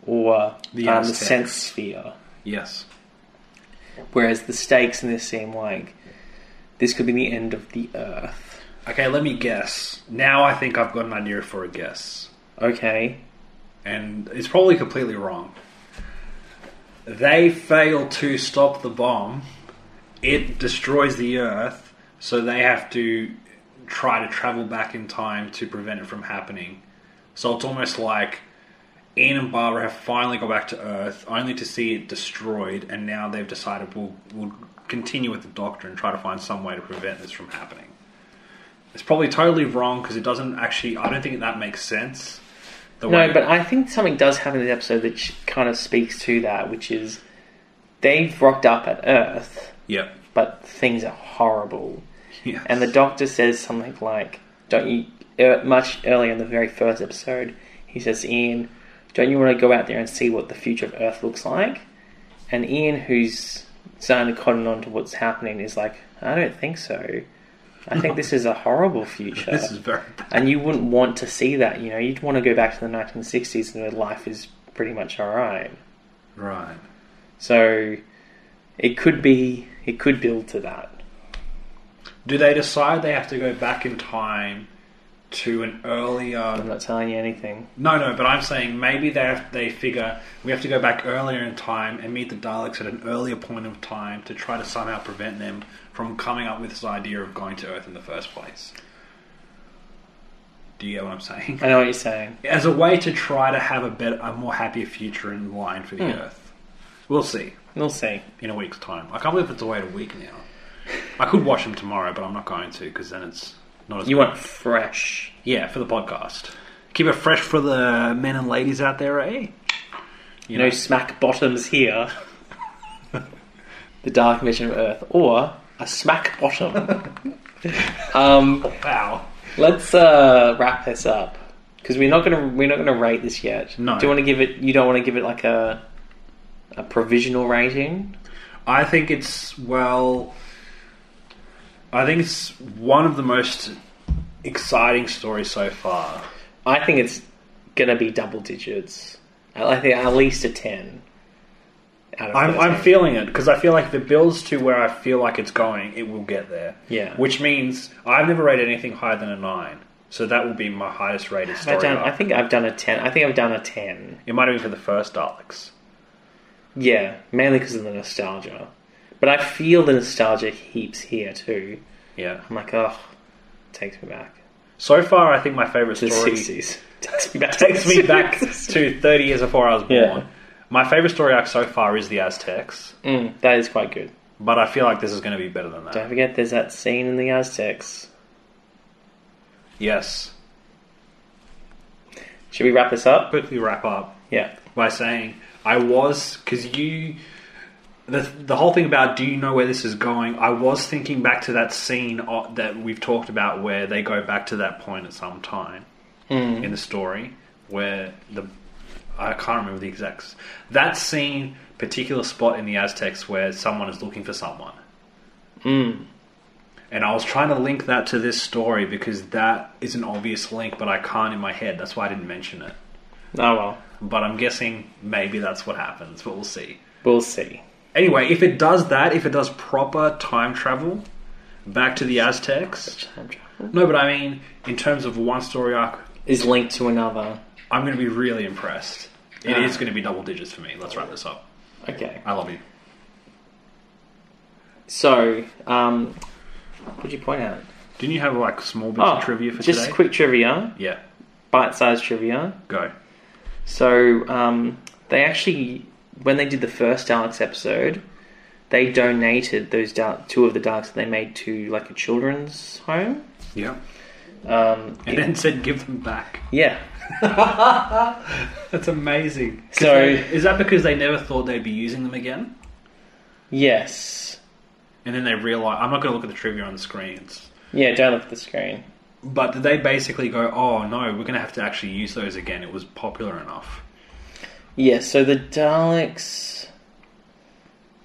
Speaker 5: or
Speaker 6: The
Speaker 5: um, the
Speaker 6: Aztecs.
Speaker 5: sense sphere.
Speaker 6: Yes,
Speaker 5: Whereas the stakes in this seem like this could be the end of the earth.
Speaker 6: Okay, let me guess. Now I think I've got an idea for a guess.
Speaker 5: Okay.
Speaker 6: And it's probably completely wrong. They fail to stop the bomb, it destroys the Earth, so they have to try to travel back in time to prevent it from happening. So it's almost like Ian and Barbara have finally got back to Earth, only to see it destroyed, and now they've decided we'll, we'll continue with the Doctor and try to find some way to prevent this from happening. It's probably totally wrong because it doesn't actually. I don't think that makes sense. The
Speaker 5: No, but I think something does happen in this episode that sh- kind of speaks to that, which is they've rocked up at Earth,
Speaker 6: yeah,
Speaker 5: but things are horrible.
Speaker 6: Yes.
Speaker 5: And the doctor says something like, "Don't you?" Er, much earlier in the very first episode, he says, to "Ian, don't you want to go out there and see what the future of Earth looks like?" And Ian, who's starting to cotton on to what's happening, is like, "I don't think so. I think this is a horrible future."
Speaker 6: this is very
Speaker 5: and you wouldn't want to see that. You know, you'd want to go back to the 1960s and where life is pretty much all right.
Speaker 6: right.
Speaker 5: So it could be, it could build to that.
Speaker 6: Do they decide they have to go back in time to an earlier?
Speaker 5: I'm not telling you anything.
Speaker 6: No, no, but I'm saying maybe they have, they figure we have to go back earlier in time and meet the Daleks at an earlier point of time to try to somehow prevent them from coming up with this idea of going to Earth in the first place. Do you get what I'm saying?
Speaker 5: I know what you're saying.
Speaker 6: As a way to try to have a better, a more happier future in line for the
Speaker 5: Hmm.
Speaker 6: Earth. We'll see
Speaker 5: We'll see.
Speaker 6: in a week's time. I can't believe it's away in a week now. I could watch them tomorrow, but I'm not going to because then it's not as
Speaker 5: You
Speaker 6: good.
Speaker 5: want fresh.
Speaker 6: yeah for the podcast. Keep it fresh for the men and ladies out there, eh?
Speaker 5: You know, smack bottoms here. the dark vision of Earth, or a smack bottom. um,
Speaker 6: Wow.
Speaker 5: let's uh, wrap this up because we're not gonna we're not gonna rate this yet.
Speaker 6: No.
Speaker 5: Do you want to give it? You don't want to give it like a a provisional rating.
Speaker 6: I think it's well. I think it's one of the most exciting stories so far.
Speaker 5: I think it's gonna be double digits. I I think at least a ten. Out of
Speaker 6: I'm,
Speaker 5: 13.
Speaker 6: I'm feeling it because I feel like if it builds to where I feel like it's going, it will get there.
Speaker 5: Yeah.
Speaker 6: Which means I've never rated anything higher than a nine, so that will be my highest rated
Speaker 5: Have
Speaker 6: story.
Speaker 5: I, done,
Speaker 6: arc.
Speaker 5: I think I've done a ten. I think I've done a ten.
Speaker 6: It might have been for the first Daleks.
Speaker 5: Yeah, mainly because of the nostalgia. But I feel the nostalgia heaps here too.
Speaker 6: Yeah.
Speaker 5: I'm like, oh, takes me back
Speaker 6: So far, I think my favourite
Speaker 5: to the
Speaker 6: story
Speaker 5: sixties. Takes me back.
Speaker 6: takes me back to 30 years before I was born.
Speaker 5: Yeah.
Speaker 6: My favourite story arc so far is the Aztecs,
Speaker 5: Mm, that is quite good.
Speaker 6: but I feel like this is going to be better than that.
Speaker 5: Don't forget, there's that scene in the Aztecs.
Speaker 6: Yes.
Speaker 5: Should we wrap this up?
Speaker 6: Quickly wrap up
Speaker 5: Yeah.
Speaker 6: by saying I was because you. The, the whole thing about do you know where this is going? I was thinking back to that scene o that we've talked about where they go back to that point at some time in the story where the I can't remember the exact that scene particular spot in the Aztecs where someone is looking for someone. And I was trying to link that to this story because that is an obvious link, but I can't in my head. That's why I didn't mention it.
Speaker 5: Oh well,
Speaker 6: But I'm guessing maybe that's what happens, but we'll see.
Speaker 5: we'll see.
Speaker 6: Anyway, if it does that, if it does proper time travel back to the Aztecs.
Speaker 5: Time travel
Speaker 6: No, but I mean, in terms of one story arc,
Speaker 5: is linked to another.
Speaker 6: I'm going to be really impressed. It
Speaker 5: Ah.
Speaker 6: is going to be double digits for me. Let's wrap this up.
Speaker 5: Okay.
Speaker 6: I love you.
Speaker 5: So, um, what'd you point out?
Speaker 6: Didn't you have like small bits
Speaker 5: Oh,
Speaker 6: of trivia for
Speaker 5: just
Speaker 6: today?
Speaker 5: quick trivia,
Speaker 6: Yeah,
Speaker 5: bite-sized trivia.
Speaker 6: go.
Speaker 5: So um, they actually, when they did the first Daleks episode, they donated those Dal- two of the Daleks that they made to like a children's home.
Speaker 6: Yeah.
Speaker 5: Um,
Speaker 6: And then said give them back.
Speaker 5: yeah,
Speaker 6: That's amazing.
Speaker 5: So-
Speaker 6: is that because they never thought they'd be using them again?
Speaker 5: yes,
Speaker 6: And then they realized I'm not going to look at the trivia on the screens.
Speaker 5: yeah. Don't look at the screen.
Speaker 6: But did they basically go, "Oh no, we're going to have to actually use those again. It was popular enough."
Speaker 5: Yeah, so the Daleks.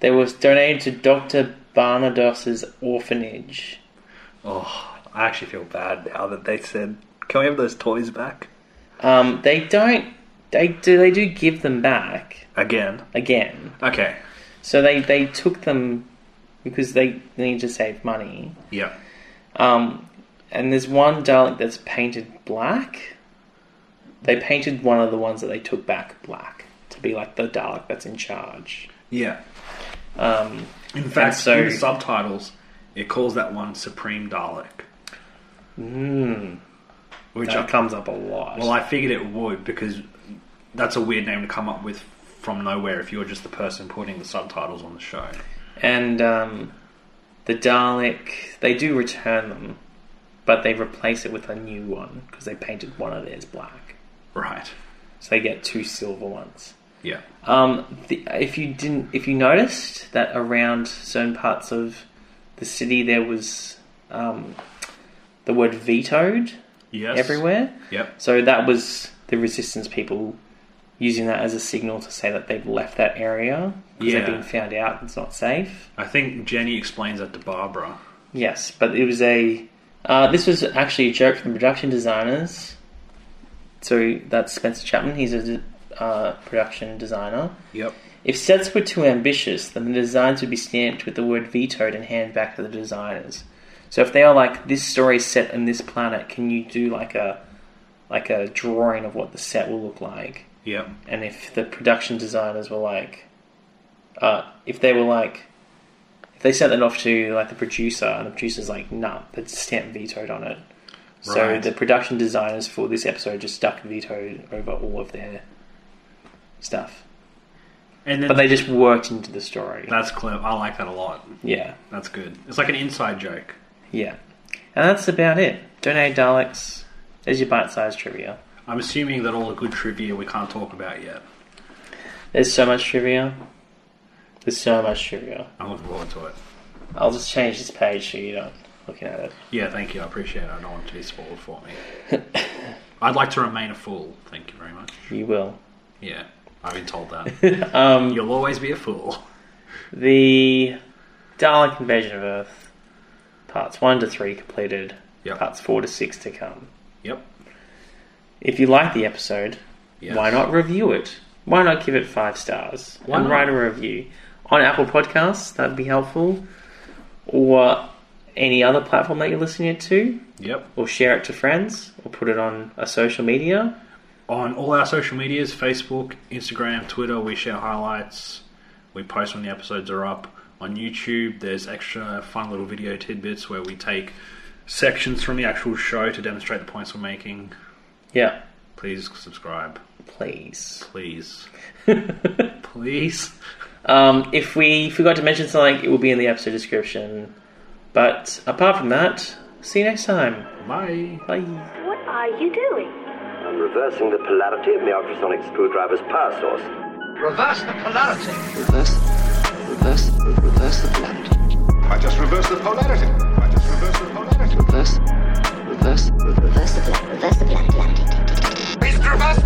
Speaker 5: They was donated to Dr. Barnados's orphanage.
Speaker 6: Oh, I actually feel bad now that they said, "Can we have those toys back
Speaker 5: Um, they don't. They do. They do give them back
Speaker 6: again?"
Speaker 5: again.
Speaker 6: Okay.
Speaker 5: So they they took them because they need to save money.
Speaker 6: Yeah.
Speaker 5: Um, and there's one Dalek that's painted black. They painted one of the ones that they took back black to be like the Dalek that's in charge.
Speaker 6: Yeah.
Speaker 5: Um,
Speaker 6: In fact,
Speaker 5: so-
Speaker 6: in the subtitles, it calls that one Supreme Dalek. Mmm. Which I
Speaker 5: that comes up a lot.
Speaker 6: Well, I figured it would because that's a weird name to come up with from nowhere if you're just the person putting the subtitles on the show.
Speaker 5: and um, the Dalek. They do return them, but they replace it with a new one because they painted one of theirs black,
Speaker 6: Right.
Speaker 5: so they get two silver ones.
Speaker 6: Yeah.
Speaker 5: Um, the, if you didn't, if you noticed that around certain parts of the city there was um, the word vetoed
Speaker 6: Yes.
Speaker 5: everywhere.
Speaker 6: Yep.
Speaker 5: So that was the resistance people using that as a signal to say that they've left that area because
Speaker 6: Yeah.
Speaker 5: they've been found out. It's not safe.
Speaker 6: I think Jenny explains that to Barbara.
Speaker 5: Yes, but it was a. Uh, this was actually a joke from the production designers. So that's Spencer Chapman. He's a uh, production designer.
Speaker 6: Yep.
Speaker 5: If sets were too ambitious, then the designs would be stamped with the word vetoed and handed back to the designers. So if they are like this story is set in this planet, can you do like a like a drawing of what the set will look like?
Speaker 6: Yep.
Speaker 5: And if the production designers were like, uh, if they were like, if they sent that off to like the producer, and the producer's like, nah, that's stamp vetoed on it. So
Speaker 6: Right.
Speaker 5: the production designers for this episode just stuck vetoed over all of their stuff.
Speaker 6: And then
Speaker 5: But they just worked into the story.
Speaker 6: that's clever. I like that a lot.
Speaker 5: Yeah,
Speaker 6: That's good. It's like an inside joke.
Speaker 5: yeah. And that's about it. Donate Daleks. There's your bite sized trivia.
Speaker 6: I'm assuming that all the good trivia we can't talk about yet.
Speaker 5: There's so much trivia. There's so much trivia.
Speaker 6: I'm looking forward to it.
Speaker 5: I'll just change this page so you don't looking at it.
Speaker 6: Yeah, thank you. I appreciate it. I don't want it to be spoiled for me. I'd like to remain a fool. Thank you very much.
Speaker 5: You will.
Speaker 6: Yeah, I've been told that. um, You'll always be a fool.
Speaker 5: The Dalek Invasion of Earth, parts 1 to 3 completed,
Speaker 6: Yep.
Speaker 5: parts 4 to 6 to come.
Speaker 6: Yep.
Speaker 5: If you like the episode,
Speaker 6: Yes.
Speaker 5: why not review it? Why not give it five stars
Speaker 6: Why
Speaker 5: and
Speaker 6: not?
Speaker 5: write a review on Apple Podcasts? That'd be helpful, or any other platform that you're listening it to,
Speaker 6: Yep.
Speaker 5: or share it to friends, or put it on a social media.
Speaker 6: On all our social medias Facebook, Instagram, Twitter, we share highlights. We post when the episodes are up. On YouTube, there's extra fun little video tidbits where we take sections from the actual show to demonstrate the points we're making.
Speaker 5: Yeah,
Speaker 6: Please subscribe.
Speaker 5: please.
Speaker 6: Please. Please.
Speaker 5: Um, if we forgot to mention something, it will be in the episode description. But apart from that, see you next time.
Speaker 6: Bye.
Speaker 5: Bye.
Speaker 7: What are you doing?
Speaker 2: I'm reversing the polarity of my ultrasonic screwdriver's power source.
Speaker 3: Reverse the polarity.
Speaker 4: reverse, reverse, reverse the blend.
Speaker 3: I just reversed the polarity. I just reversed the polarity.
Speaker 4: Reverse, reverse, reverse.
Speaker 8: Reverse the blend. Reverse the blend. blend.
Speaker 3: Please reverse